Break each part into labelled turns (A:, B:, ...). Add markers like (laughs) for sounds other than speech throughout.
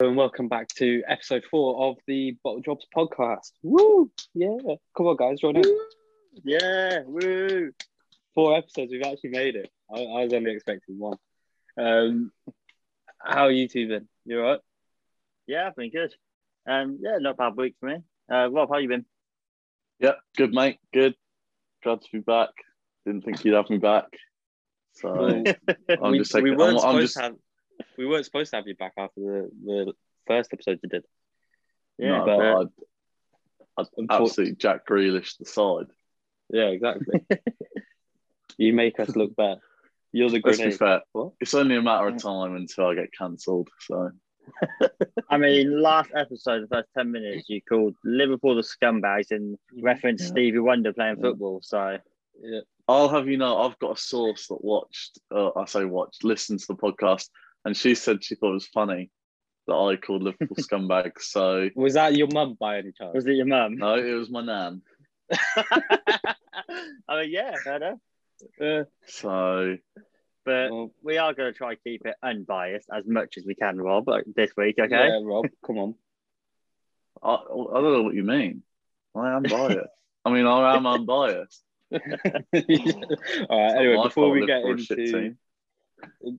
A: and welcome back to episode four of the Bottle Jobs podcast. Woo! Yeah, come on, guys, join in.
B: Yeah, woo!
A: Four episodes, we've actually made it. I, I was only expecting one. Um, how are you two been? You all right?
B: Yeah, I've been good. Um, yeah, not a bad week for me. Uh, Rob, how you been?
C: Yep, good mate, good. Glad to be back. Didn't think you'd have me back. So I'm
A: (laughs) we,
C: just
A: we
C: taking
A: weren't
C: I'm,
A: supposed
C: I'm just
A: to have we weren't supposed to have you back after the, the first episode you did.
B: Yeah,
C: no,
A: but-
C: I'd, I'd absolutely Jack Grealish the side.
A: Yeah,
C: (laughs)
A: exactly. you make us look bad. You're the
C: Let's be
A: grenade.
C: fair.
A: What? Mm.
C: It's only a matter of time until I get cancelled. So
B: I mean, last episode, the first 10 minutes, you called Liverpool the scumbags and referenced
C: Yeah.
B: Stevie Wonder playing
C: Yeah.
B: football. So,
A: Yeah.
C: I'll have you know, I've got a source that watched, uh, I say watched, listened to the podcast, and she said she thought it was funny that I
A: (laughs)
C: called Liverpool scumbags. So
A: Was that your mum by any chance?
B: was it your mum?
C: no, it was my nan.
B: (laughs) I mean, yeah, fair enough.
A: Uh,
C: So
B: But
A: well,
B: we are going to try to keep it unbiased as much as we can, Rob, like, this week, okay?
A: yeah, Rob, come on. (laughs)
C: I, I don't know what you mean. I am
B: (laughs)
C: biased. I mean, I am unbiased.
A: All
B: Uh,
A: right. Anyway,
C: My
A: before
C: fault
A: we get
C: Liverpool are a shit
A: into
C: team.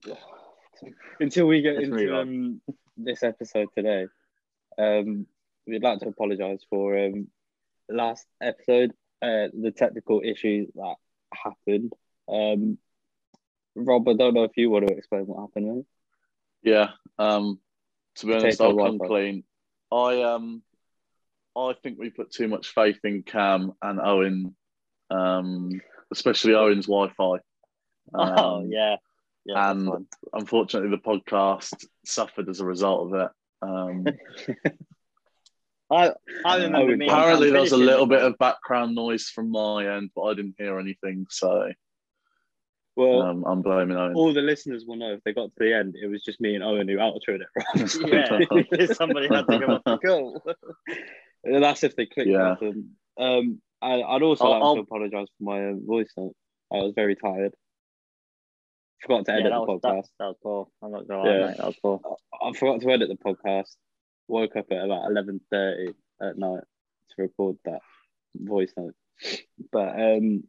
A: (laughs) until we get
B: Let's move
A: into
B: on.
A: um, this episode today, um, we'd like to apologise for um, last episode, uh, the technical issues that happened. Um, Rob, I don't know if you want to explain what happened. Mate.
C: Yeah. Um, to be honest,
A: Potato
C: I'll come
A: Wi-Fi.
C: clean. I um, I think we put too much faith in Cam and Owen, um, especially Owen's Wi-Fi.
B: (laughs) oh,
C: Um,
B: yeah. Yeah, that's
C: and-
B: fun.
C: Unfortunately, the podcast suffered as a result of it.
B: (laughs)
C: Um,
B: I, I remember
A: Owen-
B: me and
C: apparently,
B: Cam
C: there was a
B: finishing
C: little
B: it.
C: bit of background noise from my end, but I didn't hear anything, so
A: Well,
C: um, I'm blaming Owen.
A: all the listeners will know if they got to the end, it was just me and Owen who outroed it. Rob.
C: (laughs)
B: (laughs) Yeah, because somebody had to go off the call.
A: That's if they clicked.
C: Yeah.
A: that button. Um, I, I'd also
C: I'll-
A: like
C: I'll-
A: to apologise for my uh, voice note. I was very tired. Forgot to
B: Yeah,
A: edit
B: that,
A: the
B: was,
A: podcast.
B: that, that was poor. I'm not gonna lie,
A: Yeah.
B: mate, that was poor. (laughs)
A: I forgot to edit the podcast. Woke up at about eleven thirty at night to record that voice note. But um,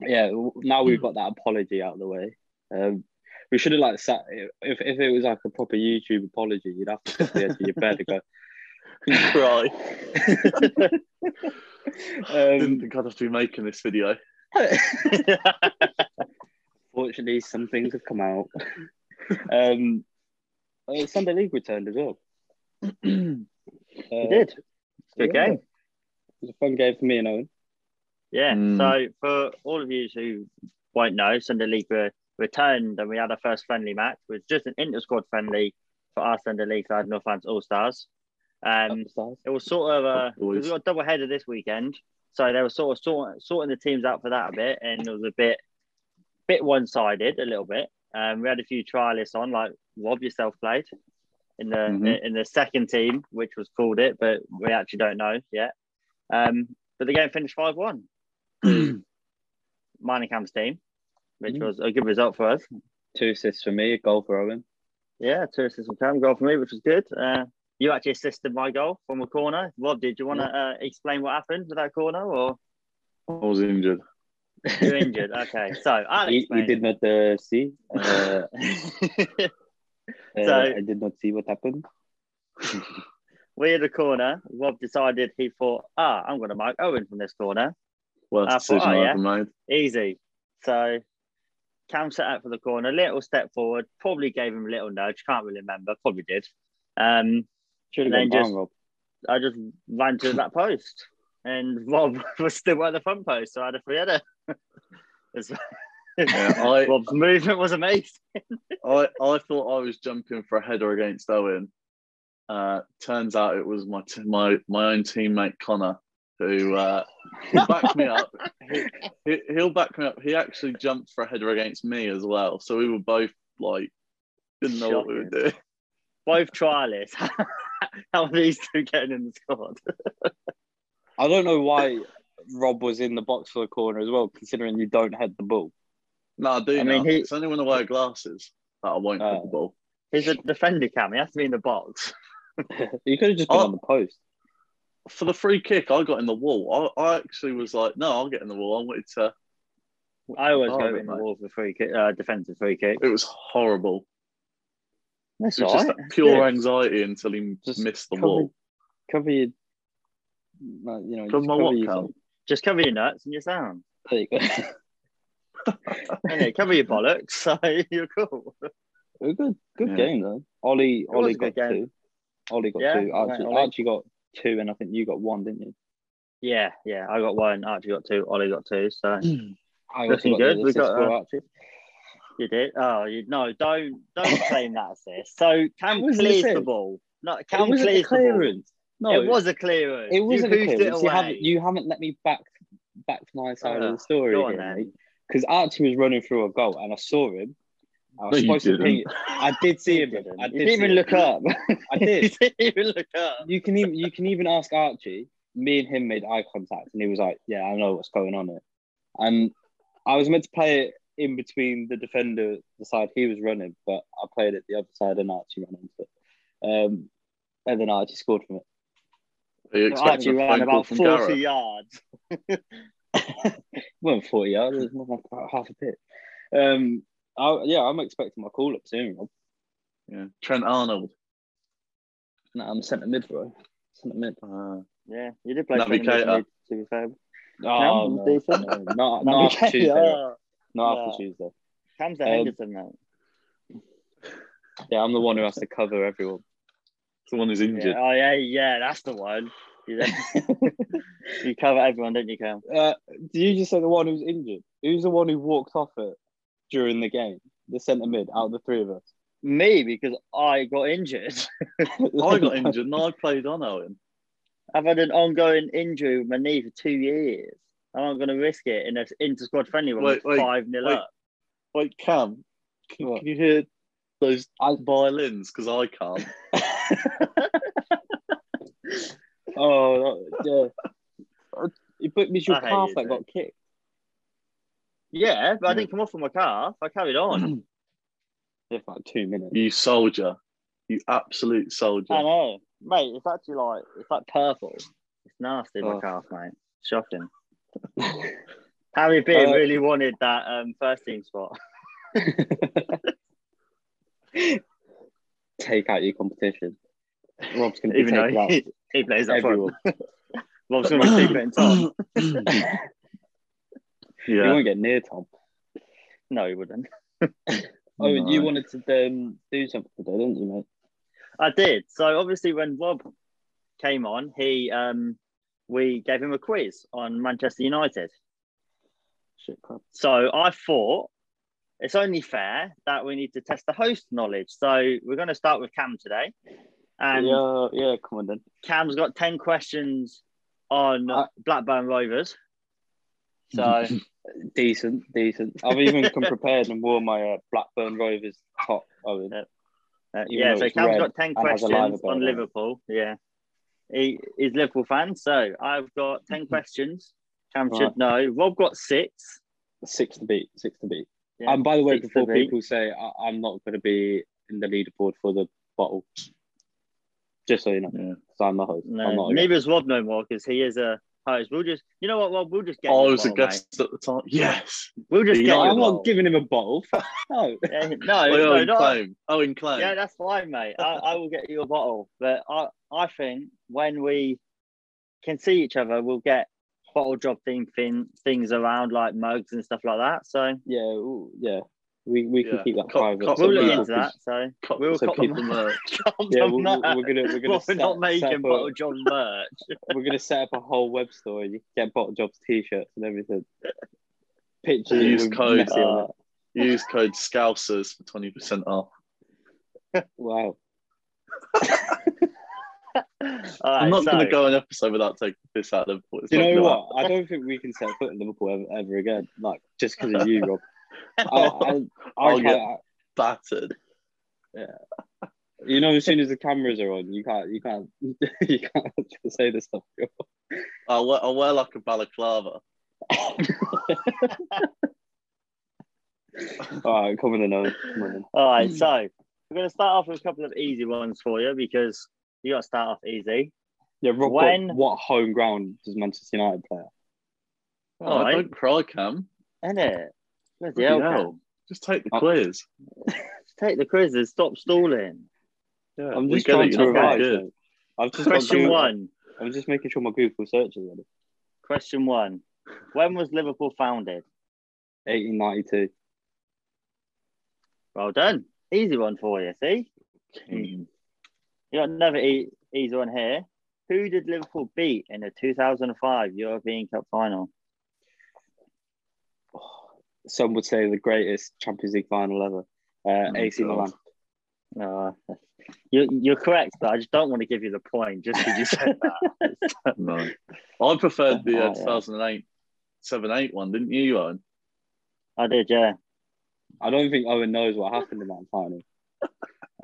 A: yeah, w- now we've got that apology out of the way. Um, we should have like sat if, if it was like a proper YouTube apology, you'd have to sit at the edge of your bed
C: (laughs)
A: and go.
C: Right. didn't
A: Um,
C: think I'd have to be making this video.
A: fortunately, some things have come out. (laughs) Um, uh, Sunday League returned as
B: (clears throat)
A: well.
B: You
A: Uh,
B: did. Good
A: yeah.
B: game.
A: It was a fun game for me and Owen.
B: Yeah.
C: Mm.
B: So for all of you who won't know, Sunday League were returned and we had our first friendly match, which was just an inter squad friendly for our Sunday League side, North Fans All Stars. Um,
A: Upstairs.
B: it was sort of a
C: Oh, boys.
B: we got a double header this weekend, so they were sort of sort, sorting the teams out for that a bit, and it was a bit bit one sided a little bit. Um, we had a few trialists on, like Rob yourself played in the
C: Mhm.
B: in the second team, which was called it, but we actually don't know yet. Um, but the game finished five one, minor camps team, which
A: Mhm.
B: was a good result for us.
A: Two assists for me, a goal for Owen.
B: Yeah, two assists from Cam, goal for me, which was good. Uh, you actually assisted my goal from a corner. Rob, did you want to uh, explain what happened with that corner, or
C: I was injured.
B: you injured? Okay, so
A: (laughs)
B: I'll
A: You,
B: explain.
A: did not uh, see.
B: (laughs)
A: Uh, uh,
B: So-
A: I did not see what happened.
B: we had a corner. Rob decided he thought, ah, I'm going to mark Owen from this corner.
C: Worst
B: I thought,
C: decision
B: oh,
C: I
B: yeah.
C: ever made.
B: Easy. So Cam set up for the corner, little step forward, probably gave him a little nudge. Can't really remember, probably did. Um,
A: Should have
B: Then
A: gone down,
B: just-
A: Rob.
B: I just ran to that post, and Rob (laughs) was still at the front post, so I had a free header. (laughs) It's-
C: Yeah, I-
B: Rob's movement was amazing. (laughs)
C: I, I thought I was jumping for a header against Owen. Uh, turns out it was my t- my my own teammate Connor who uh, backed me
B: (laughs)
C: up. He, he- he'll back me up. He actually jumped for a header against me as well. So we were both like didn't know what we were doing. (laughs)
B: Both trialists. (laughs) How are these two getting in the squad?
A: I don't know why Rob was in the box for the corner as well, considering you don't head the ball. (laughs)
C: No, I do.
B: I
C: I
B: mean,
C: mean,
B: he-
C: it's only when I wear glasses that I won't
A: Oh.
C: hit the ball.
B: He's a defender, Cam. He has to be in the box.
A: You could have just gone
C: Oh.
A: on the post.
C: for the free kick, I got in the wall. I, I actually was like, no, I'll get in the wall. I wanted to.
B: I always
C: Oh,
B: go
C: mate.
B: in the wall for free kick, uh, defensive free kick.
C: It was horrible.
B: That's
C: it was
B: all
C: just
B: right.
C: that pure
B: Yeah.
C: anxiety until he
A: Just
C: missed the
A: cover-
C: wall.
A: Cover your, like, you know,
C: Cover
A: just
C: my what,
A: your-
C: Cal?
B: Just cover your nuts and you're sound.
A: There you go. (laughs)
B: And it cover your bollocks, (laughs) so you're cool.
A: It was a good, good
C: Yeah.
A: game though. Ollie,
B: was
A: Ollie
B: a good
A: got
B: game.
A: two. Ollie got
B: Yeah,
A: two.
B: all right,
A: Archie,
B: Ollie.
A: Archie got two, and I think you got one, didn't you?
B: Yeah, yeah. I got one. Archie got two. Ollie got two. So
A: I
B: Looking
A: the
B: good. We
A: assist
B: got,
A: for
B: uh,
A: Archie.
B: you did. Oh, you no. Don't don't
A: (laughs)
B: claim that assist. So Cam
A: It was an
B: clears the
A: assist.
B: ball. No,
A: It
B: Cam
A: wasn't a
B: clears the ball.
A: clearance. No,
B: It was a clearance.
A: It wasn't
B: you
A: a
B: hoofed
A: clearance.
B: It
A: You
B: away.
A: haven't, you haven't let me back back to my side of
B: Oh,
A: the story
B: go on
A: here,
B: then.
A: mate. Because Archie was running through a goal, and I saw him. I was
C: No, you
A: supposed to ping.
C: didn't.
A: I did see
B: (laughs) You
A: him.
B: didn't.
A: I
B: You
A: did
B: didn't
A: see
B: even
A: him.
B: look up.
A: (laughs) I
B: (laughs) (laughs) You
A: did.
B: didn't even look up.
A: You can even you can even ask Archie. Me and him made eye contact, and he was like, "Yeah, I know what's going on here." And I was meant to play it in between the defender, the side he was running, but I played it the other side, and Archie ran into it. Um, and then Archie scored from it.
C: Are you
B: Archie
C: expecting a
B: ran
C: phone call
B: about
C: from
B: 40
C: Gareth?
B: yards.
A: Well, forty yards. It was more like about half a bit. Um, I, yeah, I'm expecting my call up soon. Rob.
C: Yeah. Trent Arnold.
A: No, I'm centre mid, bro. Centre mid.
C: Uh,
B: Yeah, you did play
C: Navigator.
B: Navigator. To be
A: Um,
B: fair,
A: Oh, no, (laughs)
B: decent.
A: no, not, not after Tuesday. bro.
B: Navigator.
A: Not
B: Yeah.
A: after Tuesday.
B: Cam's the
A: Um,
B: Henderson now.
A: Yeah, I'm the one who has to cover everyone.
C: the one who's injured.
B: (laughs) Yeah. Oh yeah, yeah, that's the one.
A: (laughs)
B: You, (laughs) you cover everyone, don't you, Cam?
A: Uh, do you just say the one who's injured? Who's the one who walked off it during the game? The centre mid out of the three of us.
B: Me, because I got injured.
C: I
A: (laughs)
C: got injured and I played on Owen.
B: I've had an ongoing injury with my knee for two years. I'm not going to risk it in an inter squad friendly when
C: Wait,
B: we're
C: wait,
B: 5 0
C: wait.
B: up.
C: Wait, Cam, can,
A: What?
C: can you hear those
A: I-
C: violins? Because I can't.
A: Oh, that, yeah. You put me your
B: I hate
A: calf
B: you,
A: that got
B: Dave.
A: kicked.
B: Yeah, but I didn't come off with my calf. I carried on.
A: Yeah, for like two minutes.
C: You soldier. You absolute soldier. (coughs)
B: I know. Mate, it's actually like, it's like purple. It's nasty, my
A: Oh.
B: calf, mate. Shocking. Harry Beard
A: Uh,
B: really wanted that um, first team spot.
A: Take out your competition. Rob's gonna be
B: Even
A: taking
B: (laughs) though
A: out
B: he, he plays up front.
A: everyone.
B: Rob's going to be super and Tom.
C: (clears throat)
A: You
C: yeah.
A: won't get near Tom.
B: No, he wouldn't.
A: Oh, and you
C: No.
A: wanted to um, do something today, didn't you, mate?
B: I did. So obviously, when Rob came on, he um, we gave him a quiz on Manchester United.
A: Shit, crap.
B: So I thought it's only fair that we need to test the host knowledge. So we're going to start with Cam today, and
A: yeah, yeah, come on then.
B: Cam's got ten questions on
A: Uh, (laughs)
B: Blackburn Rovers. So uh,
A: Decent, decent. I've
B: (laughs)
A: even come prepared and worn my uh, Blackburn Rovers top. Owen.
B: uh,
A: Even
B: yeah,
A: though
B: so
A: it's
B: Cam's
A: red
B: got ten
A: and has a line
B: questions
A: about
B: on
A: it.
B: Liverpool. Yeah, he is Liverpool fan. So I've got
A: (laughs)
B: ten questions. Cam should
A: Right.
B: know. Rob got six.
A: Six to beat, six to beat.
B: Yeah,
A: and by the way,
B: six to
A: before
B: beat.
A: people say I- I'm not going to be in the leaderboard for the bottle, just so you know,
C: Yeah.
A: 'cause I'm the host. I'm
B: No,
A: not. A
B: neither is Rob no more because he is a host. We'll just, you know what, Rob? We'll just get.
C: I
B: you
C: was a
B: bottle, mate.
C: guest at the time. Yes.
B: We'll just
C: Yeah,
B: get.
A: No,
B: you
A: I'm
B: bottle.
A: not giving him a
B: (laughs)
A: bottle. Fuck no.
B: Eh,
C: (laughs) Oh,
B: no, no,
C: Owen
B: not-
C: claim. Owen claim. (laughs)
B: Yeah, that's fine, mate. I, I will get you a bottle, but I, I think when we can see each other, we'll get bottle job thing, thing things around like mugs and stuff like that. So
A: Yeah, ooh, yeah. We we can
C: Yeah.
A: keep that
C: Cop-
A: private.
C: cop
A: so
B: we'll look
A: people
C: merch.
B: into
A: can-
B: that. So
C: Cop-
B: we'll
A: so
B: cop
A: people-
B: the
C: Cotton
B: merch.
C: merch.
B: (laughs) Cop the
A: Yeah, we're, we're
B: merch. (laughs)
A: gonna we're gonna
B: Rob, we're
A: set,
B: not
A: set
B: making
A: up
B: bottle
A: a,
B: job
C: (laughs)
B: merch.
A: (laughs) we're gonna set up a whole web store. You can get bottle jobs t-shirts and everything. Pictures.
C: Use
A: with
C: code,
A: Messi on it.
C: Use code Scousers for twenty percent off.
A: Wow.
B: All right,
C: I'm not
B: so,
C: going to go an episode without taking this out of Liverpool. It's
A: Do
C: not
A: you know
C: gonna
A: what? I don't think we can set foot in Liverpool ever, ever again. Like just because of
C: (laughs)
A: you, Rob. I, I, I,
C: I'll
A: can't-
C: get-
A: I-
C: happen. Battered.
A: you know, as soon as the cameras are on, you can't, you can't, (laughs) you can't say this stuff.
C: I'll wear, I'll wear like a balaclava. Oh,
A: All right, come on in, Owen. Come on in.
B: All right, so we're going to start off with a couple of easy ones for you because You got to start off easy.
A: Yeah, Rob,
B: When-
A: what, what home ground does Manchester United play? at?
C: Oh,
B: All right.
C: don't cry, Cam.
B: Isn't it? Bloody
C: Bloody
B: hell,
C: hell.
B: Cam.
C: Just take the
A: Oh.
C: quiz.
B: Just Take the quizzes. Stop stalling.
C: Yeah,
A: I'm
C: we
A: just
C: get it,
A: trying
C: you're
A: to
C: not very
A: revise.
C: good.
A: mate. I've just got
B: Question
A: Google-
B: one.
A: I'm just making sure my Google search is ready.
B: Question one. When was Liverpool founded?
A: 1892.
B: Well done. Easy one for you. See,
C: King.
B: you got another e- easy one here. Who did Liverpool beat in the 2005 European Cup final?
A: Some would say the greatest Champions League final ever. Uh,
C: Oh,
A: AC
C: God.
A: Milan.
B: Oh, you, you're correct, but I just don't want to give you the point just because you said that.
C: No. I preferred the
A: Oh,
C: uh,
A: yeah.
C: 2008 7 8 one, didn't you, Owen?
B: I did, yeah.
A: I don't think Owen knows what happened in that final.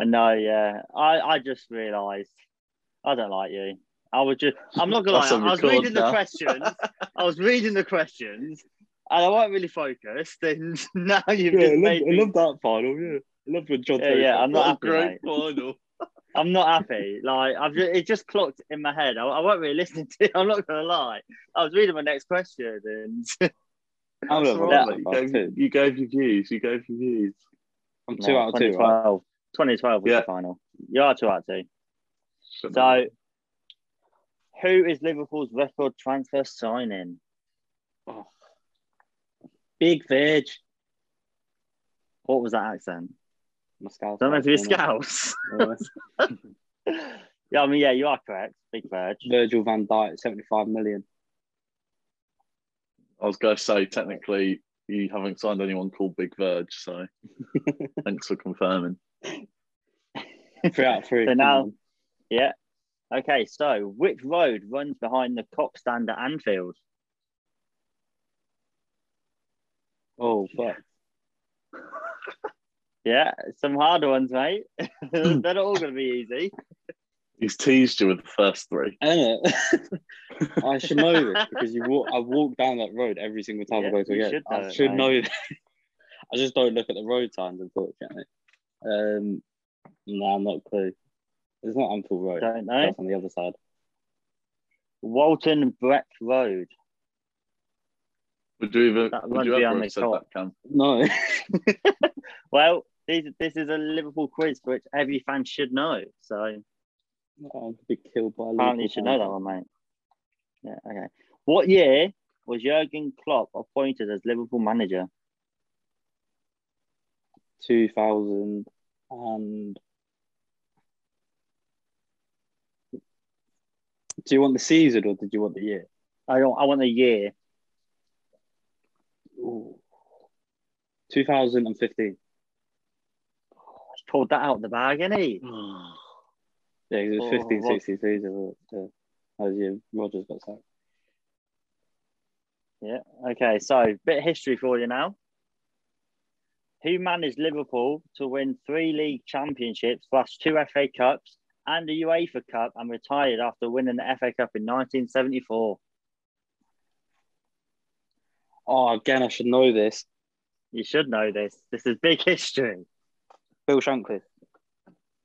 B: I know, yeah. I, I just realised I don't like you. I was just I'm not gonna lie,
C: That's on
B: I was
C: record
B: reading the
C: now.
B: questions. I was reading the questions and I wasn't really focused and (laughs) now you've just made me,
A: that final. Yeah, I loved when John.
B: Yeah, Terry yeah, got I'm not-
C: What a
B: happy,
C: great final.
B: I'm not happy. Like I've just, it just clocked in my head. I, I wasn't really listening to it, (laughs) I'm not gonna lie. I was reading my next question and
A: I'm,
C: That's all
A: not
C: right,
A: that
C: mate.
A: bad,
C: you, gave,
A: too.
C: you gave your views. You gave your views.
A: I'm two out of two. Right?
B: 2012. 2012 was
C: Yeah.
B: the final. You are two out of two.
C: But
B: So, who is Liverpool's record transfer signing?
A: Oh.
B: Big Vig. What was that accent?
A: My scalp.
B: I don't know if you're Scouse. (laughs)
A: Yeah.
B: yeah, I mean, yeah, you are correct. Big Vig.
A: Virgil van Dijk, 75 million.
C: I was going to say, technically, you haven't signed anyone called Big Verge, (laughs) so thanks for confirming.
A: Three out
B: (laughs)
A: of three.
B: So now- Yeah. Okay, so which road runs behind the cop stand at Anfield?
A: Oh, fuck.
B: (laughs) Yeah, some harder ones, mate. (laughs) They're not all going to be (laughs) easy.
C: He's teased you with the first three.
A: Isn't it? I should know this because you walk, I walk down that road every single time I
B: Yeah,
A: go to a
B: you
A: game.
B: should know
A: I
B: it,
A: should
B: mate.
A: know this. (laughs) I just don't look at the road signs, unfortunately. Um, no, I'm not clue. It's not Anfield Road.
B: Don't know.
A: That's on the other side.
B: Walton Breck Road.
C: Would you even
B: That
C: would
B: runs
C: you ever
B: beyond
C: have
B: the
C: said
B: top.
C: that, Cam?
A: No. (laughs)
B: Well, these, this is a Liverpool quiz which every fan should know. So
A: I'll be killed by
B: apparently
A: Liverpool
B: you should know
A: fans.
B: that one, mate. Yeah, okay. What year was Jurgen Klopp appointed as Liverpool manager?
A: 2000 and do you want the season or did you want the year
B: I don't I want the year.
A: Ooh. 2015
B: He's pulled that out of the bag, isn't he?
A: yeah 'cause it was
B: Oh,
A: 15
B: Rod-
A: 16 season wasn't it? yeah. that was your Rogers got sacked
B: Yeah. Okay, so bit of history for you now. Who managed Liverpool to win three league championships plus two FA Cups and the UEFA Cup and retired after winning the FA Cup in 1974?
A: oh again I should know this
B: You should know this. This is big history.
A: Bill Shankly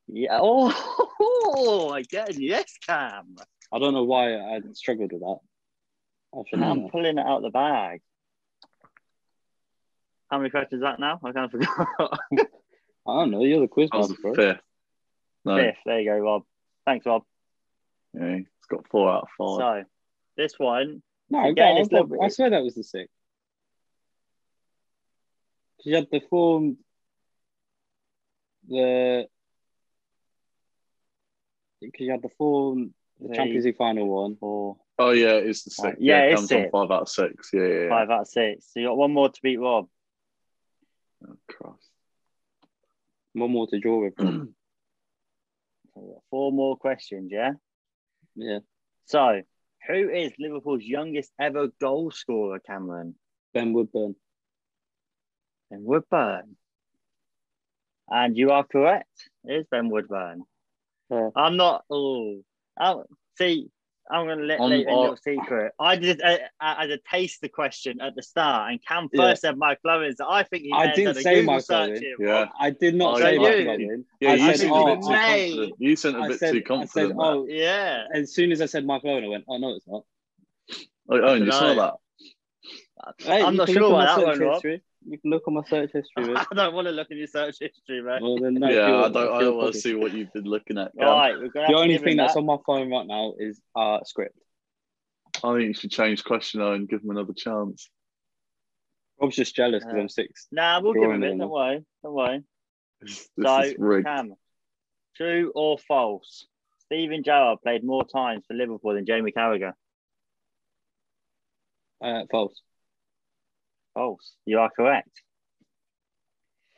B: Yeah. Oh, (laughs) again. Yes, Cam.
A: I don't know why I struggled with that I
B: (clears throat)
A: should
B: I'm
C: Hmm.
A: know
B: pulling it out the bag. How many questions is that now? I can't forgot.
A: I don't know you're the quiz
B: Um,
C: That was
A: master
C: the
A: bro.
C: fifth. No,
B: Fifth. There you go, Rob. Thanks, Rob.
C: yeah, he's got four out of five.
B: So, this one,
A: no
B: Again,
A: God, I,
B: it's
A: thought-
B: not-
A: I swear that was the sixth 'Cause you had the form the because you had the form the
B: The-
A: Champions League final one or
C: oh yeah, it's the sixth.
B: Yeah, it's
C: Cam's on
B: it.
C: five out of six. Yeah, yeah. yeah.
B: five out of six. So, you got one more to beat Rob.
C: Oh, Christ.
A: one more to draw with.
C: (clears throat)
B: So you got Four more questions, yeah?
A: yeah,
B: So, who is Liverpool's youngest ever goal scorer, Cameron?
A: Ben Woodburn.
B: Ben Woodburn. And you are correct. It is Ben Woodburn.
A: Yeah.
B: I'm not. Oh, I, see, I'm going to let
C: On
B: let you in a
C: our-
B: little secret. I did I, I, I did taste the question at the start, and Cam
A: Yeah.
B: first said Mike Flowers. I think he
A: I
B: has
A: didn't
B: had a
A: say
B: Google
A: Mike
B: search
A: Flowers.
B: him.
C: Yeah,
A: I did not
C: Oh,
A: say
B: yeah.
A: Mike
B: You-
A: Lovin.
C: yeah.
A: I
C: you
A: said,
C: seemed
A: oh,
C: a bit too
A: I-
C: confident. You seemed a
A: I
C: bit
A: said,
C: too
A: I said,
C: confident.
A: oh,
B: Yeah, (laughs)
A: as soon as I said Mike Lovin, I went, oh no, it's
C: (laughs)
A: not.
C: there. Like, Owen, Oh, you saw
B: No.
C: that?
A: Hey,
B: I'm
A: you can
B: not
A: look
B: sure
A: on
B: about
A: my
B: that
A: search
B: one, Rob.
A: history. You can look on my search history.
C: (laughs)
A: mate.
B: I don't want to look in your search history, mate.
A: well, then, no,
C: yeah,
A: you're-
C: I don't. I
A: you're
C: don't want
A: fucking-
C: to see what you've been looking at. Cam.
B: All right, we're gonna have
A: The
B: to
A: only
B: give him
A: thing that's
B: that.
A: on my phone right now is uh script.
C: I think you should change question though and give him another chance.
A: Rob's just jealous because
B: Yeah.
A: I'm six.
B: Nah, we'll give him
A: drawing
B: it.
A: on
B: Don't worry. Don't worry.
C: This,
B: so,
C: this is rigged.
B: Cam, true or false? Steven Gerrard played more times for Liverpool than Jamie Carragher.
A: Uh, false.
B: False. You are correct.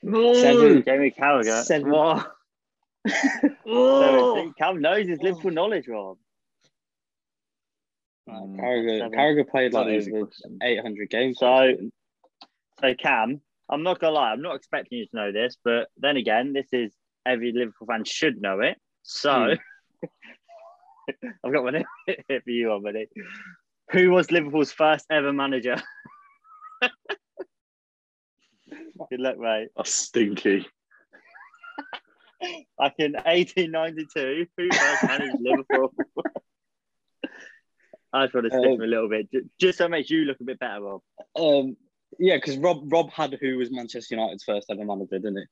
C: No.
A: Seven.
B: Jamie Carragher.
A: Seven.
B: What?
C: Oh.
B: Seventeen. Cam knows his Liverpool knowledge, Rob.
A: Uh,
C: Mm,
A: Carragher,
B: seven.
A: Carragher played
C: Not
A: like
C: an easy
A: over
C: question.
A: 800 games.
B: So-
A: last season.
B: So, Cam, I'm not gonna lie. I'm not expecting you to know this, but then again, this is every Liverpool fan should know it. So, (laughs) I've got one here for you, already. Who was Liverpool's first ever manager? (laughs) Good luck, mate.
C: That's uh, stinky.
B: Like in 1892, who first managed Liverpool? (laughs) I just want to stick
A: Um,
B: him a little bit, ju- just so it makes you look a bit better, Rob.
A: um, yeah, because Rob Rob had who was Manchester United's first ever manager, didn't he?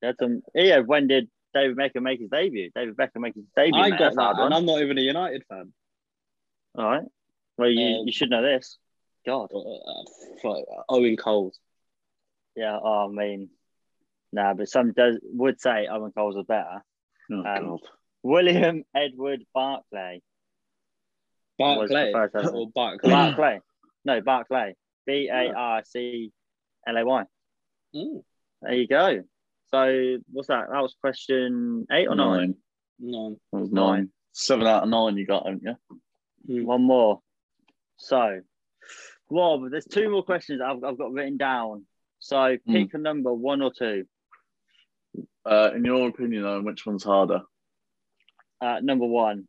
B: That's um, yeah. When did David Beckham make his debut? David Beckham make his debut.
A: I
B: mate.
A: got
B: That's a hard
A: that, and
B: one.
A: I'm not even a United fan.
B: All right. Well, you,
A: Um,
B: you should know this. God.
A: Uh, uh, fuck, Owen Coles.
B: Yeah. Oh, I mean, nah, but some does would say Owen Cole's are better.
C: Oh
B: Um, William Edward Barclay. was the
A: Barclay.
B: first
A: (clears throat)
B: ever.
A: Or Barclay.
B: Barclay. No, Barclay. B A R C L A Y.
A: Mm,
B: There you go. So what's that? That was question eight or
C: God.
B: nine?
C: Nine.
A: no.
C: That was nine.
B: Nine.
C: Seven out of nine you got, haven't you?
A: Mm.
B: One more. So, Rob, there's two more questions I've, I've got written down. So pick a number, one or two.
C: Uh, in your opinion, Owen, which one's harder?
B: Uh, number one.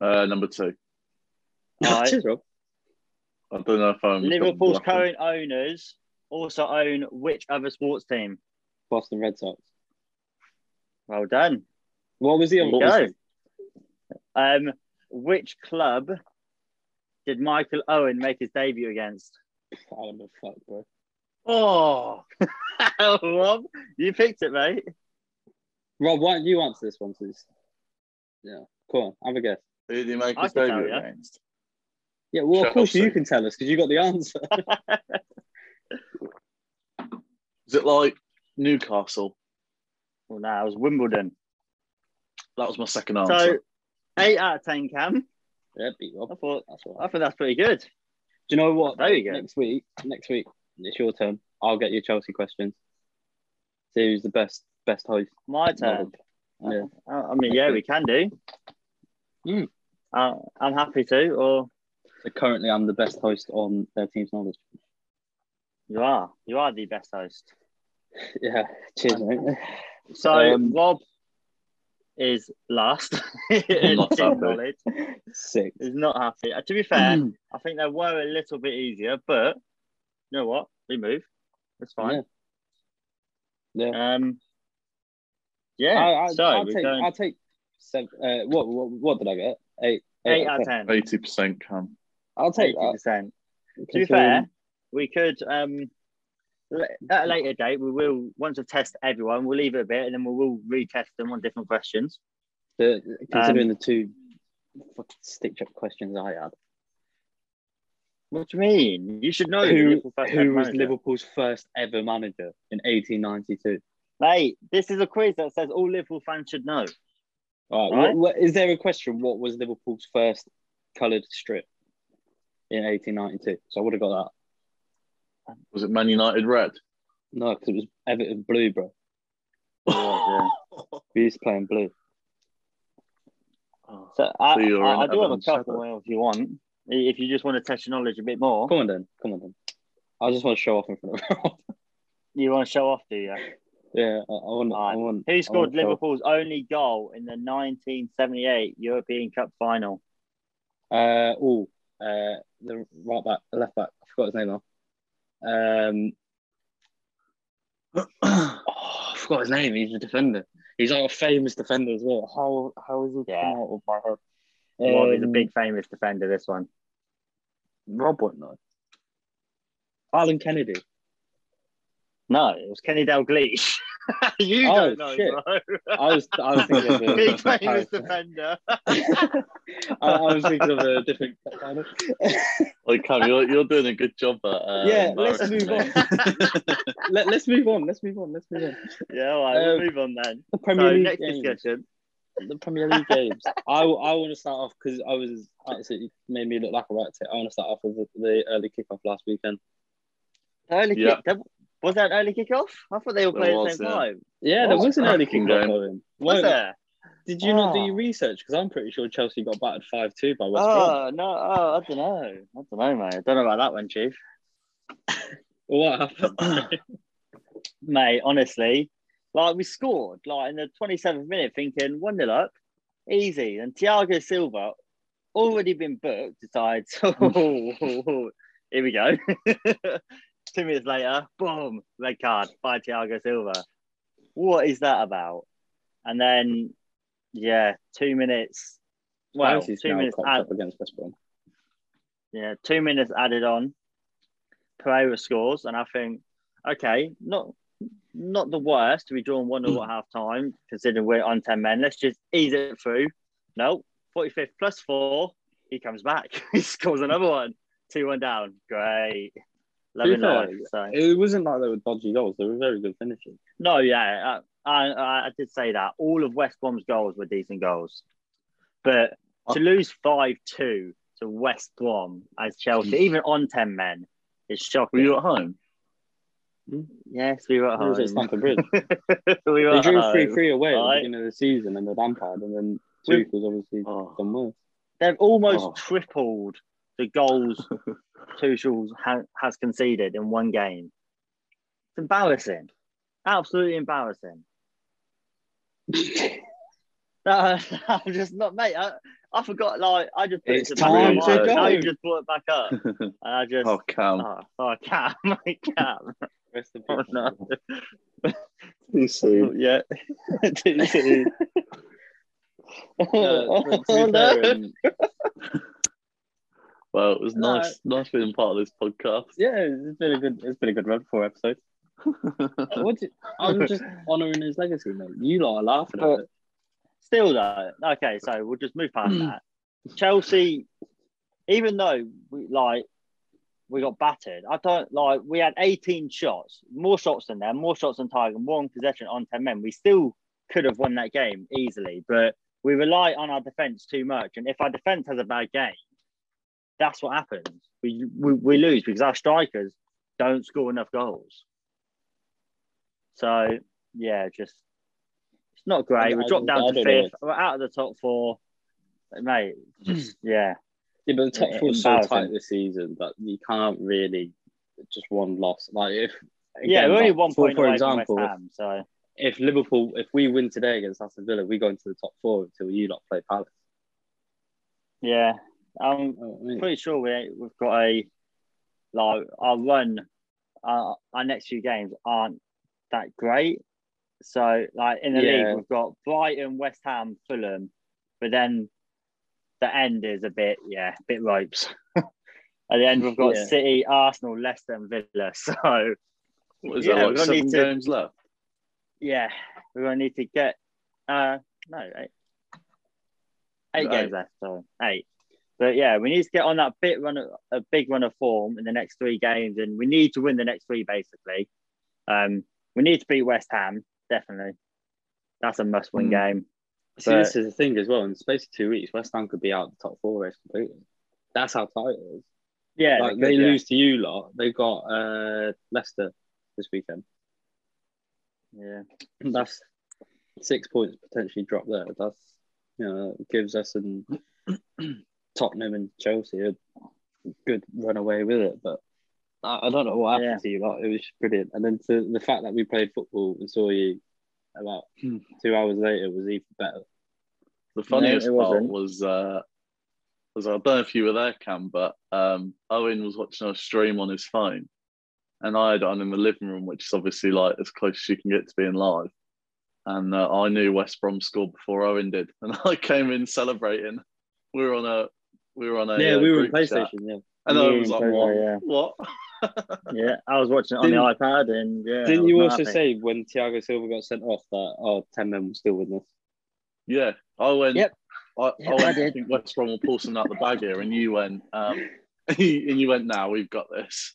C: Uh, number two.
B: (laughs) All right.
A: Cheers, (laughs) Rob.
C: I don't know if I'm
B: Liverpool's current owners also own which other sports team?
A: Boston Red Sox.
B: Well done.
A: What was the
B: There
A: other?
B: you
A: what was-
B: go. Um, which club did Michael Owen make his debut against?
A: I don't know, fuck, bro.
B: Oh, (laughs) Rob, you picked it, mate.
A: Rob, why don't you answer this one, please? Yeah, come on, have a guess.
C: Who did he make
B: I
C: his
B: can tell
C: debut
B: you.
C: against?
A: Yeah, well, of course
C: Chelsea.
A: you can tell us because you got the answer. (laughs)
C: Is it like Newcastle?
B: Well, no, it was Wimbledon.
C: That was my second
B: so,
C: answer.
B: eight out of ten, Cam.
A: yeah, beat Rob.
B: I thought,
A: That's all right.
B: I think that's pretty good.
A: Do you know what?
B: There you go.
A: Next week, next week, it's your turn. I'll get you Chelsea questions. See who's the best best host.
B: My turn.
A: Yeah.
B: I I mean, yeah, we can do.
A: Mm.
B: Uh, I'm happy to, or
A: So currently, I'm the best host on their team's knowledge. (laughs)
B: you are. You are the best host.
A: Yeah, cheers, mate. (laughs)
B: So
A: Um,
B: Rob is last (laughs) in
C: Not
B: team
C: happy.
B: knowledge.
A: Sick.
B: Is not happy. Uh, to be fair,
A: Hmm. (clears throat)
B: I think they were a little bit easier, but you know what? We move. That's fine.
A: Yeah.
B: Um.
A: I,
B: Yeah.
A: I,
B: so
A: I'll,
B: we're
A: take,
B: going
A: I'll take. Seven, uh, what, what what did I get? Eight.
B: eight out of ten.
C: Eighty percent Cam.
A: I'll take
B: Eighty
A: that.
B: percent. To be
A: considering-
B: fair, we could um l- at a later date we will once we test everyone we'll leave it a bit and then we will retest them on different questions.
A: the,
B: um,
A: considering the two fucking stitch up questions I had.
B: What do you mean? You should know the
A: who
B: Liverpool first
A: who was
B: manager.
A: Liverpool's first ever manager in 1892?
B: Mate, this is a quiz that says all Liverpool fans should know.
A: All right.
B: Right.
A: What, what, is there a question? What was Liverpool's first coloured strip in 1892? So I would have got that.
C: Was it Man United (laughs) red?
A: No, because it was Everton blue, bro.
B: Oh,
A: We used to play in blue.
C: Oh.
B: So I,
C: So you're
B: I, I
C: in
B: do have a
C: Everton's shadow.
B: couple if you want. If you just want to test your knowledge a bit more,
A: Come on then. Come on then. I just want to show off in front of (laughs) Rob.
B: you want to show off, do you?
A: Yeah, I, I want. I
B: Alright.
A: want.
B: Who
A: I want
B: scored
A: Phil.
B: Liverpool's only goal in the 1978 European Cup final?
A: Uh, oh, uh, the right back, the left back. I forgot his name now. Um, (clears throat) oh, I forgot his name. He's a defender. He's like a famous defender as well. How how is he
B: Yeah.
A: come out of my head?
B: Well, he's a
A: Um,
B: big famous defender. This one.
A: Robert, no. Alan Kennedy.
B: No, it was Kenny Dalglish. (laughs) you
A: Oh,
B: don't know,
A: shit.
B: bro. (laughs)
A: I was I was thinking of
B: Big
A: a, (laughs)
B: (laughs) famous defender.
A: I, I was thinking of a different.
C: Like, Cam, you're, you're doing a good job at.
B: Oh,
C: Uh,
A: Yeah, let's
C: embarrassing
A: move
C: me.
A: (laughs) Let, let's move on. Let's move on. Let's move on.
B: yeah, all right, we'll
A: Um,
B: move on then.
A: The
B: So,
A: Premier League
B: next
A: games.
B: discussion.
A: the Premier League games. I, I want to start off because I was absolutely made me look like a rat. I want to start off with the, the early kickoff last weekend.
B: Early
C: Yeah.
B: kick. that- Was that an early kickoff? I thought they were
C: There
B: playing
C: was,
B: at the same
C: yeah.
B: time.
A: Yeah, there
C: What a
A: was an early
C: cracking
A: kickoff.
C: game.
A: Owen.
B: Was
A: Weren't-
B: there?
A: Did you not do
B: Oh.
A: your research? Because I'm pretty sure Chelsea got battered five two by West Brom.
B: Oh no! Oh, I don't know. I don't know, mate. I don't know about that one, Chief.
A: What happened?
B: mate, honestly, like we scored like in the 27th minute, thinking one nil up, easy. And Thiago Silva, already been booked, decides, (laughs) oh, here we go. (laughs) Two minutes later, boom, red card by Thiago Silva. What is that about? And then, yeah, two minutes. Well,
A: Chelsea's
B: two
A: now
B: minutes
A: cocked
B: out.
A: up against West Brom.
B: Yeah, two minutes added on. Pereira scores, and I think, okay, not not the worst to be drawn one 0 at half time, considering we're on ten men. Let's just ease it through. No, forty fifth plus four, he comes back. (laughs) he scores another one. Two one down. Great. Loving
A: fair,
B: life. So.
A: It wasn't like they were dodgy goals. They were very good finishes.
B: No, yeah, I, I I did say that. All of West Brom's goals were decent goals, but to lose five two to West Brom as Chelsea, even on ten men, is
C: Were
B: shocking.
C: you at home?
B: Yes, we were at
A: It was at
B: home. (laughs)
A: Stamford Bridge.
B: we were
A: they
B: at
A: drew
B: home.
A: three three away at the
B: Uh-huh. Right.
A: beginning of the season, and the Lampard, and then
B: We-
A: Tuchel's obviously
C: Oh.
A: done worse.
B: They've almost
C: Oh.
B: tripled
C: (laughs)
B: the goals Tuchel ha- has conceded in one game. It's embarrassing.
C: (laughs)
B: Absolutely embarrassing. No, (laughs) I'm just not, mate. I, I forgot. Like, I just put
A: It's
B: it to the back of
C: time
B: my
C: to
B: mind.
A: go.
B: Now you just brought it back up, and I just.
C: (laughs) Oh,
B: Oh.
C: Cam.
B: Oh, (laughs) Cam, I
C: (laughs)
B: can't.
A: Rest in
B: Oh,
A: (laughs) peace.
B: no.
C: Too soon.
B: Yeah. Too soon.
A: No, but to
B: Oh,
A: be
B: no.
A: fair, um,
C: Well, it was
A: No.
C: nice, nice being part of this podcast.
A: yeah, it's been a good, it's been a good run for episode.
B: (laughs)
A: What do- I'm just honouring his legacy, mate. You lot are laughing at
B: But-
A: it.
B: (laughs) Still though, okay, so we'll just move
C: Hmm.
B: past that. Chelsea, even though we like we got battered, I don't like we had 18 shots, more shots than them, more shots than Tiger, more in possession on 10 men. We still could have won that game easily, but we rely on our defense too much. And if our defense has a bad game, that's what happens. We we, we lose because our strikers don't score enough goals. So yeah, just it's not great.
A: I-
B: We
A: I
B: dropped
A: don't- I
B: down to
A: don't know.
B: fifth. We're out of the top four, mate. Just (clears throat) yeah,
A: Yeah, but the top
B: Yeah,
A: four's so
B: embarrassing.
A: tight this season that you can't really just one loss. Like if
B: yeah.
A: again,
B: We're only
A: like,
B: one
A: for-
B: point
A: For
B: away
A: example,
B: from
A: if,
B: West Ham. So
A: if Liverpool, if we win today against Aston Villa, we go into the top four until you lot play Palace.
B: yeah, I'm
A: You know what I mean?
B: pretty sure we we've got a like our run. Our, our next few games aren't that great. So like in the
A: Yeah.
B: league, we've got Brighton, West Ham, Fulham, but then the end is a bit yeah, a bit ropes.
A: (laughs)
B: At the end, we've got
A: Yeah.
B: City, Arsenal, Leicester, and Villa. (laughs) So
C: What is
B: Yeah,
C: that, like
B: we don't
C: seven
B: need to-
C: games left?
B: Yeah, we're gonna need to get uh no eight, eight
C: Eight.
B: games left, so eight. But yeah, we need to get on that bit run of- a big run of form in the next three games, and we need to win the next three basically. Um, we need to beat West Ham definitely. That's a must-win
C: Hmm.
B: game.
A: See,
B: but-
A: this is the thing as well. In the space of two weeks, West Ham could be out of the top four race completely. That's how tight it is.
B: Yeah,
A: like
B: because,
A: they
B: yeah,
A: lose to you lot. They got uh, Leicester this weekend.
B: Yeah,
A: that's six points potentially dropped there. That's you know that gives us and (clears throat) Tottenham and Chelsea a good run away with it. But I, I don't know what happened to
B: Yeah.
A: you, but it was brilliant. And then to the fact that we played football and saw you about
C: Hmm.
A: two hours later was even better.
C: The funniest
B: it
C: part
B: wasn't.
C: was uh, was I don't know if you were there, Cam, but um, Owen was watching our stream on his phone, and I had on in the living room, which is obviously like as close as you can get to being live. And uh, I knew West Brom scored before Owen did, (laughs) and I came in celebrating. We were on a we were on a
A: yeah,
C: uh,
A: we were in
C: group chat,
A: PlayStation. Yeah,
C: and
B: We
C: I
B: were
C: was
B: in
C: like,
B: PlayStation,
C: what?
B: yeah.
C: What?
B: Yeah, I was watching it on
A: Didn't-
B: the iPad, and yeah, I
A: didn't
B: was
A: you
B: not
A: also
B: happy.
A: say when Thiago Silva got sent off that oh, 10 men were still with us?
C: Yeah, I went.
B: Yep.
C: I, I,
B: Yep,
C: went,
B: I
C: I,
B: did.
C: think West Brom will pull something out the bag here, and you went. Um, (laughs) and you went. Now we've got this.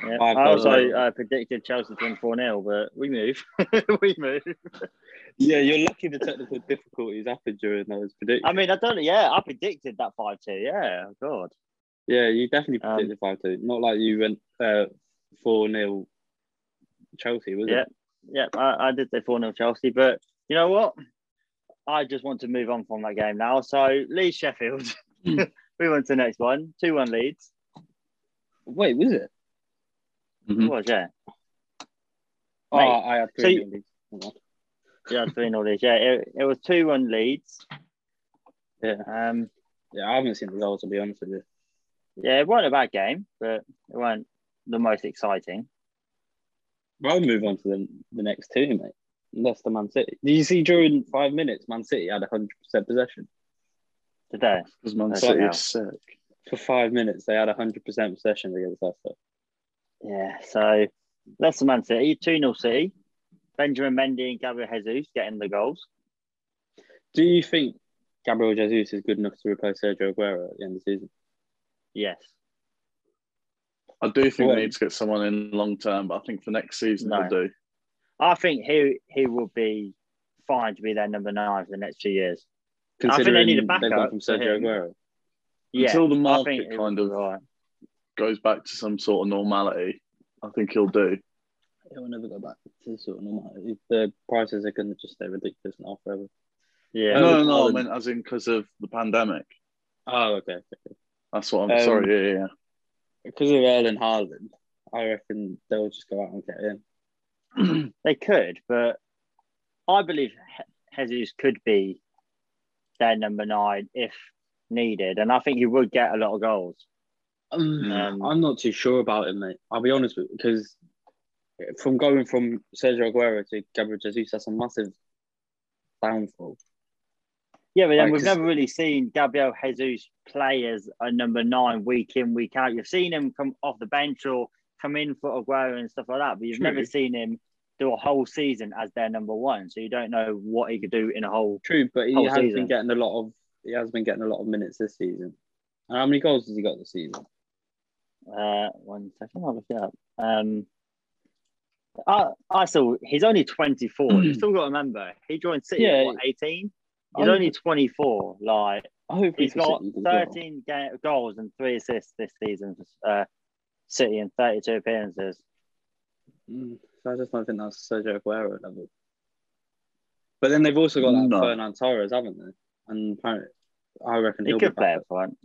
B: Yeah.
A: I've
B: I
A: got
B: also
C: it.
B: uh, predicted Chelsea to win 4 0, but we move. (laughs) we move.
A: Yeah, you're lucky the technical difficulties happened during those predictions.
B: I mean, I don't, yeah, I predicted that 5 2. Yeah, God.
A: yeah, you definitely
B: Um,
A: predicted 5 2. Not like you went 4 nil 0 Chelsea, was
B: Yeah.
A: it?
B: Yeah, I, I did say 4 0 Chelsea, but you know what? I just want to move on from that game now. So, Leeds Sheffield. (laughs) Move on to the next one. 2 1 Leeds.
A: Wait, was it?
B: It
C: Mhm.
B: was, yeah.
A: Oh,
B: Mate,
A: I had
B: so you-
A: 3 nil.
B: Yeah, 3 0 Leeds. Yeah, it, it was 2 1 Leeds.
A: Yeah.
B: Um,
A: Yeah, I haven't seen the goal, to be honest with you.
B: yeah, it wasn't a bad game, but it wasn't the most exciting.
A: But I'll move on to the, the next two, mate. Leicester, Man City. Did you see during five minutes, Man City had 100% possession?
B: Today,
C: Because Man
B: That's
C: City
B: it now.
C: is sick.
A: For five minutes, they had 100% possession against Leicester.
B: Yeah, so Leicester Man City, 2 0 City. Benjamin Mendy and Gabriel Jesus getting the goals.
A: Do you think Gabriel Jesus is good enough to replace Sergio Aguero at the end of the season?
B: Yes.
C: I do think
A: Well-
C: they need to get someone in long term, but I think for next season
B: No.
C: they'll do.
B: I think he he will be fine to be their number nine for the next few years. I think they
A: Considering
B: need a
A: They've
B: backup
A: gone from
B: for
A: Sergio
B: him.
A: Aguero.
B: Yeah,
C: Until the
B: I
C: market
B: think he
C: kind
B: will
C: of
B: be right.
C: goes back to some sort of normality, I think he'll do.
A: It will never go back to sort of normal. The prices are going to just stay ridiculous now forever.
C: no,
B: Yeah,
C: no, no, I
A: Alan-
C: meant as in because of the pandemic.
A: Oh, okay.
C: That's what I'm
A: Um,
C: sorry. Yeah, yeah, yeah.
A: Because of Erling Haaland, I reckon they'll just go out and get him.
B: they could, but I believe He- Jesus could be their number nine if needed, and I think he would get a lot of goals.
A: Um,
B: Um,
A: I'm not too sure about him, mate. I'll be honest with you, because from going from Sergio Aguero to Gabriel Jesus, that's a massive downfall.
B: Yeah, but then
A: Like,
B: we've
A: 'cause-
B: never really seen Gabriel Jesus play as a number nine week in, week out. You've seen him come off the bench or come in for Aguero and stuff like that, but you've
A: True.
B: never seen him do a whole season as their number one. So you don't know what he could do in a whole.
A: True, but he
B: Whole
A: has
B: season.
A: been getting a lot of he has been getting a lot of minutes this season. And how many goals has he got this season?
B: Uh, one second, I'll look it up. Um, I, I still, he's only 24.
A: (clears throat)
B: you still got to remember, he joined City
A: Yeah.
B: at what, 18? He's
A: Oh,
B: only 24. Like,
A: I hope
B: He's
A: for
B: got
A: City as well.
B: 13 ga- goals and three assists this season for uh, City in 32 appearances.
A: Mm, so I just don't think that's Sergio Aguero level. But then they've also got that
C: No.
A: Fernan Torres, haven't they? And apparently, I reckon
B: He
A: he'll
B: could
A: be back.
B: play up front,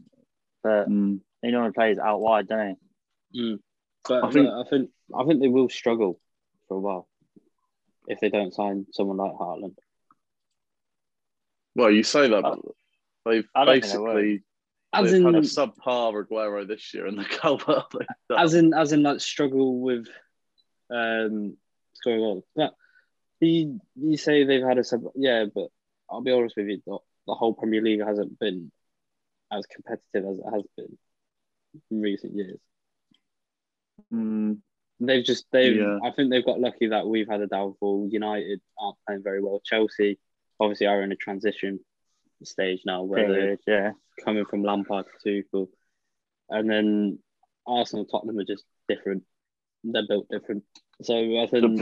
B: but
C: Mm.
B: he normally plays out wide, doesn't he?
A: But
C: I think-
A: but I think I think they will struggle for a while if they don't sign someone like Haaland.
C: Well, you say that,
B: I-
C: but they've
B: I don't think they will.
C: basically
A: As
C: they've had a
A: in,
C: subpar Aguero this year in the cup.
A: as in, as in, like struggle with um, scoring goals. But you you say they've had a sub, yeah. But I'll be honest with you, the, the whole Premier League hasn't been as competitive as it has been in recent years.
C: Mm,
A: They've just they've
C: Yeah.
A: I think they've got lucky that we've had a downfall. United aren't playing very well. Chelsea obviously are in a transition stage now where they're
B: Period, yeah.
A: coming from Lampard to Tuchel. And then Arsenal, Tottenham are just different. They're built different. So I (laughs) think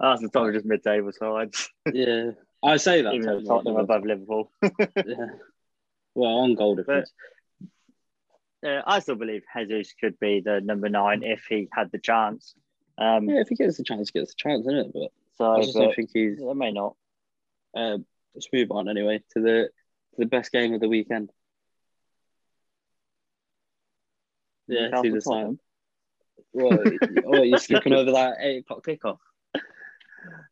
B: Arsenal Tottenham just mid-table sides,
A: yeah. I say that
B: even though
A: Tottenham
B: Tottenham
A: are-
B: above Liverpool.
A: yeah. Well, on goal difference.
B: Uh, I still believe Jesus could be the number nine if he had the chance. Um,
A: yeah, if he gets the chance, he gets the chance, isn't it? But
B: So
A: I just
B: but,
A: don't think he's
B: it may not.
A: uh, let's move on anyway to the to the best game of the weekend. Yeah,
B: half
A: see
B: the
A: the
B: time.
A: time. What, what, (laughs) you sleeping over that eight o'clock kickoff?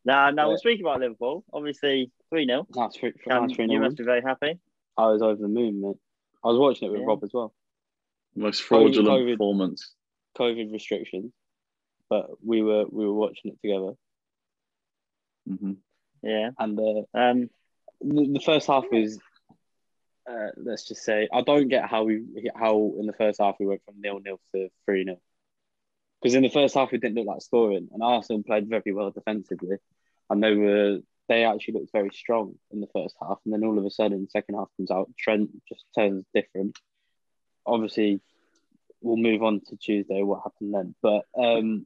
B: Nah, no, we're
A: Yeah.
B: speaking about Liverpool. Obviously, 3 0.
A: That's three, that's three
B: You
A: nil.
B: must be very happy.
A: I was over the moon, mate. I was watching it with
B: Yeah.
A: Rob as well.
C: Most
B: Oh,
C: fraudulent
A: COVID.
C: performance.
A: COVID restrictions, but we were we were watching it together,
C: hmm
B: Yeah.
A: and uh,
B: Um,
A: the, the first half was. Uh, let's just say I don't get how we how in the first half we went from nil nil to three nil, because in the first half we didn't look like scoring, and Arsenal played very well defensively, and they were they actually looked very strong in the first half, and then all of a sudden second half comes out Trent just turns different. Obviously, we'll move on to Tuesday what happened then, but um,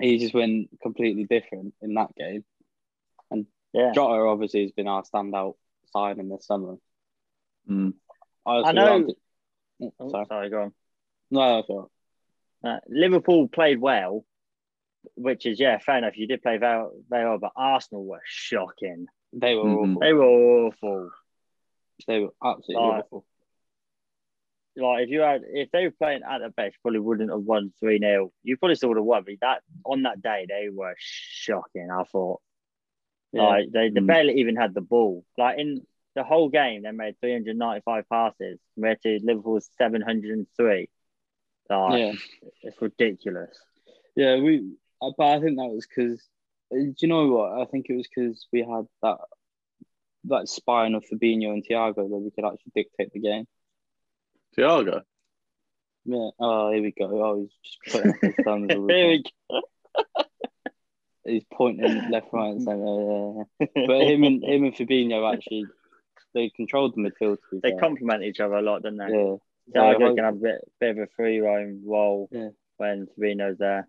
A: he just went completely different in that game.
B: yeah.
A: Jota obviously has been our standout side in the summer.
C: Mm.
A: Honestly,
B: I know-
A: that- Oh,
B: Oh,
A: sorry.
B: sorry, go on.
A: No, that's all
B: Uh, Liverpool played well, which is, yeah, fair enough. You did play very, very well, but Arsenal were shocking.
A: right.
B: Oh.
A: They were
C: Mhm.
A: awful.
B: They were awful.
A: They were absolutely
B: Right.
A: awful.
B: Like if you had if they were playing at the best, probably wouldn't have won three 0 You probably still would have won, but that on that day they were shocking. I thought
A: Yeah.
B: like they, they
C: Mm.
B: barely even had the ball. Like in the whole game, they made three hundred ninety five passes compared to Liverpool's seven hundred and three. Like
A: yeah,
B: it's ridiculous.
A: (laughs) yeah. We, uh, but I think that was because. Do you know what? I think it was because we had that that spine of Fabinho and Thiago where we could actually dictate the game.
C: Thiago.
A: Yeah. Oh, here we go. Oh, he's just putting up his thumbs.
B: (laughs)
A: all the
B: Here
A: time.
B: we
A: He's pointing left, right, and centre. Yeah, yeah. yeah. But him and him and Fabinho actually they controlled the midfield. To be
B: They
A: fair.
B: complement each other a lot, don't they?
A: Yeah.
B: Thiago
A: Yeah, I-
B: can have a bit, bit of a free roam role
A: Yeah.
B: when Firmino's there.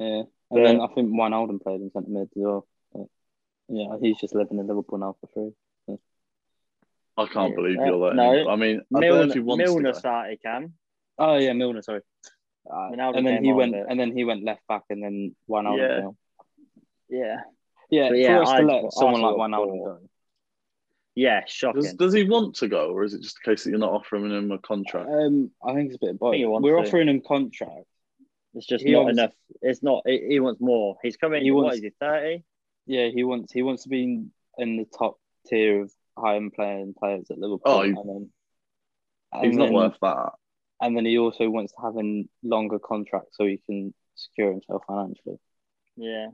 A: Yeah, and
B: But-
A: then I think Wayne Alden played in centre mid as well. But, yeah, he's just living in Liverpool now for free.
C: I can't
B: Yeah.
C: believe
B: Uh,
C: you're letting
B: no.
C: him. I mean, I don't know if he
B: Milner,
C: wants to
B: Milner
C: go.
B: started Cam.
A: Oh yeah, Milner, sorry. Uh,
B: Wijnaldum
A: and then
B: came
A: he
B: on,
A: went,
B: but-
A: and then he went left back, and then Wayne Alden.
C: Yeah.
A: came on.
B: Yeah.
A: yeah.
B: But yeah,
A: for us
B: I-
A: to let someone
B: Arsenal
A: like Wayne
B: were
A: Alden
B: poor.
A: go.
B: Yeah, shocking.
C: Does, does he want to go, or is it just a case that you're not offering him a
B: Uh,
C: contract?
A: Um, I think it's a bit. Of both.
B: I think he wants
A: We're
B: to.
A: offering him contract.
B: it's just
A: he
B: not
A: obviously-
B: enough. It's not. He, he wants more. He's coming.
A: He
B: He
A: wants-
B: wants, what is he? Thirty.
A: Yeah, he wants. He wants to be in, in the top tier of high end playing players at Liverpool.
C: Oh, he-
A: and then,
C: He's
A: and
C: not
A: then-
C: worth that.
A: And then he also wants to have a longer contract so he can secure himself financially.
B: Yeah,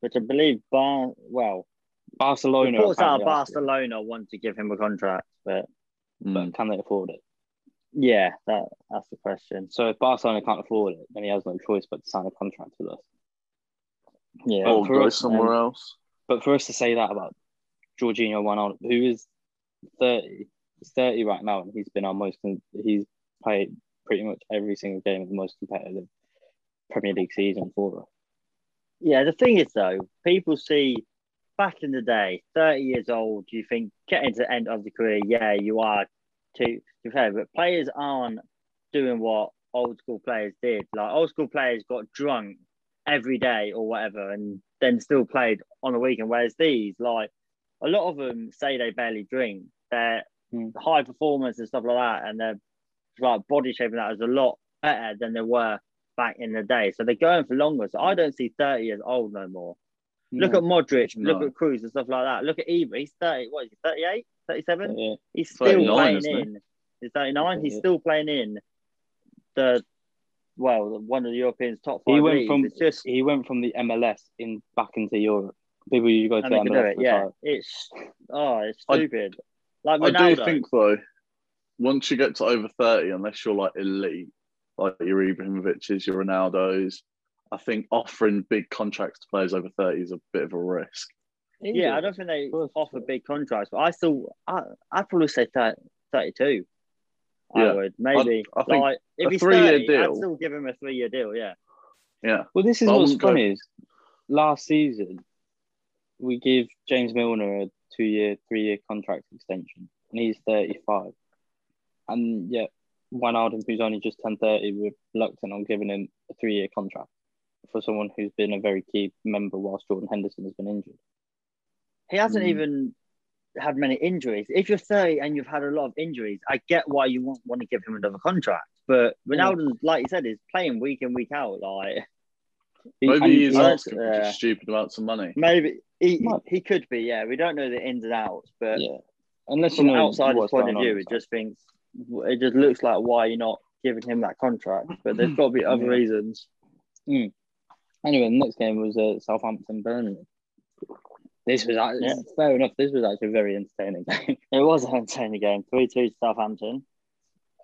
B: which I believe. Bar well,
A: Barcelona.
B: reports out
A: apparently asked him,
B: Barcelona want to give him a contract, but
C: Mm.
A: But can they afford it?
B: yeah, that that's the question.
A: So if Barcelona can't afford it, then he has no choice but to sign a contract with us.
B: Yeah,
C: Or
A: Oh. for
C: go
A: us,
C: somewhere
A: um,
C: else.
A: But for us to say that about Jorginho Wijnaldum, who is thirty, he's thirty right now, and he's been our most he's played pretty much every single game of the most competitive Premier League season for us.
B: yeah. The thing is though, people see back in the day, thirty years old. You think getting to the end of the career, yeah, you are too too fair, but players aren't doing what old school players did. Like old school players got drunk every day or whatever, and then still played on the weekend. Whereas these, like a lot of them, say they barely drink. They're
A: Hmm.
B: high performance and stuff like that, and their like body shape and that is a lot better than they were back in the day. So they're going for longer. So I don't see thirty years old no more. Look at Modric,
C: Mm. No.
B: look at Cruz and stuff like that. Look at Ibra. He's thirty. What is he? 38, 37?
A: yeah,
B: He's still
C: 39,
B: playing
C: isn't he?
B: in. He's 39. He's
A: Yeah.
B: still playing in the, well, the- one of the Europeans' top
A: He
B: five
A: went
B: leagues.
A: from-
B: It's just,
A: he went from the MLS in back into Europe. People you go to
B: and they can do
A: MLS
B: it.
A: for
B: Yeah.
A: trial.
B: It's, oh, it's
C: I-
B: stupid. like
C: I
B: Ronaldo.
C: do think though, once you get to over thirty, unless you're like elite, like your Ibrahimovic's, your Ronaldo's, I think offering big contracts to players over thirty is a bit of a risk.
B: yeah, I don't think they
A: course.
B: offer big contracts, but I still, I, I'd probably say 30, 32.
C: Yeah.
B: I would. Maybe.
C: I think
B: like,
C: a
B: if he's
C: three-year
B: 30, I'd
C: deal-
B: still give him a three year deal. Yeah.
C: Yeah,
A: Well, this is
C: I
A: what's
C: wouldn't go-
A: funny is last season we give James Milner a two year, three year contract extension, and he's 35. And yet, Wijnaldum, who's only just turned 30, we're reluctant on giving him a three year contract for someone who's been a very key member whilst Jordan Henderson has been injured.
B: He hasn't
C: Mm.
B: even had many injuries. If you're 30 and you've had a lot of injuries, I get why you won't want to give him another contract. But
C: Mm.
B: Ronaldo, like you said, is playing week in week out. Like
A: He- and
C: Maybe he's
B: he-
C: asking for
B: yeah.
C: just stupid amounts of money.
B: maybe he
A: Might
B: he could be. Yeah, we don't know the ins and outs, but
A: yeah. Unless you
B: from an
A: know
B: outsider's
A: what's
B: point
A: going
B: of
A: on
B: view,
A: and
B: it just thinks it just looks like why you're not giving him that contract. But there's got to be other
A: Yeah.
B: reasons.
A: stuff. Anyway, the next game was uh, Southampton Burnley. This was act-
B: Yeah.
A: fair enough. This was actually a very entertaining (laughs) game.
B: It was an entertaining game, three two to Southampton.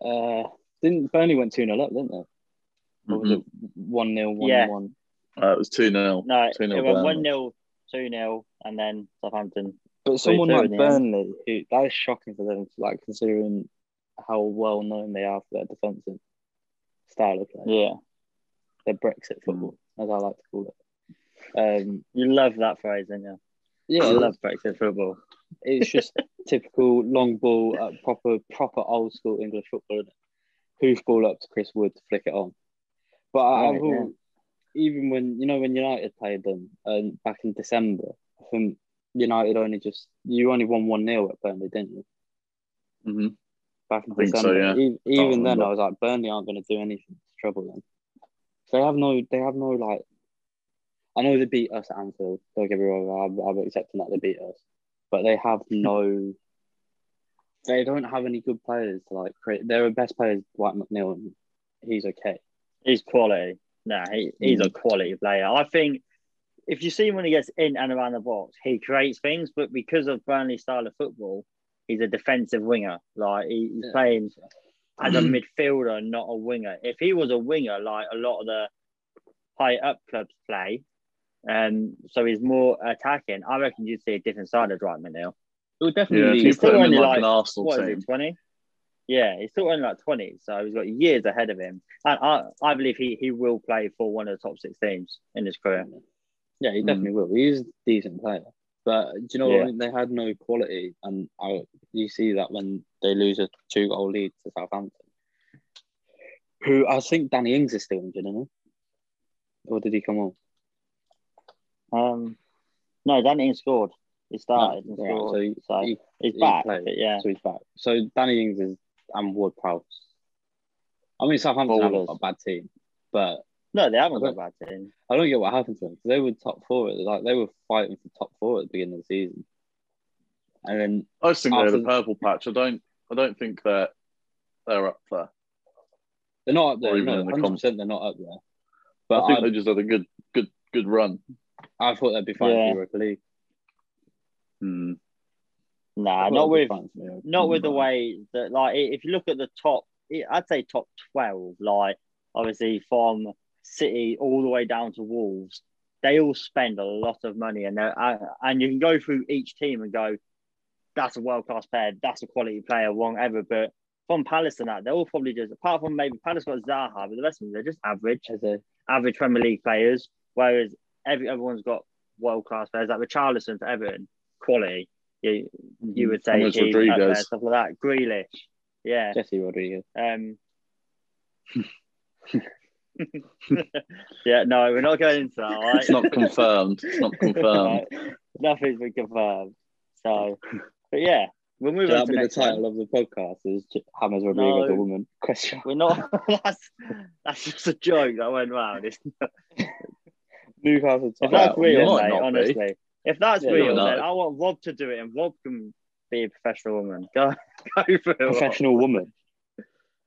A: Uh, didn't Burnley went two 0 up, didn't they? Or was it
B: Mm-hmm.
A: one 0 one
B: Yeah.
A: one?
C: Uh, it was 2 0.
B: No, it
C: 2-0
B: went
C: Burnley.
B: one 0 two 0 and then Southampton.
A: But someone
B: two
A: like
B: in the end.
A: Burnley, who that is shocking for them, like considering how well known they are for their defensive style of play,
B: Yeah,
A: their Brexit football, as I like to call it. Um,
B: you love that phrase, don't you?
A: yeah,
B: I love Brexit football.
A: it's just typical long ball, uh, proper proper old school English football. Hoofball up to Chris Wood to flick it on. But I, I've
B: Right,
A: al- even when you know when United played them um, back in December, I think United only just you only won one 0 at Burnley, didn't you?
C: hmm
A: Back in
C: I think so,
A: December. E- Even, then,
C: remember.
A: I was like, Burnley aren't going to do anything to trouble them. They have no, they have no like. I know they beat us at Anfield. Don't get me wrong. I'm, I'm accepting that they beat us, but they
C: (laughs)
A: have no. They don't have any good players to like create. Their best player is Dwight McNeil, and he's okay.
B: He's quality. Nah, he, he's
A: Mm.
B: a quality player. I think if you see him when he gets in and around the box, he creates things, but because of Burnley's style of football, he's a defensive winger. Like he, he's
A: Yeah.
B: playing
A: (clears throat)
B: as a midfielder, not a winger. If he was a winger, like a lot of the high up clubs play, um, so he's more attacking. I reckon you'd see a different side of Dwight McNeil.
A: It would
C: Yeah,
A: definitely
C: if
A: be.
C: you
B: He's
C: put
B: still
C: him in
B: only
C: like,
B: like-
C: an Arsenal
B: What is
C: team.
B: he, 20? Yeah, he's still only like 20, so he's got years ahead of him. And I, I believe he, he will play for one of the top six teams in his career.
A: Yeah, he
C: Mm.
A: definitely will. He's a decent player, but do you know
B: Yeah.
A: what? They had no quality, and I, you see that when they lose a two-goal lead to Southampton, who I think Danny Ings is still injured, isn't he? Or did he come on?
B: Um, no, Danny Ings scored. He started and
A: No, right,
B: scored,
A: so he-
B: so
A: he-
B: he's
A: he
B: back.
A: played.
B: but yeah,
A: So he's back. So Danny Ings is and Ward Prowse. I mean, Southampton haven't
B: Ballers.
A: got a bad team, but
B: no, they haven't got a bad team.
A: I don't get what happened to them. 'cause They were top four. At the, like they were fighting for top four at the beginning of the season, and then
C: I just think they're the
A: Arsenal-
C: purple patch. I don't I don't think that they're up there.
A: They're not up there.
C: Or even
A: No,
C: in the
A: hundred percent, they're not up there. But
C: I think
A: I,
C: they just had a good good good run.
A: I, thought they'd be fine
B: Yeah.
A: for Europa League.
C: Hmm.
A: I
B: Nah,
A: thought
B: not
A: they'd be
B: with
A: fine for Europa.
B: not with the
C: No.
B: way that like i- if you look at the top i'd say top 12 like obviously from city all the way down to wolves they all spend a lot of money and they're- uh, and you can go through each team and go that's a world-class player that's a quality player whatever but from palace and that they're all probably just apart from maybe palace got zaha but the rest of them they're just average
A: As a,
B: average Premier League players, whereas every everyone's got world class players like Richarlison for Everton, quality. You you would say
C: James
B: he's up there,
C: Rodriguez.
B: stuff like that. Grealish, yeah.
A: Mm-hmm. Jesse Rodriguez.
B: Um, (laughs) yeah, no, we're not going into that. all
C: (laughs)
B: right?
C: It's not confirmed. It's (laughs) not confirmed.
B: Right. Nothing's been confirmed.
C: (laughs)
B: So, but yeah, we'll move on
A: That'll
B: to
A: be the
B: next
A: title
B: one.
A: of the podcast is J- James Rodriguez,
B: No.
A: a woman. Question.
B: We're not. (laughs) that's that's just a joke that went round. It's
A: Newcastle
B: If
A: title.
B: that's
C: Well, it
B: real,
C: might
B: mate,
C: not be.
B: honestly. If that's
A: Yeah,
C: no,
B: real,
C: no.
B: then I want Rob to do it, and Rob can be a professional woman. Go, (laughs) go for it. Rob.
A: Professional woman.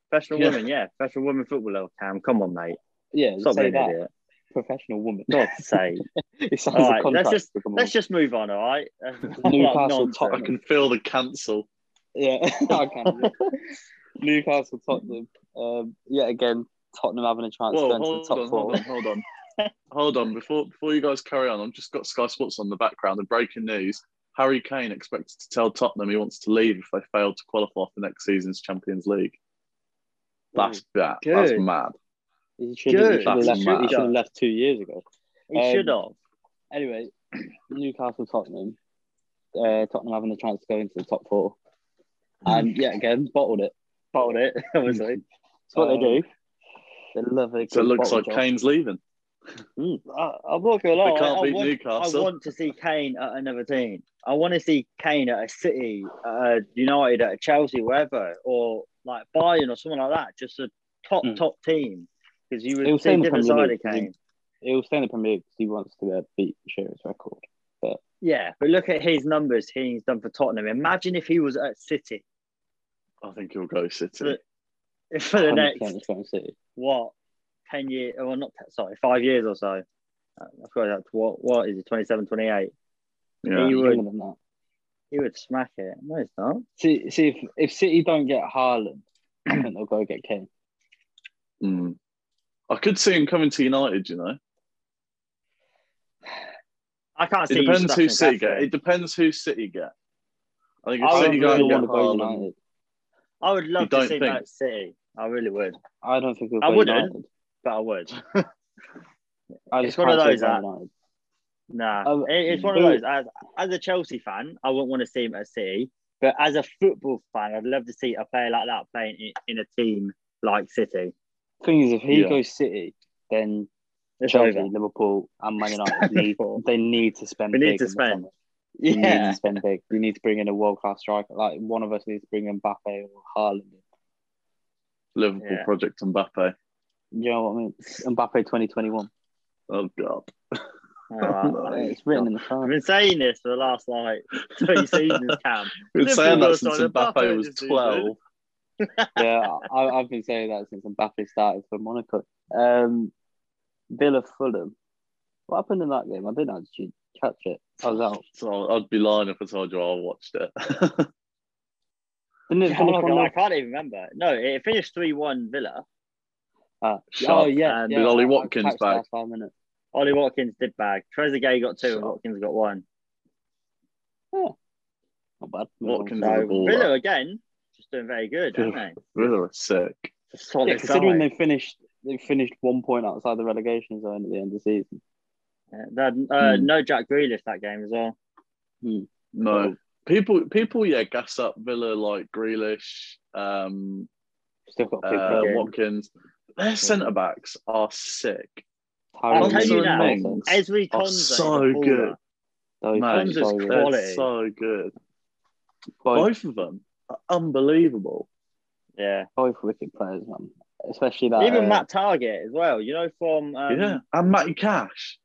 B: professional
C: Yeah.
B: woman, yeah, professional woman footballer. Cam, come on, mate.
A: Yeah,
B: Stop
A: say
B: being
A: that.
B: an idiot.
A: Professional (laughs) woman.
B: God's
C: (laughs)
B: sake.
A: It sounds
B: All right,
A: a
B: let's
A: contract.
B: just-
A: for someone.
B: Let's just move on, all right? Uh, All that
A: Newcastle
B: nonsense.
A: top-
C: I can feel the cancel.
A: (laughs) Yeah, I can. Newcastle, Tottenham. Um, yet again, Tottenham having a chance
C: Whoa,
A: to enter the
C: hold
A: top
C: on,
A: four.
C: hold on, hold on. Hold on. Before before you guys carry on, I've just got Sky Sports on the background and breaking news. Harry Kane expected to tell Tottenham he wants to leave if they fail to qualify for next season's Champions League. That's that, that's
B: good.
C: mad.
A: He should have
B: Good.
A: he should have
C: That's
A: left, he
C: mad.
A: should have left two years ago.
B: He
A: Um,
B: should have.
A: anyway, (clears throat) Newcastle Tottenham. Uh, Tottenham having the chance to go into the top four. And yeah, again, bottled it. (laughs)
B: Bottled it,
C: (laughs)
B: obviously.
A: That's Mm. what
B: Um,
A: they do. They love it.
C: So it looks like Kane's leaving.
A: Mm.
B: I, I'm not going to
C: They
B: lie. Oh, I,
C: can't
B: I
C: beat
B: want, I
C: Newcastle.
B: want to see Kane at another team. I want to see Kane at a City, at a United, at a Chelsea, wherever, or like Bayern or someone like that, just to top
C: Hmm.
A: Mm.
B: top team because you
A: It
B: would
A: was
B: see
A: saying the
B: different
A: Premier
B: side
A: League,
B: of
A: because he-
B: Kane.
A: He'll stay in the Premier League because he wants to uh, beat Shearer's record.
B: Yeah, but look at his numbers he's done for Tottenham. Imagine if he was at City (laughs)
C: I think he'll go City.
B: But- for the
A: 100%
B: next
A: it's going to City.
B: what ten years? Well, not 10, sorry, five years or so. Uh, I forgot that's what what is it? 27, 28.
C: Yeah.
B: He
A: He's
B: would
A: younger than that.
B: he would smack it. No, it's not.
A: See, see if, if City don't get Haaland, I think they'll go get Kane.
C: Hmm. I could see him coming to United. You know,
B: I can't
C: it
B: see. you
C: depends who
B: scrapping
C: City
B: Casemiro.
C: get. It depends who City get. I think (clears throat) if
B: I would
C: City go
B: really
C: and get
A: want to go
C: Haaland,
A: United.
B: I would love to
C: don't
B: see think...
C: think-
B: that City. I really would,
A: I don't think he'll
B: I
A: go
B: wouldn't.
A: United.
B: but I would. (laughs)
A: I
B: It's
A: just
B: one of
A: can't see
B: those
A: him going
B: that-
A: United.
B: Nah,
A: Um,
B: It- it's one of
A: who-
B: those. As, as a Chelsea fan, I wouldn't want to see him at City, but as a football fan, I'd love to see a player like that playing in, in a team like City.
A: Thing is, if he
C: Yeah.
A: goes City, then
B: It's
A: Chelsea,
B: over.
A: Liverpool, and Man
B: (laughs)
A: United need they need to spend.
B: We need
A: big
B: to
A: in the
B: spend.
A: summer. We need
B: Yeah,
A: to spend big. We need to bring in a world class striker. Like one of us needs to bring in Mbappe or Haaland.
C: Liverpool
B: Yeah.
C: project Mbappe.
A: You know what I mean? Mbappe twenty twenty one.
C: Oh God.
B: Alright.
A: It's written in the
B: (laughs) I've
A: phone.
B: been saying this for the last like (laughs) two seasons, Cam.
C: We've been saying that
B: Liverpool
C: since
B: signed
C: Mbappe
B: Mbappe
C: was
B: this season.
C: twelve.
A: (laughs) yeah, I, I've been saying that since Mbappe started for Monaco. Um, Villa Fulham. What happened in that game? I didn't actually catch it. I was out.
C: So I'd be lying if I told you I watched it. (laughs)
A: Didn't it
B: Oh
A: finish
B: my
A: one
B: God, I
A: nil?
B: can't even remember. No, it finished three one Villa.
A: Ah,
C: Sharp.
A: Oh yeah,
B: Um,
A: yeah
C: with Ollie
A: I- I
C: Watkins
A: catched
C: back.
A: that Five minutes.
B: Ollie Watkins did bag. Trezeguet got two,
C: Sure.
B: and Watkins got one.
A: Not bad.
C: Watkins
B: So
C: Give the ball
B: Villa again, just doing very good, aren't they?
C: Villa are sick.
B: It's a
A: (laughs)
B: solid
A: Yeah, considering
B: side.
A: they finished, they finished one point outside the relegation zone at the end of the season.
B: Yeah, they had, uh,
C: Hmm.
B: No Jack Grealish that game as well.
C: No.
B: Oh.
C: People people yeah, gas up Villa like Grealish, um
A: Still got a big
C: uh,
A: problem.
B: again.
C: Watkins. Their centre backs are sick.
A: Tyrone
B: I'll tell you
A: Mings,
B: now,
A: Nelson,
B: Ezri
C: Oh,
B: Konza. is a
C: so
B: baller.
C: good.
A: those
C: mate,
A: guys are so good.
B: Cole-
C: They're
B: Quality.
C: so good.
A: Both,
C: Both of them are unbelievable.
B: Yeah.
A: both wicked players, man. Especially that.
B: Even
A: uh,
B: Matt Target as well. You know, from um,
C: yeah. And Matty Cash.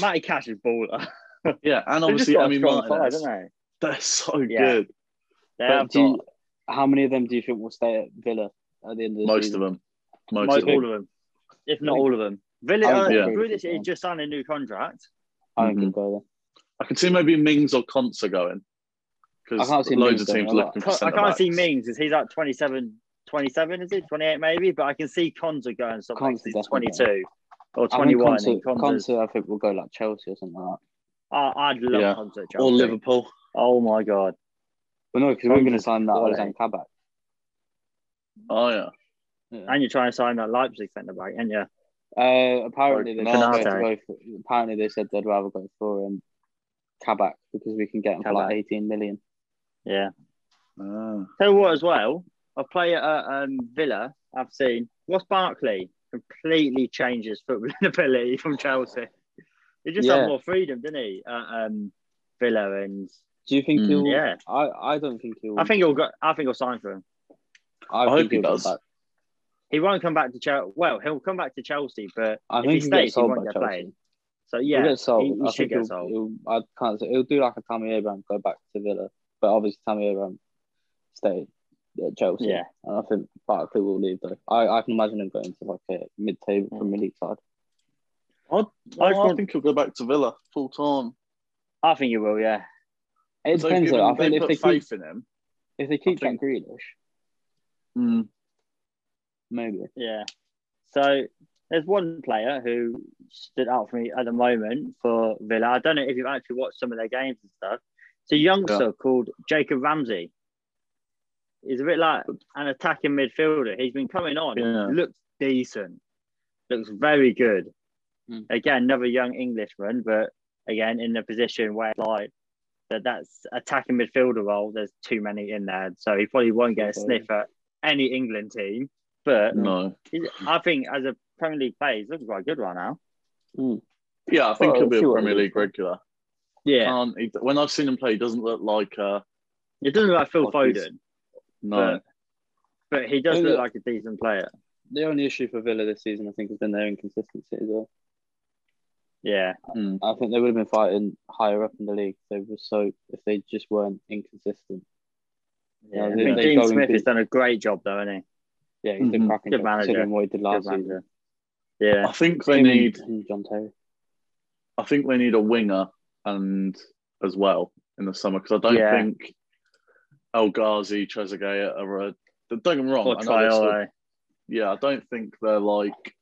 B: Matty Cash is baller. (laughs)
C: Yeah, and
B: They've just
C: obviously
B: got a
C: I mean
B: strong side,
C: Martinez.
B: haven't
C: They're so
B: Yeah.
C: good.
B: they? They
A: but
B: have
A: do you-
B: got
A: how many of them do you think will stay at Villa at the end of the
C: Most of
A: season?
C: them. Most,
B: most
C: of
B: all
C: them.
B: of them, if not all of them. Villa,
A: I
B: uh,
A: agree.
B: Grealish is just signed a new contract.
A: I don't
C: Mm-hmm.
A: think go
C: I could see maybe Mings or Konsa going. Because
A: I can't see
C: loads
A: Mings
C: of teams
A: going,
C: are
A: I'm
C: looking for
B: Co- I
C: centre
B: can't see
C: backs.
B: Mings. Is he's like 27, 27, is it? 28 maybe? But I can see Konza going something.
A: Konza
B: He's
A: definitely
B: 22 or
A: there. I think
B: 21. and
A: Konsa-
B: Konza's-
A: Konsa, I think will go like Chelsea or something like that.
B: I- I'd love
C: Yeah.
B: Konza at
C: Or
B: Chelsea.
C: Liverpool.
B: Oh my God.
A: But no, because we're going to
B: Konsa's
A: sign that
B: quality.
A: Ozan Kabak.
C: Oh yeah.
B: And you're trying to sign that Leipzig centre back, aren't you?
A: Uh, apparently they
C: Or
A: said to
B: Canate.
A: go for, apparently they said they'd rather go for um, Kabak because we can get him for like eighteen million.
B: Yeah.
C: Ah.
B: Tell you what, as well, a player at um, Villa I've seen, Ross Barkley completely changes footballing ability from Chelsea. He just
A: Yeah.
B: had more freedom, didn't he? At um, Villa and
A: Do you think
C: Mm.
A: he'll?
B: yeah,
A: I, I don't think he'll.
B: I think he'll go. I think he'll sign for him.
A: I,
C: hope
A: think
C: he
A: he'll
C: does.
A: Come back.
B: He won't come back to Chelsea. Well, he'll come back to Chelsea, but
A: I think
B: If he
A: he'll get
B: stays, he
A: sold
B: won't
A: by
B: get
A: Chelsea.
B: played. so
A: He'll
B: yeah,
A: get sold.
B: he- he
A: I
B: should
A: think
B: get
A: he'll,
B: sold.
A: He'll, I can't say he'll do like a Tammy Abraham, go back to Villa, but obviously Tammy Abraham stay at Chelsea.
B: Yeah.
A: and I think Barkley will leave though. I, I can imagine him going to like a mid-table
B: Mm.
A: Premier League side.
C: I,
B: I
C: think he'll go back to Villa full time.
B: I think he will. Yeah,
A: It depends though. I think if they keep
C: faith in him,
A: if they keep
C: I
A: Jack
C: think-
A: Grealish,
C: mm.
A: maybe.
B: yeah. So there's one player who stood out for me at the moment for Villa. I don't know if you've actually watched some of their games and stuff. It's a youngster called Jacob Ramsey. He's a bit like an attacking midfielder. He's been coming on.
C: Yeah.
B: Looks decent. Looks very good.
A: Mm.
B: Again, another young Englishman, but again in a position where like that that's attacking midfielder role. There's too many in there, so he probably won't get
A: Okay.
B: a sniff at any England team. But
C: no.
B: he's- I think as a Premier League player, he's looking quite good right now.
C: Yeah, I think
A: Well,
C: he'll be
A: see
C: a
A: what
C: Premier
A: he-
C: League regular.
B: Yeah,
C: Can't- he- when I've seen him play, he doesn't look like uh,
B: it doesn't look like Phil
C: Well, he's-
B: Foden,
C: no.
B: but he does
A: Maybe-
B: look like a decent player.
A: the only issue for Villa this season, I think, has been their inconsistency as well.
B: Yeah,
A: I think they would have been fighting higher up in the league. They were so if they just weren't inconsistent.
B: yeah.
A: Yeah,
B: I
A: they-
B: think
A: they go
B: Dean
A: and
B: Smith
A: beat-
B: has done a great job, though, hasn't he?
A: Yeah, he's
C: Mhm.
A: been cracking
B: Good
A: job,
B: manager.
A: considering what he did last
B: Good
A: season.
B: manager. Yeah,
C: I think they
A: Him and-
C: need.
A: him and John Terry.
C: I think they need a winger and as well in the summer because I don't
B: Yeah.
C: think El Ghazi, Trezeguet are. A, don't get me wrong.
B: or
C: I know they're still-
B: Traore.
C: yeah, I don't think they're like.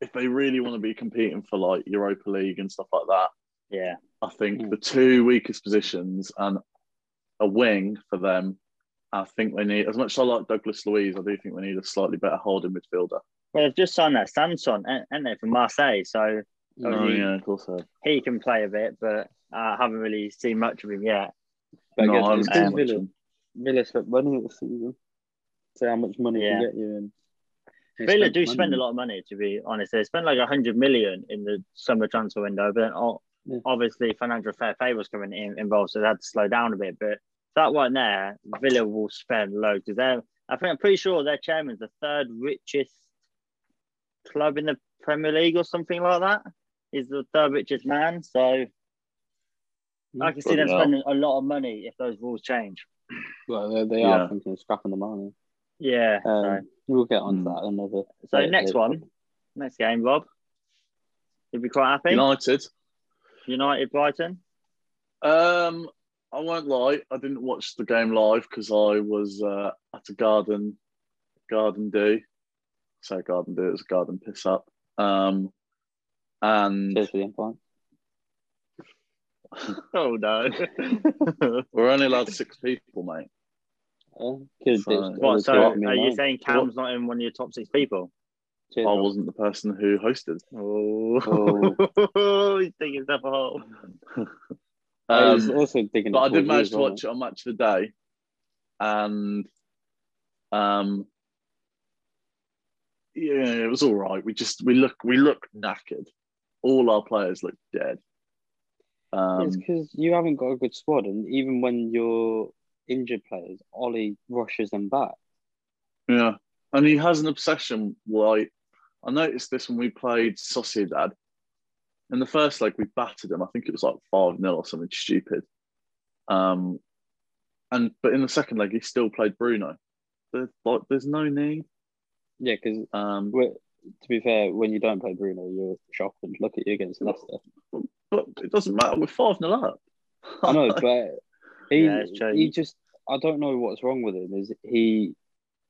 C: If they really want to be competing for like Europa League and stuff like that,
B: Yeah,
C: I think
A: Mm.
C: the two weakest positions and a wing for them. I think they need as much as I like Douglas Louise. I do think we need a slightly better holding midfielder.
B: well, they've just signed that Samson, and they from Marseille, so
A: Mm.
B: Oh, yeah,
C: of course.
B: he can play a bit, but uh, I haven't really seen much of him yet.
A: But
C: No,
A: again,
C: I'm-
A: it's
B: I'm
A: because Villa, Villa spent money this season. So how much money
B: Yeah.
A: can get you in?
B: Villa do spend a lot of money, to be honest. They spent like 100 million in the summer transfer window, but then o-
A: Yeah.
B: obviously financial fair play was coming in, involved, so they had to slow down a bit. But if that one there, Villa will spend loads because they're, I think, I'm pretty sure their chairman's the third richest club in the Premier League or something like that. He's the third richest man, so I can see them
C: Bloody hell.
B: spending a lot of money if those rules change.
A: Well, they, they
C: Yeah.
A: are thinking of scrapping the money.
B: Yeah.
A: Um,
B: so.
A: We'll get on
C: Mm.
A: to that another.
B: So
A: later.
B: next one, next game, Rob. You'd be quite happy.
C: United.
B: United Brighton.
C: Um, I won't lie. I didn't watch the game live because I was uh, at a garden, garden do. So garden do. It was a garden piss up. Um, and
A: Cheers for the implant.
B: Oh (laughs) no.
C: (laughs) we're only allowed six people, mate.
A: Uh, cheers,
C: Sorry.
A: cheers.
B: what?
A: Cheers
B: So
A: for
B: are
A: me
B: you
A: alone.
B: saying Cam's not in one of your top six people?
A: Cheers,
C: I
A: Rob.
C: wasn't the person who hosted.
B: Oh, (laughs) he's digging himself a hole.
A: I was
C: (laughs) Um,
A: also digging.
C: but I
A: at
C: did
A: Paul
C: manage
A: Hughes,
C: to
A: wasn't
C: watch it on Match of the Day, and um, yeah, it was all right. We just we look we look knackered. All our players look dead. Um,
A: it's because you haven't got a good squad, and even when you're injured players, Ollie rushes them back.
C: Yeah. And he has an obsession. Like, I noticed this when we played Sociedad. In the first leg, we battered him. I think it was like 5 0 or something stupid. Um, and But in the second leg, he still played Bruno. There's, like, there's no need.
A: Yeah, because
C: Um,
A: to be fair, when you don't play Bruno, you're shocked and look at you against Leicester.
C: but it doesn't matter. We're 5 0 up.
A: (laughs) I
C: (laughs)
A: know, (laughs) but he
B: Yeah, it's true.
A: he just I don't know what's wrong with him. Is he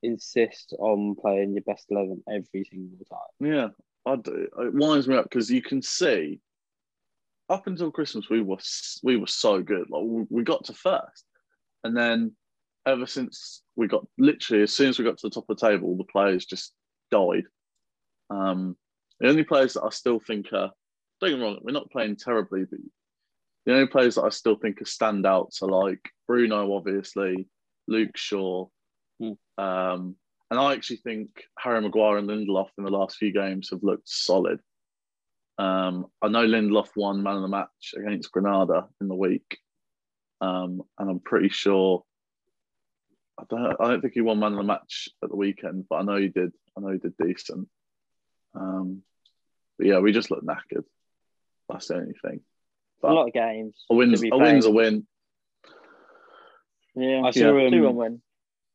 A: insists on playing your best eleven every single time?
C: Yeah, I do. It winds me up because you can see up until Christmas we were s- we were so good. Like we- we got to first, and then ever since we got literally as soon as we got to the top of the table, the players just died. Um, the only players that I still think are don't get me wrong, we're not playing terribly, but the only players that I still think are standouts are like Bruno, obviously, Luke Shaw,
A: Hmm.
C: um, and I actually think Harry Maguire and Lindelof in the last few games have looked solid. Um, I know Lindelof won man of the match against Granada in the week, um, and I'm pretty sure. I don't, I don't think he won man of the match at the weekend, but I know he did. I know he did decent. Um, but yeah, we just look knackered. That's the only thing.
B: a lot of games.
C: A
B: to
C: win's
B: be
C: a win's a
B: fair.
C: win.
B: Yeah.
A: I saw him.
B: Two one win.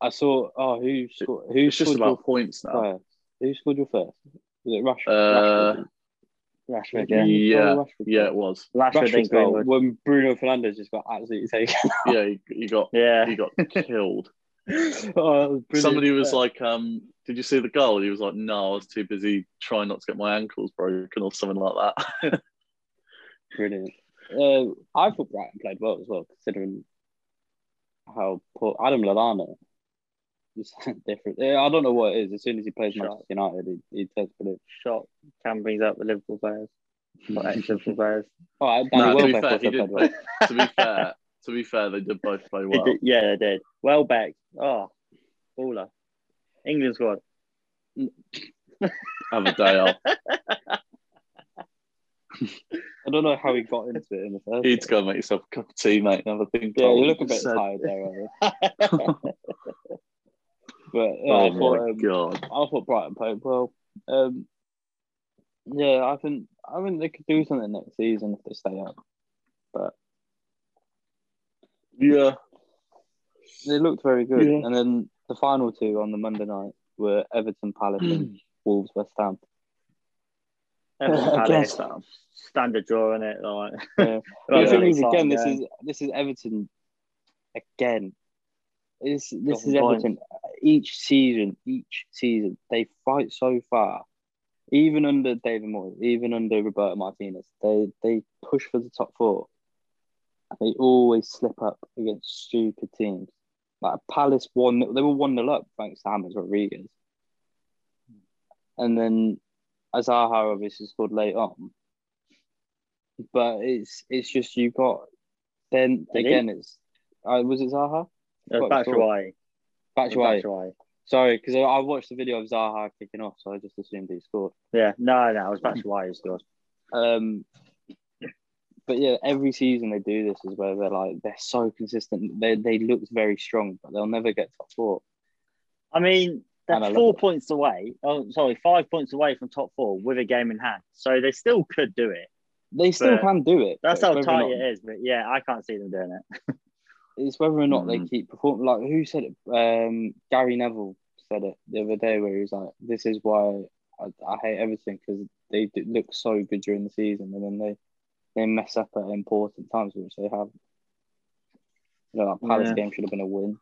A: I saw. Oh, who scored? Who
C: It's just
A: scored
C: about points
A: your
C: now.
A: first? Who scored your first? Was it Rashford?
C: Uh,
A: Rashford?
B: Rashford
A: Yeah.
B: again.
C: Yeah, it was.
B: Rashford and
A: Oh, Rashford's goal
B: Greenwood.
A: when Bruno Fernandez just got absolutely taken. (laughs)
C: Yeah, he, he got
B: (laughs) Yeah.
C: he got killed.
A: oh, that
C: Somebody was
A: brilliant.
C: like, um, "Did you see the goal?" He was like, "No, I was too busy trying not to get my ankles broken or something like that." (laughs)
A: Brilliant. Uh, I thought Brighton played well as well, considering how poor Adam Lallana is (laughs) different. Yeah, I don't know what it is. As soon as he plays
B: Sure.
A: Manchester United, he, he turns brilliant.
B: Shot. Cam brings up the Liverpool (laughs) players. Or ex-Liverpool players.
A: All right,
C: Nah,
A: Danny Oh, Welbeck
C: to be fair,
A: also
C: he
A: played well.
C: did. to be fair, to be fair, they did both play
B: They
C: well.
B: did- yeah, they did. Welbeck. Oh, baller. England (laughs) squad.
C: Have a day off.
A: I don't know how he got into it in the first.
C: You need
A: place.
C: to go and make yourself a cup of tea, mate, and have a think.
A: Yeah,
C: about
A: you look
C: what
A: a
C: you (laughs)
A: bit
C: said.
A: tired there. aren't you? (laughs) But yeah,
C: oh
A: I,
C: my
A: thought, um,
C: god!
A: I thought Brighton played well. Um, yeah, I think I think they could do something next season if they stay up.
C: Yeah,
A: They looked very good,
C: Yeah.
A: and then the final two on the Monday night were Everton, Palace,
B: Hmm.
A: and Wolves, West Ham.
B: Everton
A: I
B: Palace,
A: guess.
B: that standard draw in it. (laughs) Like,
A: Yeah.
B: Well,
A: the thing
B: really
A: is, again,
B: exciting
A: this
B: game.
A: is this is Everton again. This this
B: Couple
A: is
B: points.
A: Everton. Each season, each season, they fight so far. Even under David Moyes, even under Roberto Martinez, they they push for the top four. They always slip up against stupid teams. Like Palace won, they were one 0 up thanks to Hammers Rodriguez, and then Azaha obviously scored late on. But it's it's just you got then
B: Did he?
A: again it's uh, was it Zaha?
B: That's
A: Quite
B: back
A: cool.
B: to why.
A: That's
B: That's
A: right.
B: why.
A: Sorry, because I, I watched the video of Zaha kicking off, so I just assumed he scored.
B: Yeah, no, no, it was back to why. It's good.
A: Um, but yeah, every season they do this is where they're like they're so consistent. They they look very strong, but they'll never get top four.
B: I mean,
A: And I
B: they're
A: love
B: four
A: it.
B: points away. Oh, sorry, five points away from top four with a game in hand. So they still could do it.
A: They still
B: But
A: can do it.
B: That's
A: but
B: how
A: it's whether or
B: tight
A: not-
B: it is. But yeah, I can't see them doing it.
A: It's whether or not they
C: Mm.
A: keep performing. Like who said it? Um, Gary Neville said it the other day, where he was like, "This is why I, I hate everything because they do, look so good during the season, and then they they mess up at important times, which they have. You know, that Palace
B: Yeah.
A: game should have been a win.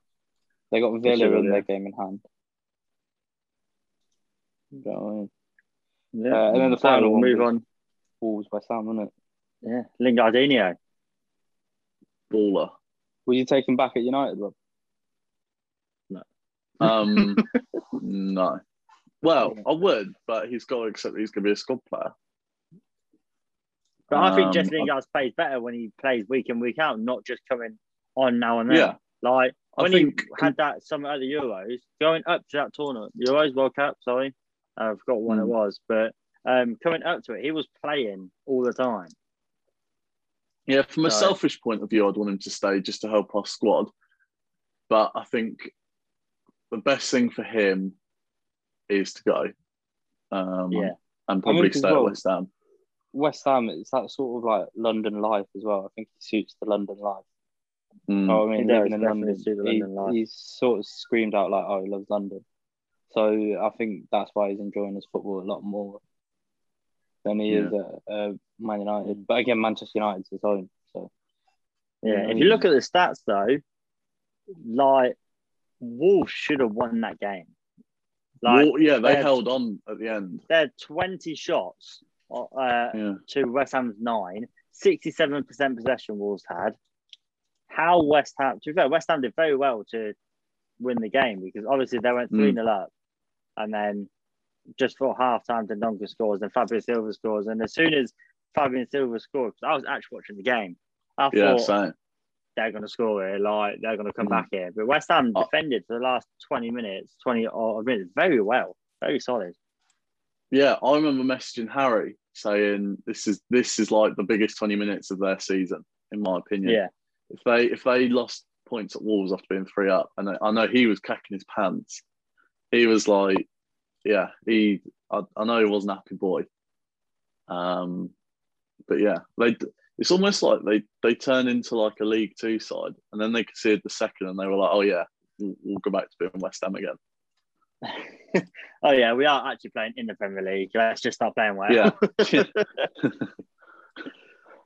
A: They got
B: They should
A: Villa
B: have,
A: in their game in hand. You know what I mean?
B: Yeah.
A: Uh, and then the
B: So
A: final
B: we'll
A: one
B: move
A: was-
B: on.
A: Wolves by Sam, wasn't it?
B: Yeah, Lingardinho.
C: baller.
A: Were you taken back at United, Rob? (laughs)
C: Um, no. Well, I would, but he's got to accept that he's going to be a squad player.
B: But I think
C: Um,
B: Jesse
C: I-
B: Lingard plays better when he plays week in week out, not just coming on now and then.
C: Yeah,
B: Like
C: I
B: when
C: think
B: he had that summer at the Euros, going up to that tournament, Euros World Cup, sorry, uh, I forgot when it
C: Hmm.
B: was, but um, coming up to it, he was playing all the time.
C: Yeah, from a
B: No.
C: selfish point of view, I'd want him to stay just to help our squad. But I think the best thing for him is to go. Um,
B: Yeah.
C: And probably
A: think as
C: stay
A: well-
C: at West Ham.
A: West Ham, it's that sort of like London life as well. I think he suits the London life.
C: Mm.
A: Oh, I mean,
B: He does,
A: living in
B: definitely
A: London,
B: see the
A: he,
B: London life.
A: he sort of screamed out like, "Oh, he loves London." So I think that's why he's enjoying his football a lot more than he is at uh, Man United. But again, Manchester United's his own. So
B: Yeah. If
A: Mm.
B: you look at the stats though, like Wolves should have won that game. Like
C: well, yeah, they
B: uh,
C: held on at the end.
B: they had 20 shots uh,
C: Yeah.
B: to West Ham's nine, 67% possession Wolves had. How West Ham, to be fair, West Ham did very well to win the game because obviously they went 3
C: Mm.
B: 0 up. And then just for half time, Dendonka scores, and Fabio Silva scores. And as soon as Fabio Silva scored, 'cause I was actually watching the game, I
C: Yeah,
B: thought
C: same.
B: they're going to score it. Like they're going to come
C: Mm.
B: back here. But West Ham
C: Oh.
B: defended for the last 20 minutes, 20 or minutes, very well, very solid.
C: Yeah, I remember messaging Harry saying this is this is like the biggest 20 minutes of their season, in my opinion.
B: Yeah.
C: If they if they lost points at Wolves after being three up, and I, I know he was cacking his pants. He was like, yeah, he I, I know he wasn't a happy boy. Um, but yeah, they it's almost like they they turn into like a League Two side, and then they conceded the second, and they were like, oh yeah, we'll, we'll go back to being West Ham again.
B: oh yeah, we are actually playing in the Premier League. Let's just start playing well.
C: (laughs) Yeah.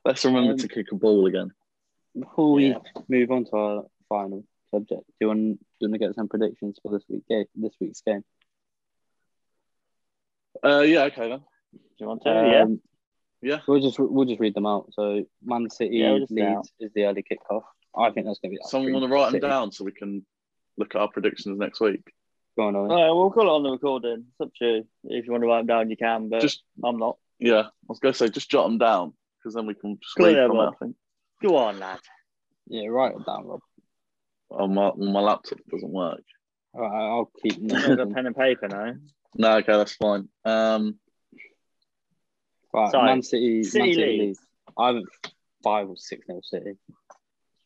C: Let's remember
A: Um,
C: to kick a ball again.
A: before we
B: Yeah.
A: move on to our final subject, do you want, do you want to get some predictions for this week game? This week's game.
C: Uh, yeah, okay then.
B: Do you want to? Uh, yeah.
A: Um,
C: Yeah.
A: We'll just we'll just read them out. So Man City
B: Yeah, we'll just read
A: Leeds is the early kickoff. I think that's going to be.
C: Someone want to write them
A: City.
C: down so we can look at our predictions next week.
A: Go on, Ollie.
B: All right, Oh, we'll call it on the recording. It's up to you. If you want to write them down, you can. But
C: Just
B: I'm not.
C: yeah, I was gonna say just jot them down because then we can just
B: Good
C: read
B: idea,
C: them. I
B: Bob.
C: think.
B: Go on, lad.
A: Yeah, write it down, Rob.
C: Oh, my my laptop doesn't work.
A: All right, I'll keep.
B: I've
A: notes
B: not
A: then.
B: got pen and paper now.
C: No, okay, that's fine. Um,
A: Right,
B: Sorry.
A: Man City,
B: City
A: Man City
B: Leeds.
A: Leeds. I haven't five or six nil City.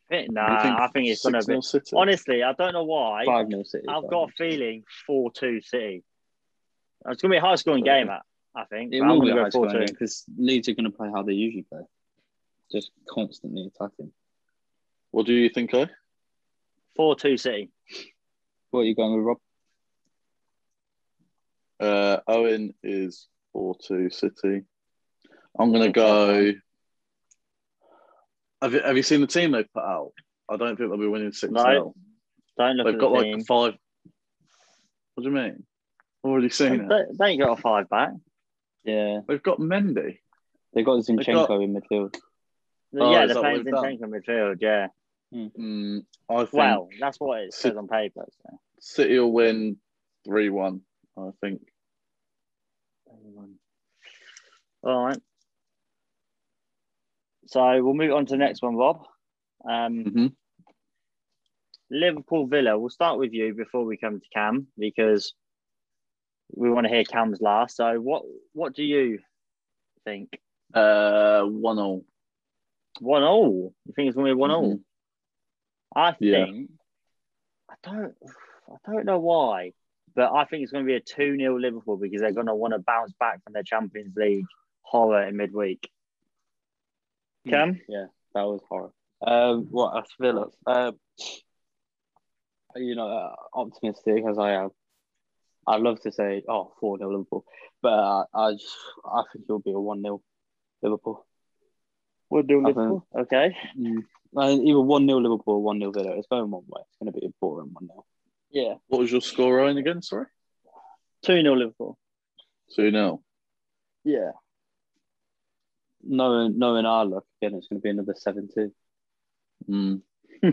B: think nah, I think it's gonna be. Honestly, I don't know why.
A: Five nil City.
B: I've
A: five nil
B: got a
A: City.
B: feeling four two City. It's gonna be a high scoring game. I, I think.
A: It
B: but I'm
A: will be
B: gonna
A: high
B: go four two.
A: scoring because Leeds are going to play how they usually play, just constantly attacking.
C: What do you think, eh? I?
B: Four two City.
A: What are you going with, Rob?
C: Uh, Owen is 4 2 City. I'm going to go. Have you, have you seen the team they've put out? I don't think they'll be winning 6 0.
B: Don't look
C: They've
B: at
C: got
B: the
C: like
B: team.
C: five. What do you mean? I've already seen it.
B: They, they ain't got a five back.
A: Yeah,
C: They've got Mendy.
A: they got Zinchenko
C: got-
A: in midfield.
C: Oh,
B: yeah,
C: is
B: they're
C: that
B: playing
C: what we've
B: Zinchenko midfield. Yeah.
C: Mm, I think
B: Well, that's what it says on paper. So.
C: City will win 3 1. I think.
B: All right. So we'll move on to the next one, Rob. Um,
C: hmm
B: Liverpool Villa. We'll start with you before we come to Cam because we want to hear Cam's last. So what what do you think?
C: Uh, 1 0.
B: One all. You think it's gonna be one all? I think
C: Yeah.
B: I don't I don't know why, but I think it's gonna be a 2 0 Liverpool because they're gonna want to bounce back from their Champions League horror in midweek. Cam?
A: Yeah, that was horrible. Um, what else, Villa? Uh, you know, uh, optimistic as I am, I'd love to say, oh, 4 0 Liverpool, but uh, I, just, I think it'll be a 1 0 Liverpool.
B: We'll do
A: I Liverpool.
B: Okay.
A: Mm. I mean, either 1 0 Liverpool or 1 0 Villa. It's going one way. It's going to be a boring 1 0.
B: Yeah.
C: What was your score, Ryan, again? Sorry?
B: 2 0 Liverpool.
C: 2 0.
B: Yeah.
A: Knowing, knowing our luck, again, it's going to be another 7 2.
C: Mm.
B: Oh,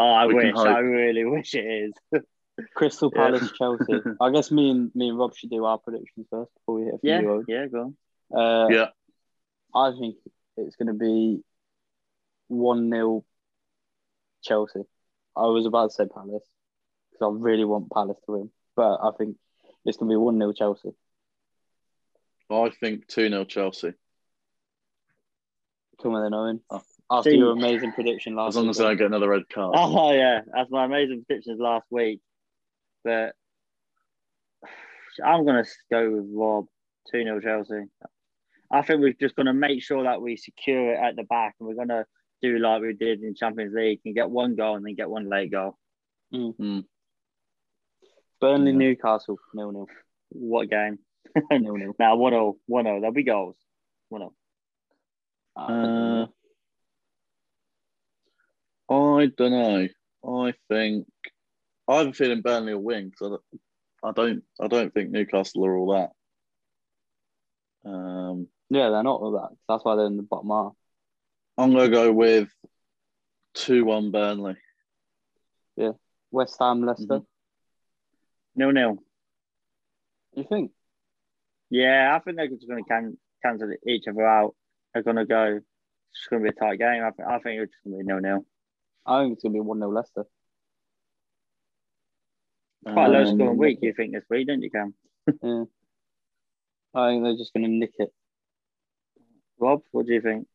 B: I
C: We can
B: wish.
C: hope.
B: I really wish it is.
A: Crystal
C: Yeah.
A: Palace,
B: (laughs)
A: Chelsea. I guess me and me and Rob should do our predictions first before we hit a few
B: Yeah.
A: euros.
B: Yeah, go on.
A: Uh,
C: Yeah.
A: I think it's going to be 1 0 Chelsea. I was about to say Palace because I really want Palace to win, but I think it's going to be 1 0 Chelsea.
C: I think 2 0 Chelsea.
A: Come on then, Owen.
C: Oh.
A: After
B: See-
A: your amazing prediction last
C: As long
A: week,
C: as I don't get another red card.
B: Oh, yeah. That's my amazing predictions last week. But I'm going to go with Rob 2 0 Chelsea. I think we're just going to make sure that we secure it at the back and we're going to do like we did in Champions League and get one goal and then get one late goal.
A: Burnley,
C: Yeah.
A: Newcastle, 0
C: (laughs)
A: 0.
B: What a game.
A: 0 0.
B: Now, 1 0, 1 0. There'll be goals. 1 0.
A: Ah.
C: Uh, I don't know. I think I have a feeling Burnley will win because I don't, I don't. I don't think Newcastle are all that. Um,
A: yeah, they're not all that. That's why they're in the bottom half.
C: I'm gonna go with two one Burnley.
A: West Ham, Leicester.
C: Mhm.
B: nil nil.
A: You think?
B: Yeah, I think they're just going to can- cancel each other out. They're going to go. It's going to be a tight game. I, th- I think it's going to be nil nil.
A: I think it's going to be 1 0 Leicester.
B: Quite a low
A: Um,
B: scoring week, you think, this week, don't you, Cam?
A: I think they're just going to nick it.
B: Rob, what do you think?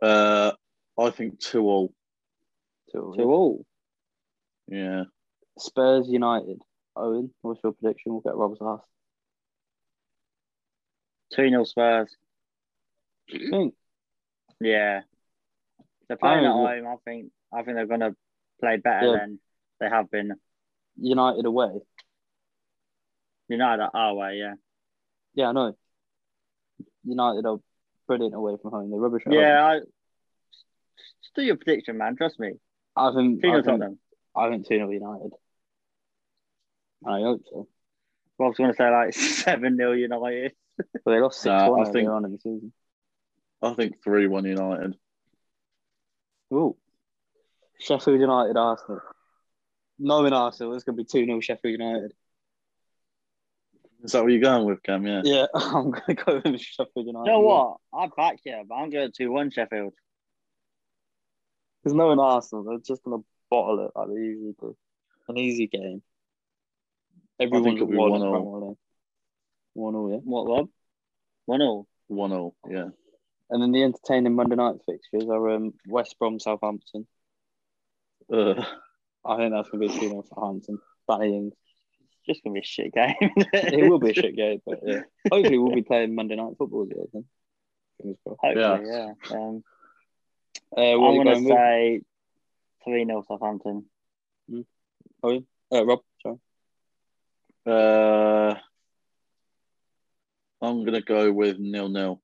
C: Uh, I think two all.
A: To
B: To all.
C: Yeah,
A: Spurs, United. Owen, what's your prediction? We'll get Rob's last.
B: 2 0 Spurs.
A: I think
B: Yeah. They're playing at
A: Oh,
B: home. I think I think they're going to play better
A: Yeah.
B: than they have been.
A: United away.
B: United are our way, yeah.
A: Yeah, I know. United are brilliant away from home. They're rubbish at
B: Yeah, I, just do your prediction, man. Trust me.
A: home. I think,
B: 2
A: I
B: 0
A: think,
B: Tottenham.
A: I think 2 0 United. I hope so.
B: Rob's going to say like (laughs) 7 0 United.
A: But they lost 6
C: Nah, I
A: 1
C: think-
A: earlier on in the season.
C: I think three one United.
A: Ooh. Sheffield United, Arsenal. Knowing Arsenal, it's going to be 2 0 Sheffield United.
C: Is that what you're going with, Cam? Yeah.
A: Yeah, (laughs) I'm going to go with Sheffield United.
B: You know what? I back you, but I'm going 2 1 Sheffield.
A: There's no in Arsenal. They're just going to bottle it like they usually do. An easy game. Everyone's
C: it'll be
A: one
C: 1-0.
A: all. One all, yeah.
B: What, Rob? 1 0.
C: One all. Yeah.
A: And then the entertaining Monday night fixtures are um, West Brom, Southampton, Ugh. I think that's gonna be a tune for Hampton. Danny Ings.
B: Just gonna be a shit game.
A: It will be a shit game, but yeah. Hopefully we'll be playing Monday night football again. Then. Fingers crossed.
B: (laughs) Hopefully, yeah. Um,
A: Uh, what are
B: I'm
A: you
B: gonna
A: going with?
B: say three 0 Southampton.
A: Uh, Rob, sorry.
C: Uh, I'm gonna go with nil nil.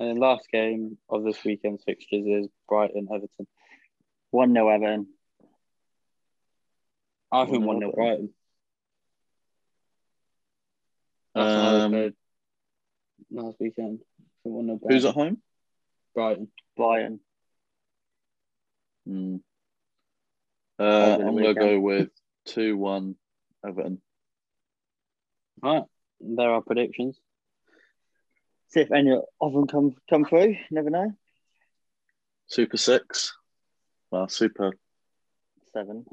A: And then last game of this weekend's fixtures is Brighton Everton.
B: One 0 Everton.
A: I think one
B: 1-0
A: nil
B: Everton.
A: Brighton. That's what I
C: Um,
A: heard last weekend. I think 1-0
C: who's
A: Brighton.
C: at home?
A: Brighton?
B: Brighton.
C: Hmm.
A: Over
C: Uh,
A: the
C: I'm gonna
A: weekend.
C: go with two one Everton.
A: All right. There are predictions.
B: See if any of them come come through. Never know.
C: Super six. Well, super.
B: Seven.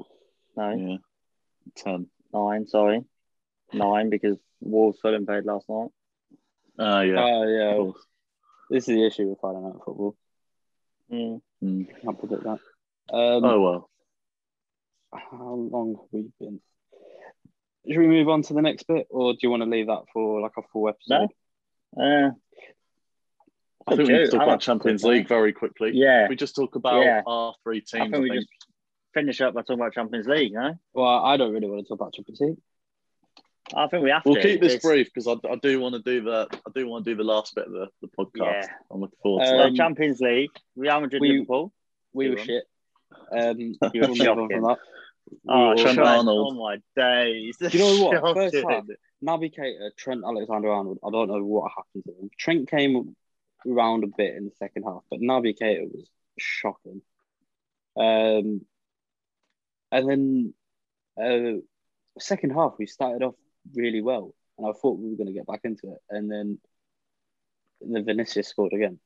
B: No.
C: Yeah, ten.
B: Nine, sorry. Nine because Wolves Fulham played last night.
C: Ah,
B: Uh,
C: yeah.
A: Oh yeah.
C: of course.
A: This is the issue with Friday night football.
B: Mm.
C: Hmm.
A: I can't predict that. Um,
C: Oh well.
A: How long have we been? Should we move on to the next bit, or do you want to leave that for like a full episode?
B: Uh,
C: I think we need to talk
B: I
C: about
B: like-
C: Champions League very quickly.
B: yeah.
C: We just talk about
B: Yeah.
C: our three teams.
B: I think we just finish up by talking about Champions League, no?
A: Well, I don't really want to talk about Champions League.
B: I think we have
C: We'll
B: to.
C: keep this
B: It's-
C: brief because I, I do want to do the I do want to do the last bit of the, the podcast.
B: Yeah. Uh,
C: I'm looking forward to
B: So
A: Um,
B: Champions League, Real Madrid,
A: we-
B: Liverpool.
A: We
B: Go
A: were
B: on.
A: shit. Um,
B: (laughs) You were
A: we'll move on
B: shocking.
A: from that.
B: Oh,
C: Trent
B: shite.
C: Arnold.
B: Oh my days!
A: Do you know what? First
B: (laughs) Shocking.
A: half, Naby Keita, Trent Alexander-Arnold. I don't know what happened to him. Trent came round a bit in the second half, but Naby Keita was shocking. Um, and then uh, second half we started off really well, and I thought we were going to get back into it, and then the Vinicius scored again,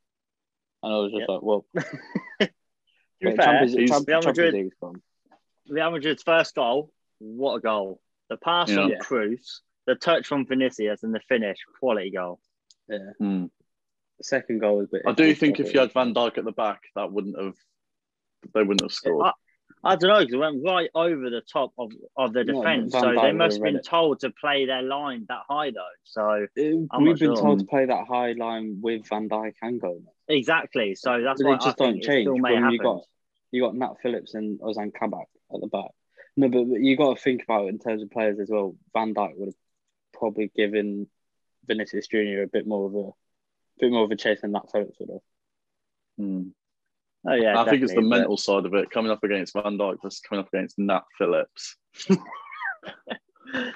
A: and I was just
B: Yep.
A: like,
B: (laughs)
A: well,
B: To be
A: but
B: fair,
A: Champions,
C: he's-
A: Champ-
B: Real
A: Champions
B: Madrid-
A: League's gone.
B: Real Madrid's first goal. What a goal! The pass
C: Yeah.
B: from
A: Yeah.
B: Cruz, the touch from Vinicius, and the finish. Quality goal.
A: Yeah,
C: it. Hmm.
A: second goal was. a bit
C: I do
A: iffy,
C: think
A: but-
C: if you had Van Dijk at the back, that wouldn't have they wouldn't have scored.
B: I- I don't know because it went right over the top of, of the
A: No,
B: defense.
A: Van
B: so
A: Dijk
B: they
A: would've
B: must have
A: read
B: been
A: it.
B: told to play their line that high though. So
A: It-
B: I'm
A: Uh, we've
B: not
A: been
B: sure.
C: Mm.
A: told to play that high line with Van Dijk and Gomez.
B: exactly. So that's
A: They
B: why
A: just
B: I
A: don't
B: think it
A: change
B: still may
A: when
B: happen.
A: you got- You got Nat Phillips and Ozan Kabak at the back. No, but, but you got to think about it in terms of players as well. Van Dijk would have probably given Vinicius Junior a bit more of a bit more of a chase than Nat Phillips would have.
C: Hmm.
B: oh yeah,
C: I think it's the
B: definitely, but-
C: mental side of it coming up against Van Dijk versus coming up against Nat Phillips. I,
B: Uh,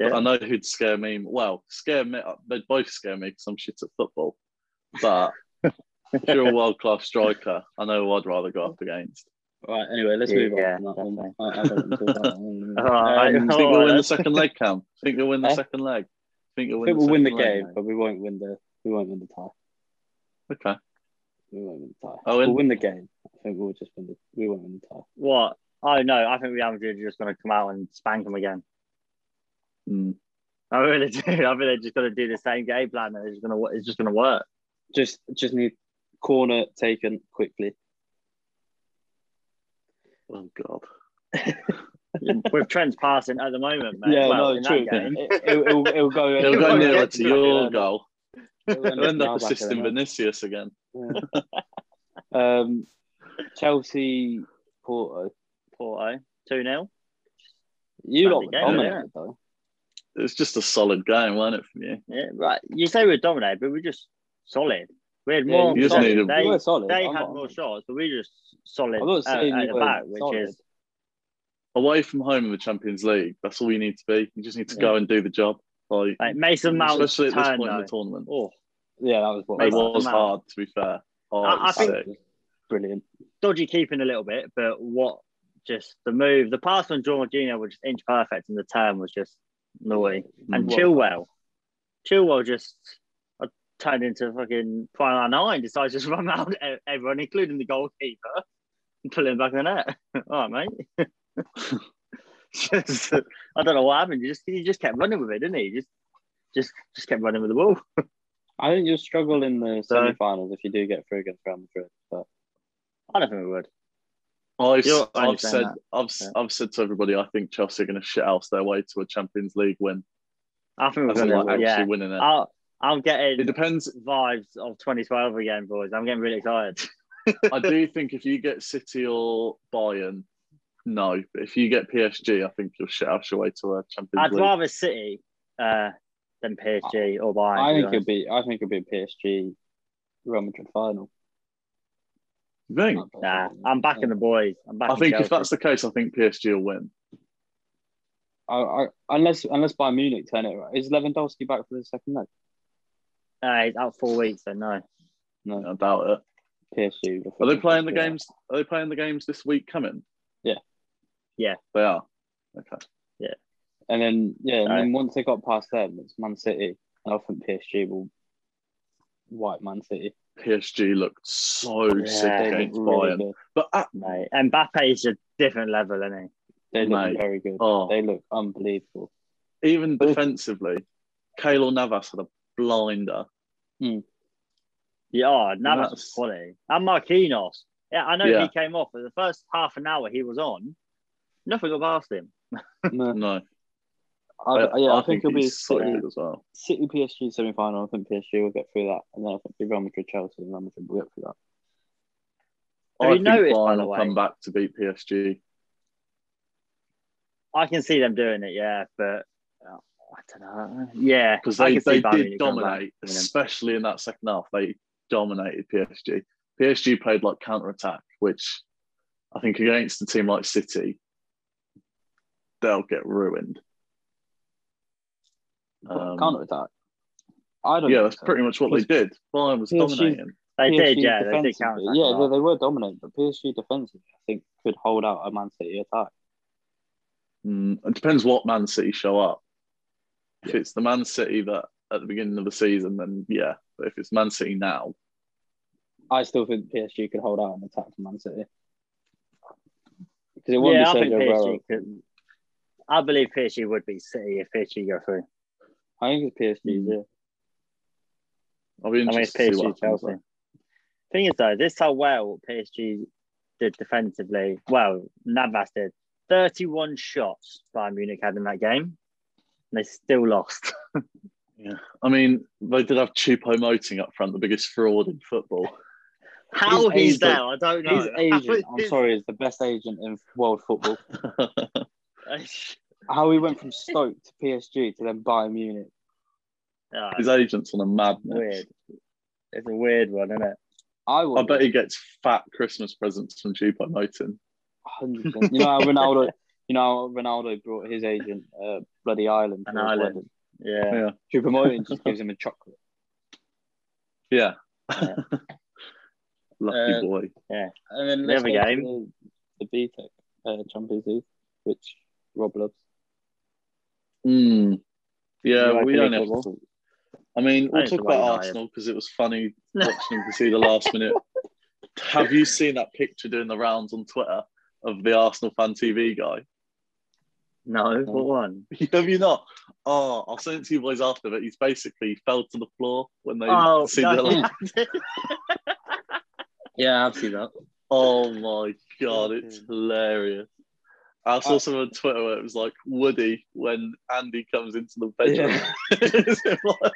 B: Yeah.
C: I know who'd scare me. Well, scare me. They'd both scare me because I'm shit at football. But if you're a world class striker, I know who I'd rather go up against.
A: Right. Anyway, let's
B: Yeah,
A: move on
B: yeah,
A: from that
B: definitely.
A: one. I, I don't want to talk about that
B: (laughs)
A: one.
B: All right.
A: Um,
C: I think we'll
B: Oh,
C: win the
B: that's-
C: second leg, Cam. Think we'll win the
A: Eh?
C: second leg. Think
A: I
C: we'll win.
A: think we'll win the
C: second leg,
A: game, but we won't win the we won't win the tie.
C: mate. Okay.
A: We won't win the tie.
C: Oh, and-
A: we'll win the game. I think we'll just win the we won't win the tie.
B: What? Oh no, I think Real Madrid are just going to come out and spank them again.
C: Mm.
B: I really do. (laughs) I think they're just going to do the same game plan, and it's going to it's just going to work.
A: Just just need corner taken quickly.
C: Oh God.
B: With Trends passing at the moment, mate.
A: Yeah,
B: well,
A: no,
B: in that
A: true.
B: game.
A: It, it'll, it'll, it'll go.
C: It'll go
B: won't
C: nearer
B: get
C: to
B: to
C: your
A: that.
C: goal.
A: it'll
C: It'll end up
A: Now back
C: assisting
A: in
C: Vinicius again.
A: the net. (laughs) Um, Chelsea, Porto.
B: Porto two 0
A: You
B: That'd
A: lot
B: be
A: were
B: game,
A: dominated though.
C: It was just a solid game, wasn't it, from you?
B: Yeah, right. You say we're dominated, but we're just solid. We had
A: Yeah,
B: more.
A: you just
B: solid.
C: need a-
B: they,
A: you were solid.
B: they
A: I'm
B: had
A: not-
B: more shots, but we just solid
A: I'm not
B: uh, at
A: saying you
B: the
A: were
B: back, which
A: solid.
B: is
C: Away from home in the Champions League, that's all you need to be. You just need to go and do the job. Like,
B: like Mason Mount's
C: especially at this
B: turn.
C: point in
B: Though.
C: the tournament.
B: Oh,
A: Yeah, that was what.
C: It
B: Mason
C: was
B: Mount.
C: hard, to be fair. Oh,
B: I-
C: it was
B: I think-
C: sick.
A: was brilliant.
B: dodgy keeping a little bit, but what just the move, the pass on Jorginho was just inch perfect, and the turn was just naughty.
C: Mm.
B: And
A: What-
B: Chillwell, Chillwell just uh, turned into fucking Final Nine, decides to just (laughs) run around e- everyone, including the goalkeeper, and pull him back in the net. (laughs) All right, mate. (laughs) just, I don't know what happened. He just he just kept running with it, didn't he? Just just just kept running with the ball.
A: I think you'll struggle in the
B: So-
A: semi-finals if you do get through against Real Madrid. But
B: I don't think we would.
C: I've,
B: You'll
C: I've
B: understand
C: said
B: that.
C: I've s- I've said to everybody I think Chelsea are going to shit house their way to a Champions League win.
B: I think we're
C: As in,
B: gonna,
C: like, actually
B: yeah.
C: winning it.
B: I'll, I'm
C: It
B: getting
C: depends.
B: vibes of 2012 again, boys. I'm getting really excited.
C: I do think if you get City or Bayern, no. But if you get PSG, I think you'll shit house your way to a Champions
B: I'd
C: League.
B: rather City uh, than PSG or Bayern.
A: I
B: to be
A: think it'll
B: honest.
A: be. I think it'll be a PSG Real Madrid final.
C: You think?
B: Nah, I'm backing the boys. I'm backing
C: Oh, I think if
B: Chelsea.
C: that's the case, I think PSG will win.
A: I, I, unless unless Bayern Munich turn it right. Is Lewandowski back for the second leg?
B: Uh, he's out four weeks, so no.
A: No,
C: I doubt it.
A: PSG.
C: Are they playing the games? Are they playing the games this week coming?
A: Yeah.
B: Yeah.
C: They are. Okay.
A: And then yeah, and
B: Aye.
A: then once they got past them, it's Man City, and I think PSG will wipe Man City.
C: PSG looked so
B: Yeah,
C: sick
A: They look
C: against
A: really
C: Bayern,
A: good.
C: but at,
B: Mate, Mbappe is a different level, isn't he?
A: They look
C: Mate.
A: very good.
C: oh,
A: They look
C: (laughs)
A: unbelievable.
C: even
A: But-
C: defensively, Keylor Navas had a blinder.
B: Yeah, oh, Navas was
C: That's-
B: quality. And Marquinhos. Yeah, I know
C: Yeah.
B: he came off, but the first half an hour he was on, nothing got past him.
A: No,
C: No,
A: I, yeah, I, think, it'll be
C: he's so
A: City,
C: good as well.
A: City PSG semi final. I think PSG will get through that, and then I think it'll be Real Madrid Chelsea and Real Madrid will get through that.
B: Have
C: I
B: you
C: think
B: noticed, by
C: Bayern
B: the
C: will
B: way?
C: come back to beat PSG.
B: I can see them doing it, yeah, but uh, I don't know. Yeah,
C: because
B: I
C: they,
B: can see
C: they
B: Bayern
C: did
B: Munich coming back
C: dominate,
B: and winning.
C: especially in that second half. They dominated PSG. PSG played like counter attack, which I think against a team like City, they'll get ruined. Um,
A: Counter attack. I don't.
C: yeah,
A: think
C: that's
A: so.
C: pretty much what they did. Bayern was
A: PSG
C: dominating.
B: They did,
A: PSG
B: yeah, they did
A: defensively-
B: counter.
A: Yeah, they, they were dominant, but PSG defensively, I think, could hold out a Man City attack.
C: Mm, it depends what Man City show up. If it's the Man City that at the beginning of the season, then yeah. But if it's Man City now,
A: I still think PSG could hold out an attack from Man City. Because it won't
B: yeah, I
A: be
B: think
A: Sergio Aguero.
B: PSG could. I believe PSG would be City if PSG go through.
A: I think it's PSG,
C: Mm.
A: yeah.
C: I'll be
B: I mean, it's
C: interested to see
B: PSG
C: what happens.
B: Chelsea. Thing is, though, this how well PSG did defensively. Well, Navas did. 31 shots by Munich had in that game, and they still (laughs) lost.
C: Yeah, I mean, they did have Chupo Moting up front, the biggest fraud in football. (laughs)
B: How
A: He's
B: he's
A: aged.
B: there, I don't know.
A: His agent, I'm
B: (laughs)
A: sorry, is the best agent in world football. How he went from Stoke to PSG to then Bayern Munich.
B: Ah,
C: His agent's on a madness.
B: weird. It's a weird one, isn't it?
A: I
C: I
A: would
C: bet he gets fat Christmas presents from Chupo Moting.
A: 100%. You know how Ronaldo, you know how Ronaldo brought his agent uh, bloody Ireland.
B: An
A: to his
B: island.
A: wedding?
B: Yeah.
C: Yeah,
A: Choupo-Moting just gives him a chocolate.
C: yeah. (laughs)
B: Yeah.
C: Lucky
A: Uh,
C: boy.
A: And then
B: The
A: let's
B: other
A: go to
B: game.
A: the, the B Tech uh, Champions League, which Rob loves.
C: Mm. Yeah,
B: like
C: we
B: the
C: don't have
B: Liverpool?
C: to. I mean,
B: I
C: we'll
B: used
C: talk
B: to like
C: about
B: United.
C: Arsenal because it was
B: (laughs)
C: funny watching them see the last minute. Have you seen that picture doing the rounds on Twitter of the Arsenal fan TV guy?
B: No, what one?
C: (laughs) Have you not? Oh, I'll send it to you boys after, but he's basically fell to the floor when they
B: Oh,
C: see
B: no,
C: the
B: yeah.
A: Yeah, I've seen that.
C: (laughs) Oh my god, it's hilarious. I
B: Uh,
C: saw some on Twitter where it was like Woody when Andy comes into the bedroom. It's like-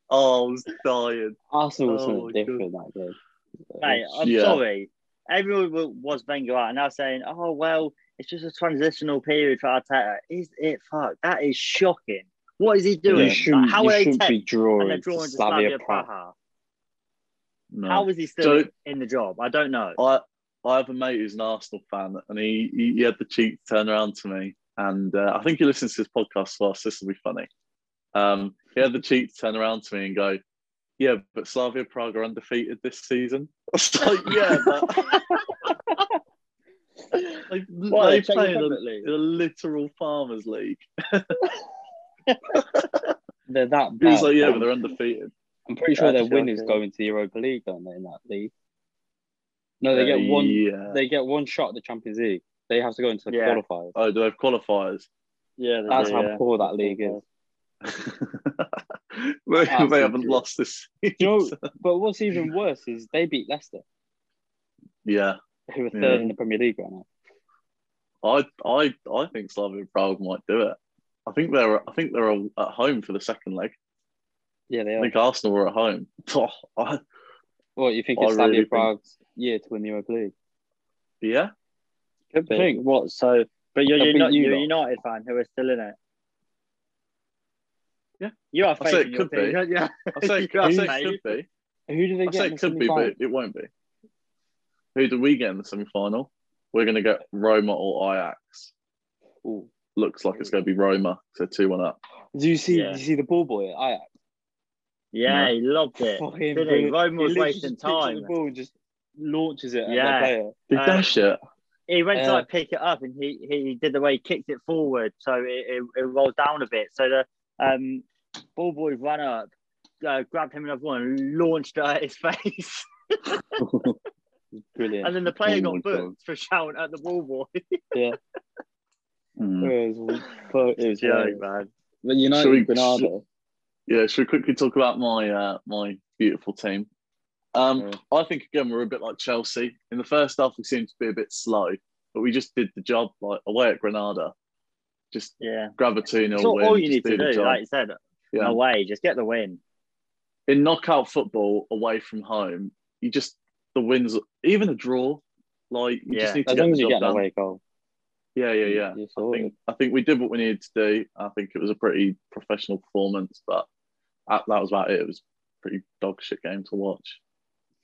C: (laughs) oh, I was dying.
A: Arsenal was
C: Oh
A: something
C: my
A: different that Uh, game.
B: Mate, I'm
C: Yeah.
B: sorry. Everyone wa- was Wenger out and now saying, "Oh well, it's just a transitional period for Arteta." Is it? Fuck, that is shocking. What is he doing?
A: you shouldn't,
B: Like, how
A: you
B: are they
A: shouldn't be
B: ten? And they're
A: drawing,
B: drawing to
A: Slavia
B: Slavia
A: Prague.
B: Praha.
C: No.
B: How is he still
C: So-
B: in the job? I don't know.
C: I I have a mate who's an Arsenal fan, and he he, he had the cheek to turn around to me, and uh, I think he listens to his podcast as well. So this will be funny. Um, he had the cheek to turn around to me and go, "Yeah, but Slavia Prague are undefeated this season." (laughs) I was like, "Yeah, but
A: (laughs)
C: they,
B: Why,
C: they
B: Czech
C: play in
B: Republic
C: a,
B: League?
C: in a literal farmers league."
A: They're that
C: He
A: bad.
C: was like, "Yeah, but
A: man.
C: they're undefeated."
A: I'm pretty sure their
B: That's
A: winners
B: shocking.
A: go into the Europa League, don't they, in that league? No, they get
C: Uh,
A: one.
C: Yeah.
A: They get one shot at the Champions League. They have to go into the
B: Yeah.
A: qualifiers.
C: Oh, do they have qualifiers? (laughs)
B: Yeah, they
A: That's
B: do,
A: how
B: yeah.
A: poor that league is.
C: they,
A: Absolutely.
C: they haven't lost this.
A: Do you know, but what's even worse is they beat Leicester.
C: Yeah,
A: who are third
C: Yeah.
A: in the Premier League right now.
C: I I I think Slavia Prague might do it. I think they're I think they're at home for the second leg.
A: Yeah, they
C: I
A: are.
C: think Arsenal were at home. (laughs) Oh, I,
A: What you think
C: I
A: it's Slavia
C: really think-
A: Prague's year to win the Europa League?
C: yeah,
A: Could be.
B: I think what? So, but you're,
A: I
B: you're,
A: think
B: not,
A: you
B: you're a
A: lot.
B: United fan who are still in it.
C: Yeah.
B: You are
C: I say
B: facing
C: it
B: your
C: could be.
B: team. Yeah.
C: I say,
A: (laughs)
B: You
C: I
B: are,
C: say
B: mate.
C: it could be.
A: Who do they
C: I
A: get?
C: say
A: in
C: it
A: the
C: could be, but
A: semi-final?
C: it won't be. Who do we get in the semi final? We're going to get Roma or Ajax.
A: Ooh.
C: Looks like it's going to be Roma. So two one up.
A: Do you see?
B: Yeah.
A: Do you see the ball boy at Ajax?
B: Yeah, he loved
A: (laughs)
B: it.
A: Fucking
B: Did he?
A: brilliant.
B: Rome was
A: literally
B: wasting
A: just picks up
B: time.
A: The ball and just launches it.
B: Yeah.
A: At the player.
C: Did
B: Uh,
C: that shit?
B: He went to
A: Uh,
B: like pick it up, and he, he did the way he kicked it forward, so it, it, it rolled down a bit. So the um, ball boy ran up, uh, grabbed him another one, and launched it at his (laughs) face,
A: Brilliant.
B: and then the
C: Oh
B: player
C: my
B: got booked
C: God.
B: for shouting at the ball boy.
C: Hmm.
A: it was,
B: (laughs)
A: fu- it was
B: Joke,
A: hilarious.
B: man.
A: But United,
C: Shall we-
A: Granada.
C: Yeah, should we quickly talk about my uh, my beautiful team? Um, I think again we're a bit like Chelsea. In the first half, we seemed to be a bit slow, but we just did the job. Like away at Granada, just
B: Yeah,
C: grab a two 0
B: it's all,
C: win.
B: all you
C: just
B: need to
C: the
B: do,
C: job.
B: like you said,
C: Yeah.
B: away, just get the win.
C: in knockout football, away from home, you just the wins, even a draw, like you
B: Yeah.
C: just need to
A: As
C: get
A: long
C: the
A: as you
C: job
A: get an
C: done.
A: away goal,
C: Yeah, yeah, yeah.
A: You're
C: I
A: sorted.
C: think I think we did what we needed to do. I think it was a pretty professional performance, but that, that was about it. It was a pretty dog shit game to watch.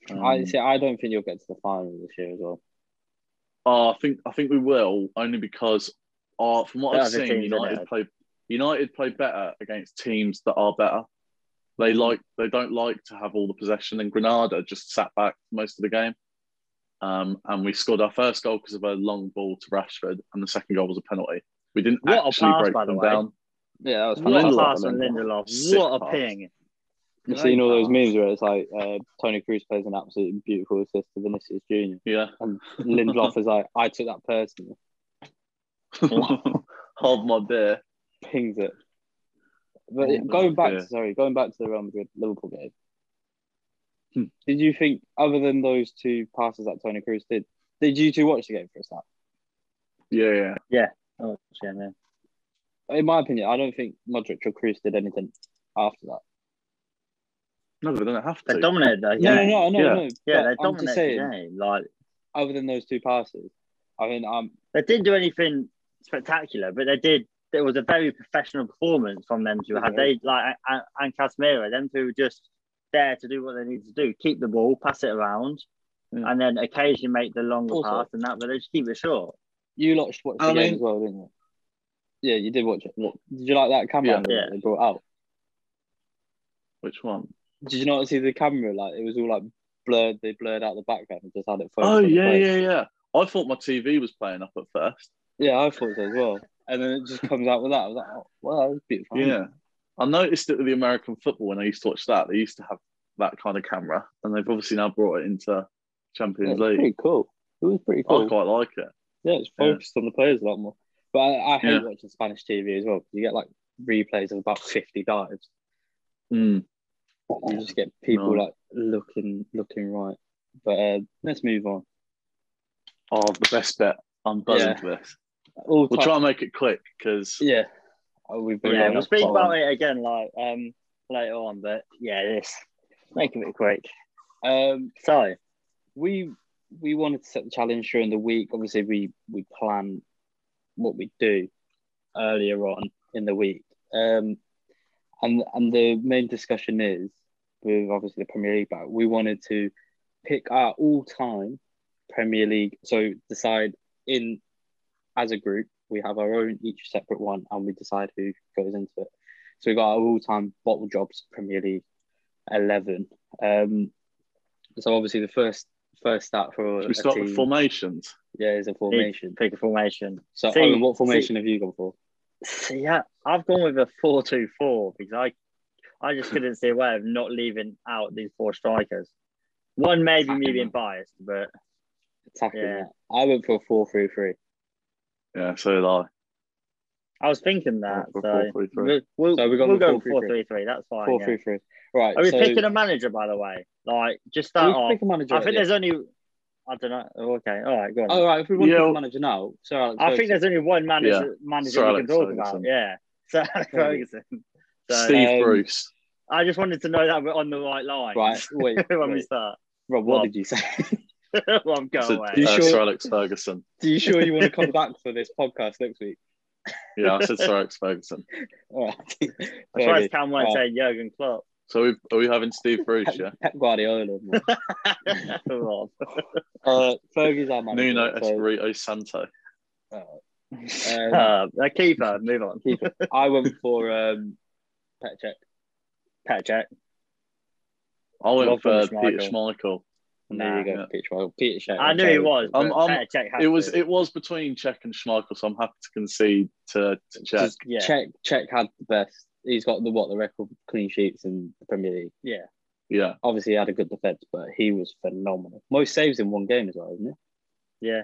C: Um,
A: I see. I don't think you'll get to the final this year as well.
C: oh, I think I think we will only because, uh, from what
B: Better
C: I've
B: than
C: seen,
B: teams, isn't
C: United
B: it?
C: play United play better against teams that are better.
B: Mm.
C: They like they don't like to have all the possession, and Granada just sat back most of the game. Um, and we scored our first goal because of a long ball to Rashford, and the second goal was a penalty. We didn't
B: What a
C: actually
B: pass,
C: break
B: by the
C: them
B: way.
C: down.
A: Yeah, that was
B: What a
A: fantastic.
C: Lindelof,
B: pass on
C: Lindelof.
B: Lindelof!
C: Sick
B: What a
C: pass.
B: ping!
A: You've seen all those
B: Great
A: memes where it's like uh, Tony Cruz plays an absolutely beautiful assist to Vinicius Junior.
C: (laughs) Yeah.
A: And Lindelof is like, I took that personally.
C: Hold my beer.
A: Pings it. But
C: Oh,
A: going back,
C: yeah.
A: to, sorry, going back to the Real Madrid Liverpool game.
C: Hmm.
A: Did you think, other than those two passes that Tony Cruz did, did you two watch the game for a start?
C: Yeah, yeah.
B: Oh, yeah, man.
A: In my opinion, I don't think Modric or Cruz did anything after that.
C: No, they don't have to.
B: They dominated though.
A: No,
B: Yeah,
A: no, no, no,
C: Yeah.
A: no.
B: yeah, they
A: but I'm just
B: dominated
A: saying,
B: the game. Like
A: other than those two passes, I mean, um,
B: they didn't do anything spectacular, but they did. It was a very professional performance from them two. Had they like and, and Casemiro, them two were just there to do what they needed to do: keep the ball, pass it around,
C: Mm.
B: and then occasionally make the longer
A: Also-
B: pass and that. But they just keep it short.
A: you lot watched the
C: I
A: game
C: mean-
A: as well, didn't you? Yeah, you did watch it. Did you like that camera
C: Yeah.
A: angle
B: Yeah.
A: that they brought out?
C: Which one?
A: Did you not see the camera? Like it was all like blurred. They blurred out the background and just had it. focused
C: Oh
A: on the
C: yeah,
A: player.
C: yeah, yeah. I thought my TV was playing up at first.
A: Yeah, I thought so as well. And then it just comes out with that. I was like, oh, wow, that was beautiful.
C: Yeah, I noticed it with the American football when I used to watch that. They used to have that kind of camera, and they've obviously now brought it into
A: Yeah,
C: Champions
A: it's
C: League.
A: Oh, pretty cool. It was pretty cool.
C: I quite like it.
A: Yeah, it's
C: Yeah.
A: focused on the players a lot more. But I, I hate
C: Yeah.
A: watching Spanish TV as well. You get like replays of about fifty dives.
C: Mm.
A: You just get people
C: No.
A: like looking, looking right. But uh, let's move on.
C: Oh, the best bet. I'm buzzing
A: Yeah.
C: for this.
A: All
C: We'll
A: time-
C: try and make it quick because
A: Yeah. Oh, we've been
B: yeah,
A: going
B: we'll
A: off
B: speak
A: quite
B: about
A: long.
B: it again like um later on. But yeah, this make it quick.
A: Um,
B: So
A: we we wanted to set the challenge during the week. Obviously, we we plan what we do earlier on in the week. Um, and and the main discussion is with obviously the Premier League back. We wanted to pick our all time Premier League. So decide in as a group. We have our own each separate one, and we decide who goes into it. So we got our all time bottle jobs Premier League eleven. Um, so obviously the first first start for
C: should
A: a
C: we start
A: team,
C: with formations.
A: yeah is a formation.
B: pick a formation.
A: So
B: See-
A: Owen, what formation have you gone for?
B: So, yeah, I've gone with a four-two-four because I, I just couldn't see a way of not leaving out these four strikers. One may be me being biased, but
A: Attacking
B: Yeah.
A: that. I went for a four three three.
C: Yeah, so did I.
B: I was thinking that.
C: Four,
B: So
C: four, three, three.
B: we'll, we'll,
A: So we've gone
B: we'll
A: with
B: go
A: four, three,
B: with four three three. That's fine.
A: Four
B: yeah.
A: three three. Right.
B: Are we
A: so
B: picking a manager, by the way? Like, just start
A: we've
B: off.
A: picked a manager
B: I think
A: at
B: there's only. I don't know. Oh, okay, all right, go on.
A: All right, if we want
C: Yeah.
A: to talk manager now, Sir Alex
B: I think
A: Ferguson.
B: there's only one manager manager
C: Sir
B: we
C: Alex
B: can talk
C: Ferguson.
B: about. Yeah, Sir Alex Ferguson. So,
C: Steve
A: um,
C: Bruce.
B: I just wanted to know that we're on the right line.
A: right. Wait,
B: (laughs) when we
A: wait.
B: start, (laughs)
A: Rob, what
B: Rob.
A: did you say? (laughs)
B: well, I'm going
C: So,
B: away.
A: You
C: uh,
A: sure?
C: Sir Alex Ferguson.
A: Do you sure you want to come back for this podcast next week?
C: Yeah, I said Sir Alex Ferguson.
A: All right. (laughs)
B: As far as
A: Sorry.
B: Cam won't
A: Right.
B: say Jurgen
A: (laughs)
B: Klopp.
C: So we, are we having Steve Bruce? Yeah.
A: Pep Guardiola.
B: (laughs)
A: man.
B: Rob.
A: Uh, Fergie's our manager.
C: Nuno
A: so,
C: Espirito Santo.
A: um,
B: Uh, a keeper, move on.
A: I went for um, Petr Cech.
B: Pat Jack.
C: I went
B: Welcome,
C: for
B: Schmeichel.
C: Peter Schmeichel.
A: There you
C: yeah.
A: go, Peter Schmeichel. Peter Cech. Um,
B: I knew
A: sorry.
B: he was. but
C: I'm- I'm-
B: Petr Cech had
C: Um, It was
B: to.
C: it was between Czech and Schmeichel, so I'm happy to concede to, to Czech.
A: Just
B: Yeah.
A: Czech, Czech had the best. He's got the what the record clean sheets in the Premier League.
B: Yeah.
C: Yeah,
A: Obviously, he had a good defense, but he was phenomenal. Most saves in one game as well, isn't it?
B: Yeah.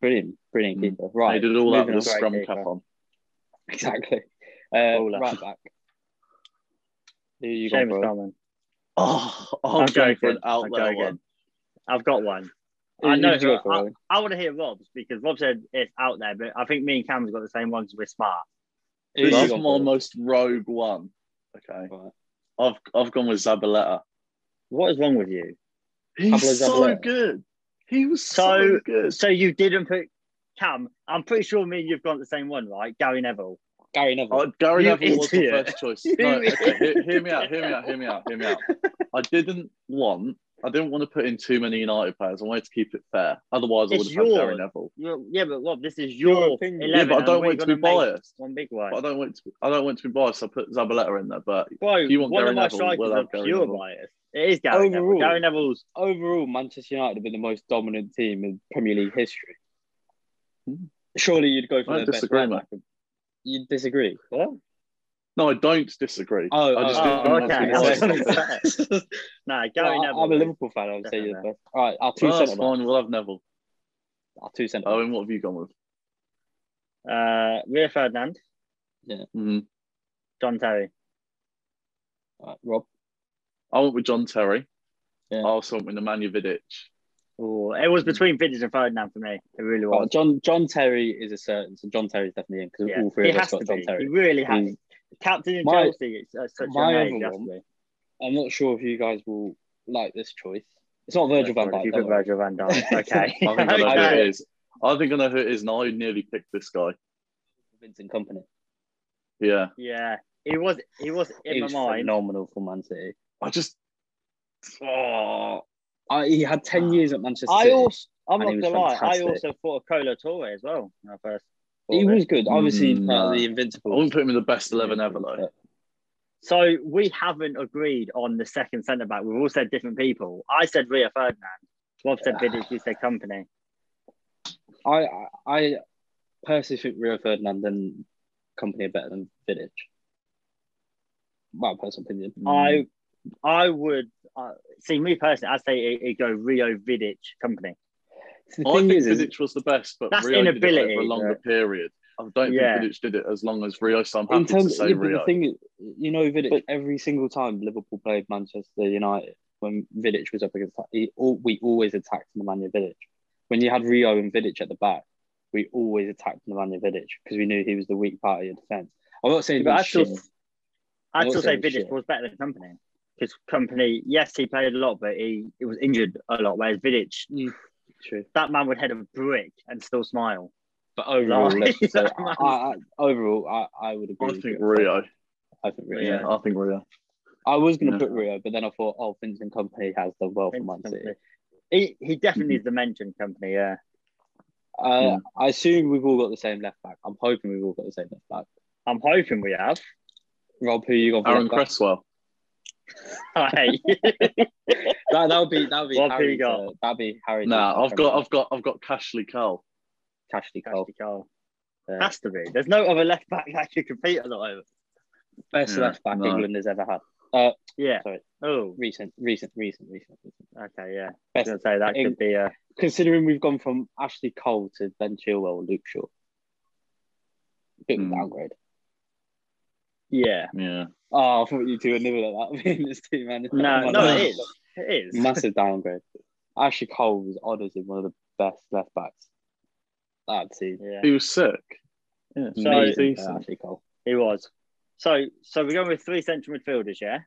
A: Brilliant, brilliant
C: Mm.
A: keeper. Right,
C: they did all that
A: moving
C: with a
A: on.
C: scrum
A: Great
C: cap
A: keeper.
C: on.
A: (laughs) Exactly. Uh,
B: Bowler.
A: right back. Who you got,
B: Seamus
A: bro?
B: Coleman.
C: Oh,
B: I'm
C: I'm going for
B: joking.
C: an
B: I'm
C: outlet
B: joking.
C: one.
B: I've got one.
A: Who-
B: I
A: who
B: know
A: did you
B: who-
A: go for, Owen?
B: I want to hear Rob's because Rob said it's out there, but I think me and Cam's got the same ones. We're smart.
A: Who
C: This
A: you
C: is
A: gone
C: my
A: for?
C: most rogue one. Okay,
A: Right.
C: I've I've gone with Zabaleta.
B: What is wrong with you?
C: He's
A: Pablo
C: so
A: Zabaleta.
C: good. He was so,
B: So-
C: good.
B: So you didn't put Cam. I'm pretty sure me and you've got the same one, right? Gary Neville.
A: Gary Neville.
C: Oh, Gary
B: You
C: Neville was my
B: idiot.
C: first choice.
B: You
C: No, okay, hear, hear me out. Hear me out. Hear me out. Hear me out. I didn't want. I didn't want to put in too many United players. I wanted to keep it fair. Otherwise, I
B: It's
C: would have had Gary
B: yours.
C: Neville.
B: You- Yeah, but Rob, this is
A: Your
B: your,
A: opinion.
B: 11.
A: Yeah,
C: Yeah, but I
B: and
C: don't
B: we're
C: want it to
B: gonna
C: be
B: make
C: biased.
B: One big one.
C: But I don't want it to. Be, I don't want it to be biased. I put Zabaleta in there, but
B: Bro,
C: you want
B: one
C: Gary
B: of my
C: Neville,
B: strikers
C: we'll
B: are
C: have Gary
B: pure
C: Neville.
B: bias. It is Gary Neville.
A: Overall.
B: Gary Neville's
A: Overall, Manchester United have been the most dominant team in Premier League history.
C: Hmm.
A: Surely you'd go for
C: I
A: their
C: disagree,
A: best.
C: mate.
A: right back. You disagree?
B: what?
C: no, I don't disagree.
A: Oh,
C: I just
A: oh,
C: didn't
B: oh,
C: want
B: (laughs) okay.
C: to be
B: I was
C: biased.
B: gonna say. Nah, Gary
A: Well, I-
B: Neville.
A: I'm a Liverpool fan. I would say you're the
B: Definitely.
A: best. All right, our (laughs) two
C: No, that's
A: centre backs.
C: fine. We'll have Neville.
A: Our two centre backs.
C: Owen, what have you gone with?
B: Uh, Rio Ferdinand,
C: Mhm.
B: John Terry.
C: Oh.
A: All right, Rob.
C: I went with John Terry.
A: Yeah.
C: I also went with Nemanja Vidic.
B: Ooh, it was between Vidic and Ferdinand for me. It really
A: Mm. Oh,
B: was.
A: John John Terry is a certain. So John Terry's definitely in because
B: Yeah.
A: all
B: He
A: three of us
B: has to
A: got John
B: be. He
A: Terry.
B: really has.
A: He's-
B: Captain in
A: My-
B: Chelsea. It's uh, such
A: my
B: an age.
A: other
B: has to
A: one-
B: be.
A: I'm not sure if you guys will like this choice. It's not Virgil van
B: Sorry,
A: Dijk.
B: You
A: don't
B: put
A: worry.
B: Virgil van
A: (laughs)
B: Dijk. (laughs) Okay.
C: I think I know who
B: Okay.
C: it is. I think I know who it is, and I nearly picked this guy.
A: Vincent Company.
C: Yeah.
B: Yeah, he was. He was in
A: He
B: my
A: was
B: mind.
A: phenomenal for Man City.
C: I just. Oh,
A: I, he had ten years at Manchester.
B: Ah. I
A: City.
B: also. I'm
A: And
B: not
A: he
B: gonna
A: was
B: lie. I
A: fantastic.
B: also thought of Colo Torre as well. When I first. thought
A: He
B: of it.
A: was good. Obviously,
C: Mm,
A: part
C: nah.
A: of the
C: I
A: Invincible.
C: wouldn't put him in the best 11 ever, though.
B: So we haven't agreed on the second centre back. We've all said different people. I said Rio Ferdinand. Rob
A: Ah.
B: said Vidic. You said Company.
A: I I personally think Rio Ferdinand and company are better than Vidic. My personal opinion.
B: I I would uh, see me personally. I'd say it, it go Rio Vidic Company.
A: the
C: I
A: thing
C: think
A: is, is
C: Vidic was the best, but
B: That's
C: Rio did it
B: inability,
C: over a longer period. I don't
B: Yeah.
C: think Vidic did it as long as Rio, so I'm happy
A: in terms
C: to say
A: yeah, but the
C: Rio.
A: thing is, you know, Vidic.
B: But-
A: every single time Liverpool played Manchester United, when Vidic was up against, he, all, we always attacked Nemanja Vidic. When you had Rio and Vidic at the back, we always attacked Nemanja Vidic because we knew he was the weak part of your defense. I'm not saying
B: But
A: he's
B: I still-
A: shit.
B: I'd
A: I'm
B: still
A: not
B: say
A: saying
B: Vidic
A: shit.
B: was better than Company because Company, yes, he played a lot, but he, he was injured a lot. Whereas Vidic,
A: True.
B: that man would head a brick and still smile.
A: But
C: (laughs)
A: overall,
B: Like,
A: let's just say,
B: that
A: I, I, overall, I, I would agree.
C: I
A: with
C: think
A: you.
C: Rio.
A: I think Rio.
C: Yeah, I think Rio.
A: I was going to
C: Yeah.
A: put Rio, but then I thought, oh, Vincent Company has the well for Man City.
B: He, he definitely is the mentioned company, yeah.
A: Uh,
C: Hmm.
A: I assume we've all got the same left back. I'm hoping we've all got the same left back.
B: I'm hoping we have. (laughs)
A: Rob, who you got for
C: Aaron
A: left back?
C: Cresswell.
A: (laughs)
B: Hey,
A: That that would be that would be
B: Rob, who
A: Harry.
B: you got?
A: uh, that'd be Harry.
C: Nah, I've got, I've got, I've got Cashley Cole.
A: Cashley Cole.
B: Ashley (laughs) Cole.
A: Yeah.
B: Has to be. There's no other left back that you compete a lot over.
A: Best
C: Yeah,
A: left back
C: no.
A: England has ever had.
B: Yeah.
A: Sorry.
B: Oh,
A: Recent, recent, recent, recent. recent.
B: okay, yeah. I was
A: Best.
B: going to say that could be a.
A: Considering we've gone from Ashley Cole to Ben Chilwell and Luke Shaw. Bit of a
C: Hmm.
A: downgrade.
B: Yeah.
C: Yeah.
A: (laughs) Oh, I thought you two would nibble at that. I mean, it's too man.
B: No, no, it is. It is.
A: Massive downgrade. (laughs) Ashley Cole was honestly one of the best left backs that season.
B: Yeah,
C: He was sick. Yeah,
B: So-
C: he was
A: Amazing
C: decent.
A: Ashley Cole.
B: he was. So, so we're going with three central midfielders. Yeah.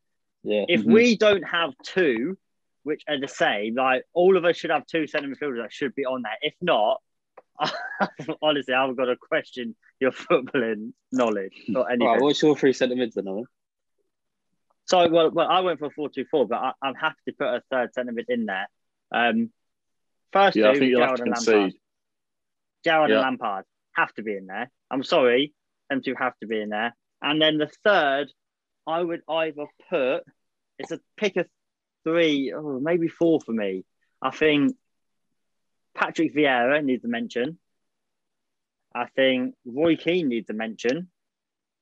A: Yeah,
B: If
C: Mhm.
B: we don't have two, which are the same, like all of us should have two centre midfielders that should be on there. If not, (laughs) honestly, I've got to question your (laughs) footballing knowledge or anything.
A: right. What's your three centre mids then? Owen?
B: So, well, well, I went for a 4 2 4, but I, I'm happy to put a third centre mid in there. Um, first
C: Yeah, I
B: two,
C: think you'll have
B: Gerald
C: to
B: and Lampard.
C: concede.
B: Gerald
C: Yeah.
B: and Lampard have to be in there. I'm sorry, them two have to be in there. And then the third, I would either put it's a pick of three, oh, maybe four for me. I think Patrick Vieira needs a mention. I think Roy Keane needs a mention.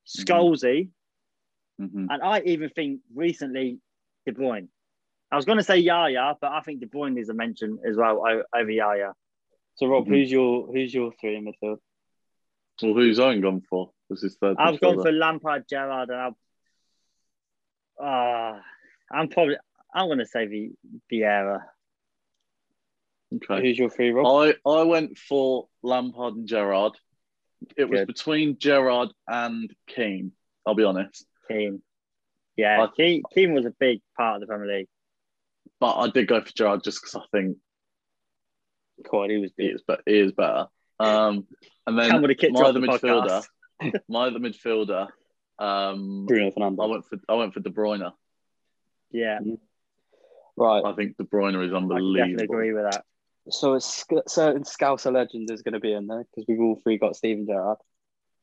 B: Scholesy,
C: Mhm.
B: and I even think recently De Bruyne. I was going to say Yaya, but I think De Bruyne needs a mention as well o- over Yaya.
A: So Rob,
C: Mhm.
A: who's your who's your three in midfield?
C: Well, who's Owen gone for? Was his third.
B: I've gone
C: midfielder.
B: for Lampard, Gerrard, and I've. Ah, I'm probably. I'm going to say Vi- Vieira.
C: Okay.
A: Who's your three, Rob?
C: I, I went for Lampard and Gerrard. It was
A: Good.
C: between Gerrard and Keane. I'll be honest,
B: Keane. Yeah,
C: I-
B: Keane, Keane was a big part of the Premier League.
C: but I did go for Gerrard just because I think
A: God, he was
C: he
A: good.
C: is, be- he is better. Um, and then
B: Cam would have kicked
C: my
B: you off
C: other
B: the
C: midfielder,
B: podcast. (laughs)
C: my other midfielder. Um,
A: Bruno
C: I
A: Fernandes.
C: went for I went for De Bruyne.
B: Yeah,
A: Right.
C: I think De Bruyne is
B: I definitely
C: unbelievable.
B: agree with that.
A: So a sc- certain Scouser legend is going to be in there because we've all three got Steven Gerrard.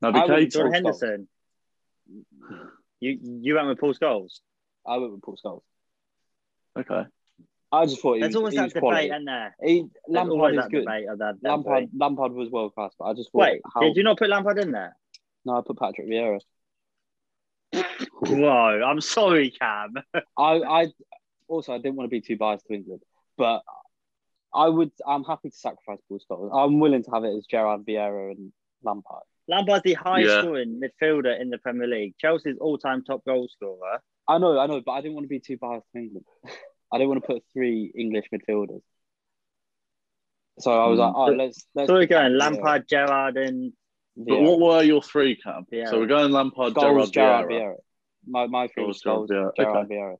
C: Naby
A: I wouldn't
C: Keita.
B: John
A: Paul
B: Henderson. You you went with Paul Scholes.
A: I went with Paul Scholes.
C: Okay.
A: I just thought he
B: There's
A: was,
B: always
A: he
B: that
A: was
B: debate,
A: quality.
B: isn't there?
A: He,
B: There's
A: Lampard
B: always
A: is
B: that
A: good.
B: debate. Of that, that
A: Lampard,
B: debate.
A: Lampard was world class, but I just thought
B: Wait,
A: how
B: did you not put Lampard
A: (laughs)
B: in there?
A: no, I put Patrick Vieira.
B: Whoa, I'm sorry, Cam.
A: I, I also I didn't want to be too biased to England, but I would. I'm happy to sacrifice Paul Scholes. I'm willing to have it as Gerard Vieira and Lampard.
B: Lampard's the highest
C: Yeah.
B: scoring midfielder in the Premier League. Chelsea's all-time top goal scorer.
A: I know, I know, but I didn't want to be too biased to England. (laughs) I didn't want to put three English midfielders. So I was like, oh,
B: So-
A: let's let's.
B: Mm. So we're
A: put
B: going
A: Patrick
B: Lampard, Gerrard, and
A: Vieira,
C: But
A: Vieira.
C: what were your three, Cam?
B: Vieira.
C: So we're going Lampard,
A: Scholes,
C: Gerrard,
A: Gerard
C: Vieira.
A: Vieira. My my three was
C: Scholes, Gerrard,
A: Scholes,
C: Vieira.
A: Gerard Vieira.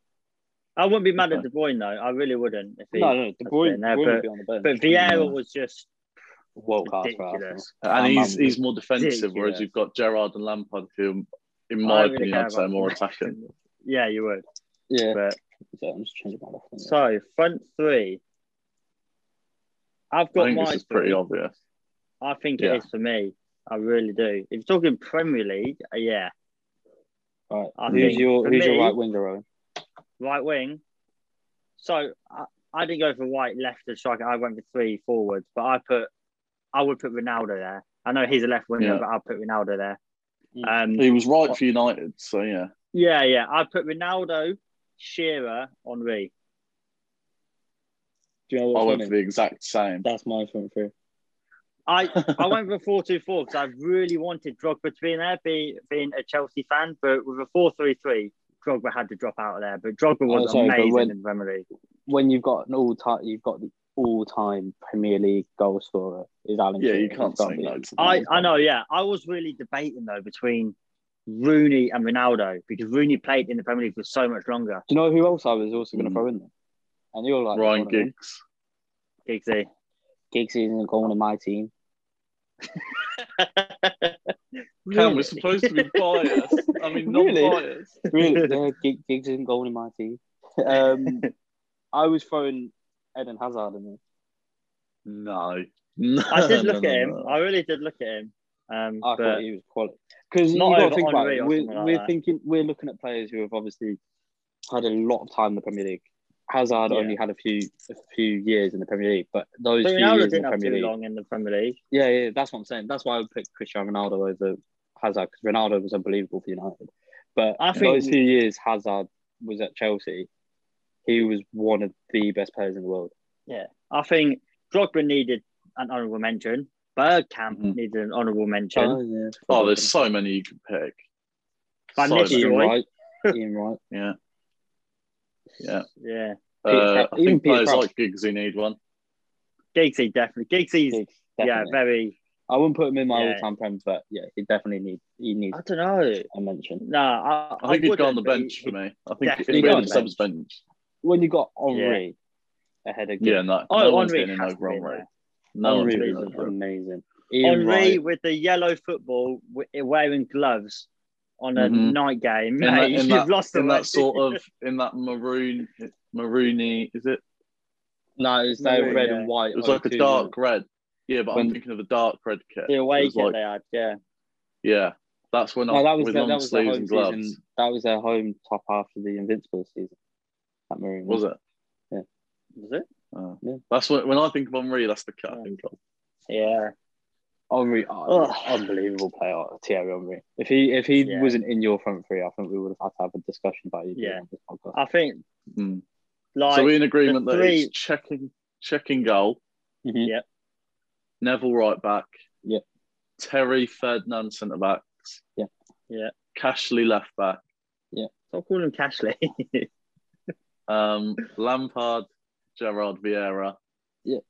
B: I wouldn't be mad at
C: Okay.
B: De Bruyne though. I really wouldn't. If he,
A: No, no, De
B: That's
A: Bruyne,
B: been there,
A: Bruyne
B: but-
A: would be on the bench.
B: but Vieira
C: no.
B: was just
A: world class for Arsenal.
B: ridiculous.
C: And
A: Um,
C: he's he's more defensive,
A: ridiculous.
C: whereas you've got Gerrard and Lampard, who, in
B: I
C: my
B: really
C: opinion,
B: care
C: I'd say
B: about
C: more
B: (laughs) them.
C: attacking.
B: Yeah, you would.
A: Yeah,
B: But
A: so I'm just changing my left. hand.
B: so front three. I've
C: I
B: got
C: think
B: my.
C: this is pretty
B: three.
C: obvious.
B: I think
C: Yeah.
B: it is for me. I really do. If you're talking Premier League, uh, yeah,
A: All right.
B: I
A: who's
B: think
A: your
B: for
A: who's your
B: me-
A: right winger, Owen?
B: right wing. So I, I didn't go for right, left, and striker. I went for three forwards, but I put, I would put Ronaldo there. I know he's a left winger,
C: Yeah.
B: but I'll put Ronaldo there.
A: Mm.
B: Um,
C: He was right for United, so yeah.
B: yeah, yeah, I put Ronaldo, Shearer, Henri.
A: Do you know
C: I
A: what's
C: went
A: funny?
C: for the exact same.
A: That's my front three.
B: I I went for four two four because I really wanted Drogba to be in there, be, being a Chelsea fan. But with a four three three, Drogba had to drop out of there. But Drogba was
A: Oh, sorry, but
B: amazing
A: when-
B: in the Premier League.
A: When you've got an all time, you've got the all time Premier League goal scorer is Alan.
C: Yeah,
A: Shearer.
C: you can't
A: It's gotta
C: say
A: be-
C: no to that.
B: I, I know, yeah. I was really debating though between Rooney and Ronaldo because Rooney played in the Premier League for so much longer.
A: Do you know who else I was also going to
C: Mm.
A: throw in there? And you're like
C: Ryan
A: one of them.
C: Giggs.
B: Giggsy.
A: Giggs isn't going on my team.
C: Cam, we're supposed to be
B: (laughs)
C: biased. I mean, not
A: Really?
C: biased.
A: Really?
C: (laughs)
A: yeah, Gig- Giggs isn't going in my team. Um, I was throwing Eden Hazard in there.
C: No. no.
B: I did look
C: no,
B: at
A: (laughs)
B: him.
C: no. Oh,
B: I really did look at him. Um,
A: I
B: but
A: thought he was quality. Because you
B: Not
A: got
B: over
A: to think about
B: Henri
A: it.
B: or
A: We're,
B: something like
A: we're
B: that.
A: thinking we're looking at players who have obviously had a lot of time in the Premier League. Hazard
B: Yeah.
A: only had a few a few years in the Premier League, but those few
B: Ronaldo
A: years in
B: didn't
A: the
B: have
A: Premier
B: too
A: League.
B: long in the Premier League.
A: Yeah, yeah, that's what I'm saying. That's why I would pick Cristiano Ronaldo over Hazard because Ronaldo was unbelievable for United. But
B: I think-
A: those few years Hazard was at Chelsea, he was one of the best players in the world.
B: I think Drogba needed an honourable mention. Bergkamp
A: Mm-hmm.
C: Mhm.
B: needed an honourable mention.
A: yeah.
C: Oh, there's so many you could pick.
B: Van
C: So many. (laughs)
B: Nistelrooy.
A: Ian Wright. Ian Wright.
C: Yeah.
B: Yeah.
C: Uh, I
A: Even
C: think
A: Peter
C: players
A: Crouch.
C: like Giggsy need one.
B: Giggsy definitely. Giggsy's
A: Giggs,
B: yeah,
A: definitely.
B: very.
A: I wouldn't put him in my
B: Yeah.
A: all-time prems, but yeah, he definitely needs he needs
B: I don't know.
A: a mention.
B: No, I,
C: I think he'd go on
B: wouldn't,
C: the
B: but he-
C: bench
B: he-
C: for me. I think
B: definitely
C: he'd
A: go
C: be on
A: on
C: the
A: the
C: subs bench.
A: When you got Henri ahead of
C: Yeah, no.
B: Oh,
C: no one's
B: Henry
C: getting in
B: has
C: over
B: to be in
C: Henry.
B: there.
C: No one's
A: Henri
C: getting in
A: was
C: over him.
A: amazing. Ian
B: Henry
A: Wright,
B: with the yellow football, wi- wearing gloves on a
C: Mhm.
B: night game.
C: In that-
B: Mate,
C: in
B: you've
C: that-
B: lost the
C: in
B: way.
C: that sort of in that maroon maroony is it
A: no, it's no
B: Henry,
A: red
B: yeah.
A: and white.
C: it was like a
A: 02,
C: dark red yeah but i'm
A: When-
C: thinking of the dark red kit
B: the
C: It
B: away
C: was
B: kit
C: like-
B: they had. Yeah,
C: yeah that's when
A: No,
C: i
A: that was
C: with
A: their,
C: long
A: that was their
C: sleeves and
A: home
C: gloves
A: season. That was their home top after the Invincible season. That Marine
C: was it
B: was it?
C: Oh.
A: Yeah.
C: that's when, when i think of henri that's the cut
B: Yeah.
C: i think of
B: Yeah,
A: Henri, oh,
B: Ugh.
A: unbelievable player, Thierry Henry. If he if he
B: Yeah.
A: wasn't in your front three, I think we would have had to have a discussion about you.
B: Yeah. Uh,
A: on this podcast.
B: I think
C: Mm.
B: like
C: so we're in agreement
B: the
C: that
B: three-
C: it's checking checking goal
A: Mhm.
B: Yeah.
C: neville right back
A: Yeah.
C: terry ferdinand centre backs
A: Yeah.
B: Yeah.
C: cashley left back
B: I'll call him Cashley. (laughs)
C: Um, Lampard, Gerard Vieira.
A: Yeah.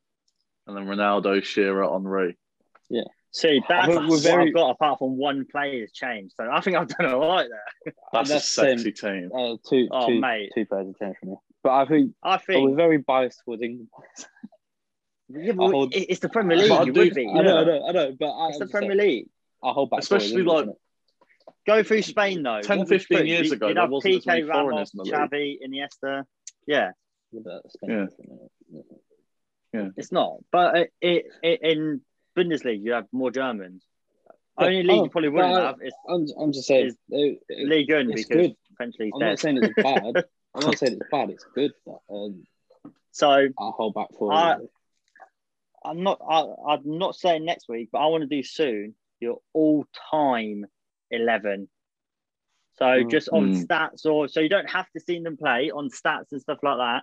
C: And then Ronaldo, Shearer, Henri.
B: See, that's
A: think we're
B: what
A: very-
B: I've got apart from one player's change. So I think I've done all right there.
C: That's,
A: that's
C: a sexy team.
A: Uh, two,
B: Oh,
A: two-
B: mate.
A: two players of change for me. But I think
B: I
A: I was
B: think
A: very biased towards England.
B: yeah, but
A: I hold-
B: it- it's the Premier
C: I
B: League.
C: hold-
B: It would be.
A: I know, I know, I know. But I,
B: It's the Premier League.
A: I hold back.
C: Especially
A: towards England,
C: like-
B: Go through Spain though.
C: 10,
B: What was
C: 15
B: true,
C: years
B: you-
C: ago,
B: you'd
C: there
B: have
C: wasn't as many
B: PK, Ramos,
C: foreigners in the
B: Xavi, Iniesta.
A: isn't
B: Yeah,
A: it? With
C: Yeah.
A: that Spain, isn't it?
B: it's not. But it, it, it, in Bundesliga, you have more Germans.
A: Yeah.
B: Only league
A: Oh,
B: you probably wouldn't
A: but I-
B: have is
A: I'm, I'm just saying.
B: It's-
A: it- it-
B: League One
A: it's
B: because
A: good.
B: potentially
A: I'm not saying it's bad. I'm
B: (laughs)
A: not saying it's bad. It's good. But, um,
B: So
A: I hold back for.
B: I- I'm not. I, I'm not saying next week, but I want to do soon your all-time eleven. So
A: Mm.
B: just on
C: Mm.
B: stats, or so you don't have to see them play on stats and stuff like that.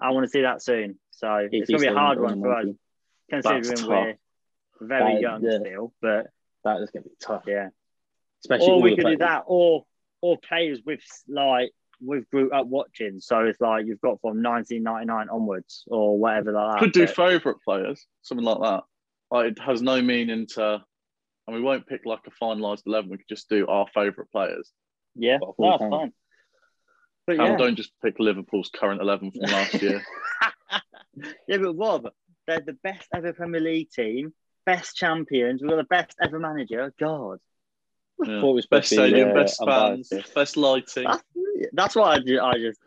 B: I want to see that soon. So it's gonna be a hard one for us,
C: That's
B: considering we're
C: tough.
B: very
A: That-
B: young
A: yeah.
B: still. But
A: That is going to be tough.
B: yeah,
A: Especially
B: or
A: all
B: we
A: the
B: could do
A: players.
B: that, or or players with like we've grew up watching. So it's like you've got from 1999 onwards, or whatever like that.
C: Could do
B: But-
C: favourite players, something like that. Like, it has no meaning to, and we won't pick like a finalised 11. We could just do our favourite players.
B: Yeah,
A: But full
B: no, that's
A: time.
B: fine. But
C: And
B: yeah,
C: don't just pick Liverpool's current 11 from last
B: (laughs)
C: year.
B: yeah, but Rob, they're the best ever Premier League team, best champions. We've got the best ever manager. God,
C: Yeah.
A: Thought we were supposed
C: Best
A: to be,
C: stadium,
A: uh,
C: best
A: unbiased
C: fans,
A: here.
C: best lighting.
B: that's, that's why I just, I just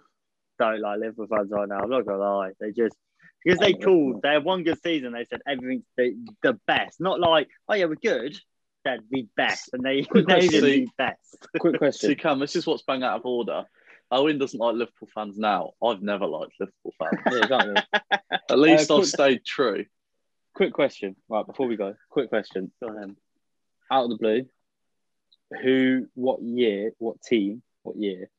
B: don't like Liverpool fans right now. I'm not gonna lie, they just because they
A: Oh,
B: called their one good season. They said everything's the, the best, not like oh yeah, we're good. They're the best, and they (laughs)
C: Quick
B: they
C: question.
B: did the best.
A: Quick
C: (laughs) See,
A: question.
C: Cam, this is what's bang out of order. Owen doesn't like Liverpool fans now. I've never liked Liverpool fans.
B: (laughs)
A: yeah, exactly.
C: At
B: Uh,
C: least I've
A: quick-
C: stayed true.
A: Quick question. Right before we go, quick question.
B: Go on then.
A: Out of the blue, who, what year, what team, what year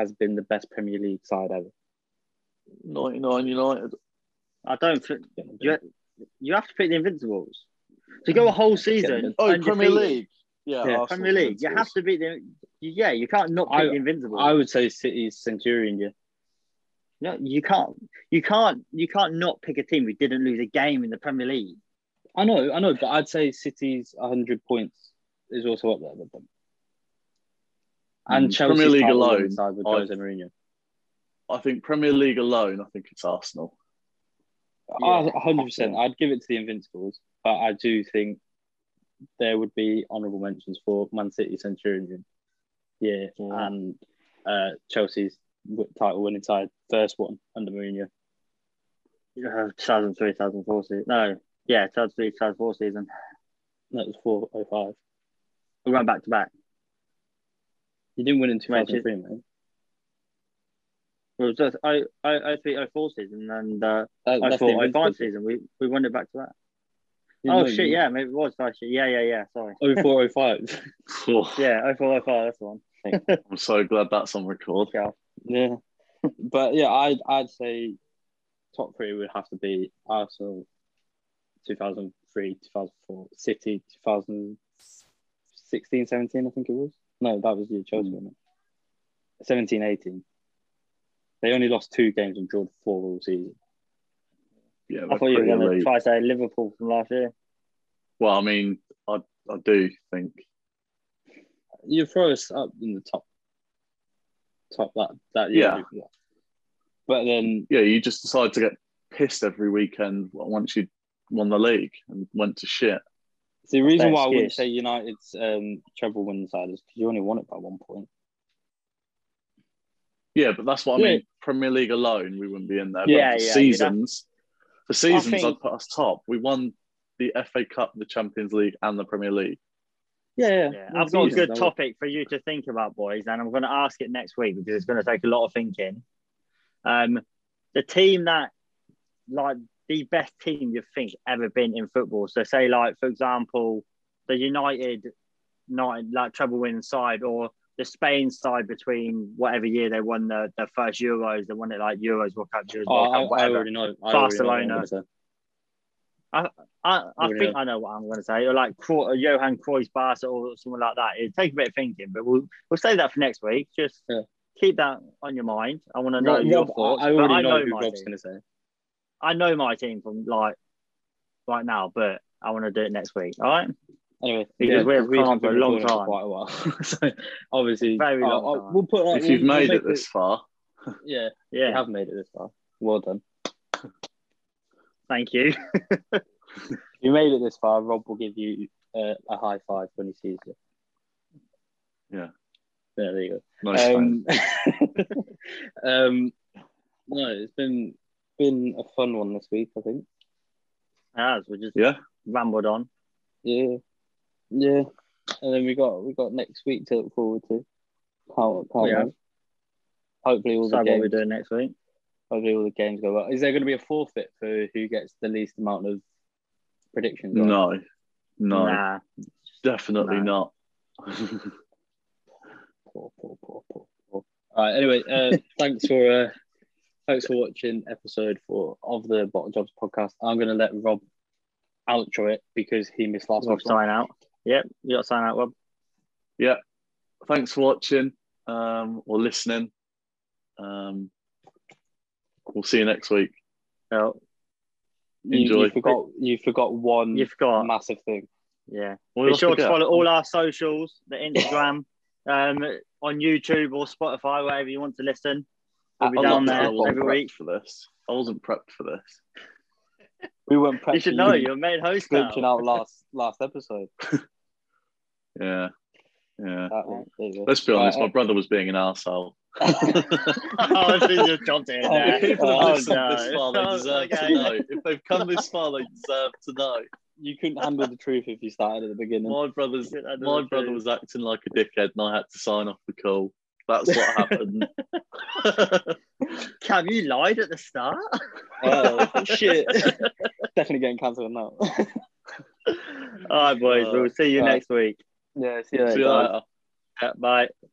A: has been the best Premier League side ever?
C: 99 United.
B: I don't. think- You, you have to pick the Invincibles to go a whole season.
C: Mm. Oh, Premier
B: undefeated.
C: League. Yeah,
A: Yeah,
C: Arsenal
B: Premier League. You have
C: Invincibles.
B: to beat the. Yeah, you can't not beat
A: I-
B: the Invincible.
A: I would say City's Centurion year.
B: no, you can't. You can't. You can't not pick a team who didn't lose a game in the Premier League.
A: I know, I know, but I'd say City's 100 points is also up there with them. And
C: Mm,
A: Chelsea's
C: Premier League
A: title
C: alone,
A: winning side with
C: I-
A: Jose Mourinho.
C: I think Premier League alone, I think it's Arsenal.
A: Oh, 100%. I'd give it to the Invincibles, but I do think there would be honourable mentions for Man City Centurion. Yeah,
B: Yeah.
A: and uh, Chelsea's w- title winning side, first one under Mourinho.
B: Uh, 2003, 2004 season. No, yeah, 2003, 2004 season.
A: That was 405.
B: We ran back to back.
A: He didn't win in
B: Manchester-
A: 2003, man.
B: It was just oh, 0- 0- 03, 04 season and uh,
A: That, that's the
B: 04, 05
A: Invincibles.
B: season. We we won it back to back.
A: You
B: Oh
A: know,
B: shit!
A: you-
B: Yeah, maybe it was last year. Yeah, yeah, yeah. Sorry.
A: 04, (laughs) 05.
B: Yeah, oh, 04, 05, That's the one.
C: I'm so glad that's on record.
B: Okay.
A: Yeah, but yeah, I'd I'd say top three would have to be Arsenal, two thousand three, two thousand four, City, 2016, 17, I think it was. No, that was your Chelsea, wasn't it? 17, 18. They only lost two games and drawn four all season.
C: Yeah,
B: I
C: they're
B: thought you were
C: pretty
B: going to
C: elite.
B: try to say Liverpool from last year.
C: Well, I mean, I I do think
A: You throw us up in the top, top that that year.
C: Yeah.
A: But then
C: yeah, you just decide to get pissed every weekend once you won the league and went to shit.
A: the reason
B: That's
A: why I wouldn't
B: huge.
A: say United's um, treble winning side is because you only won it by one point.
C: Yeah, but that's what I
A: Yeah.
C: mean. Premier League alone, we wouldn't be in there.
B: Yeah,
C: but for
B: yeah,
C: seasons, for seasons,
B: think-
C: I'd put us top. We won the FA Cup, the Champions League, and the Premier League.
A: Yeah,
B: Yeah, I've got a
A: seasons,
B: good
A: I would-
B: topic for you to think about, boys, and I'm going to ask it next week because it's going to take a lot of thinking. Um, the team that, like, the best team you think ever been in football. So, say, like, for example, the United, not like treble win side, or the Spain side between whatever year they won the, the first Euros, they won it like Euros, World Cup, Euros,
A: Oh,
B: World
A: I,
B: Cup,
A: I
B: whatever.
A: already know. I already know what I'm
B: Barcelona.
A: gonna say.
B: I, I
A: Yeah.
B: think I know what I'm going to say. Or like Cro- Johan Cruyff Barca or someone like that. It'd take a bit of thinking, but we'll we'll save that for next week. Just
A: Yeah.
B: keep that on your mind. I want to know
A: Rob-
B: your
A: Rob, I-
B: thoughts.
A: I
B: but
A: already know, who
B: my
A: Rob's
B: team.
A: going to say.
B: I know my team from like right now, but I want to do it next week. All right.
A: Anyway,
B: Because we've
A: we've
B: gone
A: been
B: for a long
A: recording
B: time.
A: quite a while. (laughs) so obviously,
B: Very long
A: I'll- I'll-
B: time.
A: We'll put up,
C: if you've
A: we'll- we'll
C: made
A: make
C: it this far,
A: yeah,
B: Yeah.
A: you have made it this far. Well done.
B: Thank you. (laughs)
A: If you made it this far. Rob will give you uh, a high five when he sees you.
C: Yeah.
A: Yeah, there you go.
C: nice
A: Um, (laughs) um, no, it's been been a fun one this week. I think.
B: As we just
C: Yeah,
B: rambled on.
A: Yeah, yeah. And then we got we got next week to look forward to. Can't, can't
B: Oh, Yeah.
A: wait. Hopefully all
B: So
A: the
B: what we're
A: games.
B: doing next week.
A: Hopefully all the games go well. Is there going to be a forfeit for who gets the least amount of predictions? right?
C: no, no,
B: Nah.
C: definitely not.
A: Poor, poor, poor, poor, poor. All right. Anyway,
B: (laughs)
A: uh, thanks for uh, thanks for watching episode four of the Bottle Jobs podcast. I'm going to let Rob outro it because he missed last
B: Rob
A: week's one.
B: sign out. Yep. You got to sign out, Rob.
C: thanks for watching um, or listening. Um, we'll see you next week.
B: So
A: You, you
C: Enjoy.
A: forgot you forgot one
B: you forgot.
A: massive thing.
B: Yeah.
C: What
B: Be
C: did I
B: sure to
C: forget?
B: follow all our socials, the Instagram, um, on YouTube or Spotify, wherever you want to listen. We'll be
A: I'm
B: down
A: not
B: there
A: sure what
B: every
C: prepped
B: week.
C: for this. I wasn't prepped for this.
A: We weren't prepped.
B: You should
A: for
B: know you're main host now. (laughs)
A: glitching out last last episode.
C: Yeah,
B: Uh,
C: yeah.
A: That one. There you go.
C: Let's be honest.
A: Uh,
C: my brother was being an arsehole.
B: oh, this is your job to
A: Oh, (laughs)
C: If
B: there.
C: people have
B: Oh,
C: listened
B: no.
C: this far, they
B: Oh,
C: deserve
B: okay.
C: to know. If they've come this far, they deserve to know.
A: you couldn't handle the truth if you started at the beginning.
C: My brother's
B: Good, I don't
C: my
B: know.
C: brother was acting like a dickhead, and I had to sign off the call. That's what happened.
B: (laughs) Cam, you lied at
A: (laughs)
B: the start.
A: oh (laughs) shit! Definitely getting cancelled now.
B: All right, boys. We'll see you
A: Uh,
B: next week.
A: yeah, uh, see you later.
C: see you
A: guys.
C: later.
B: Yeah, Bye.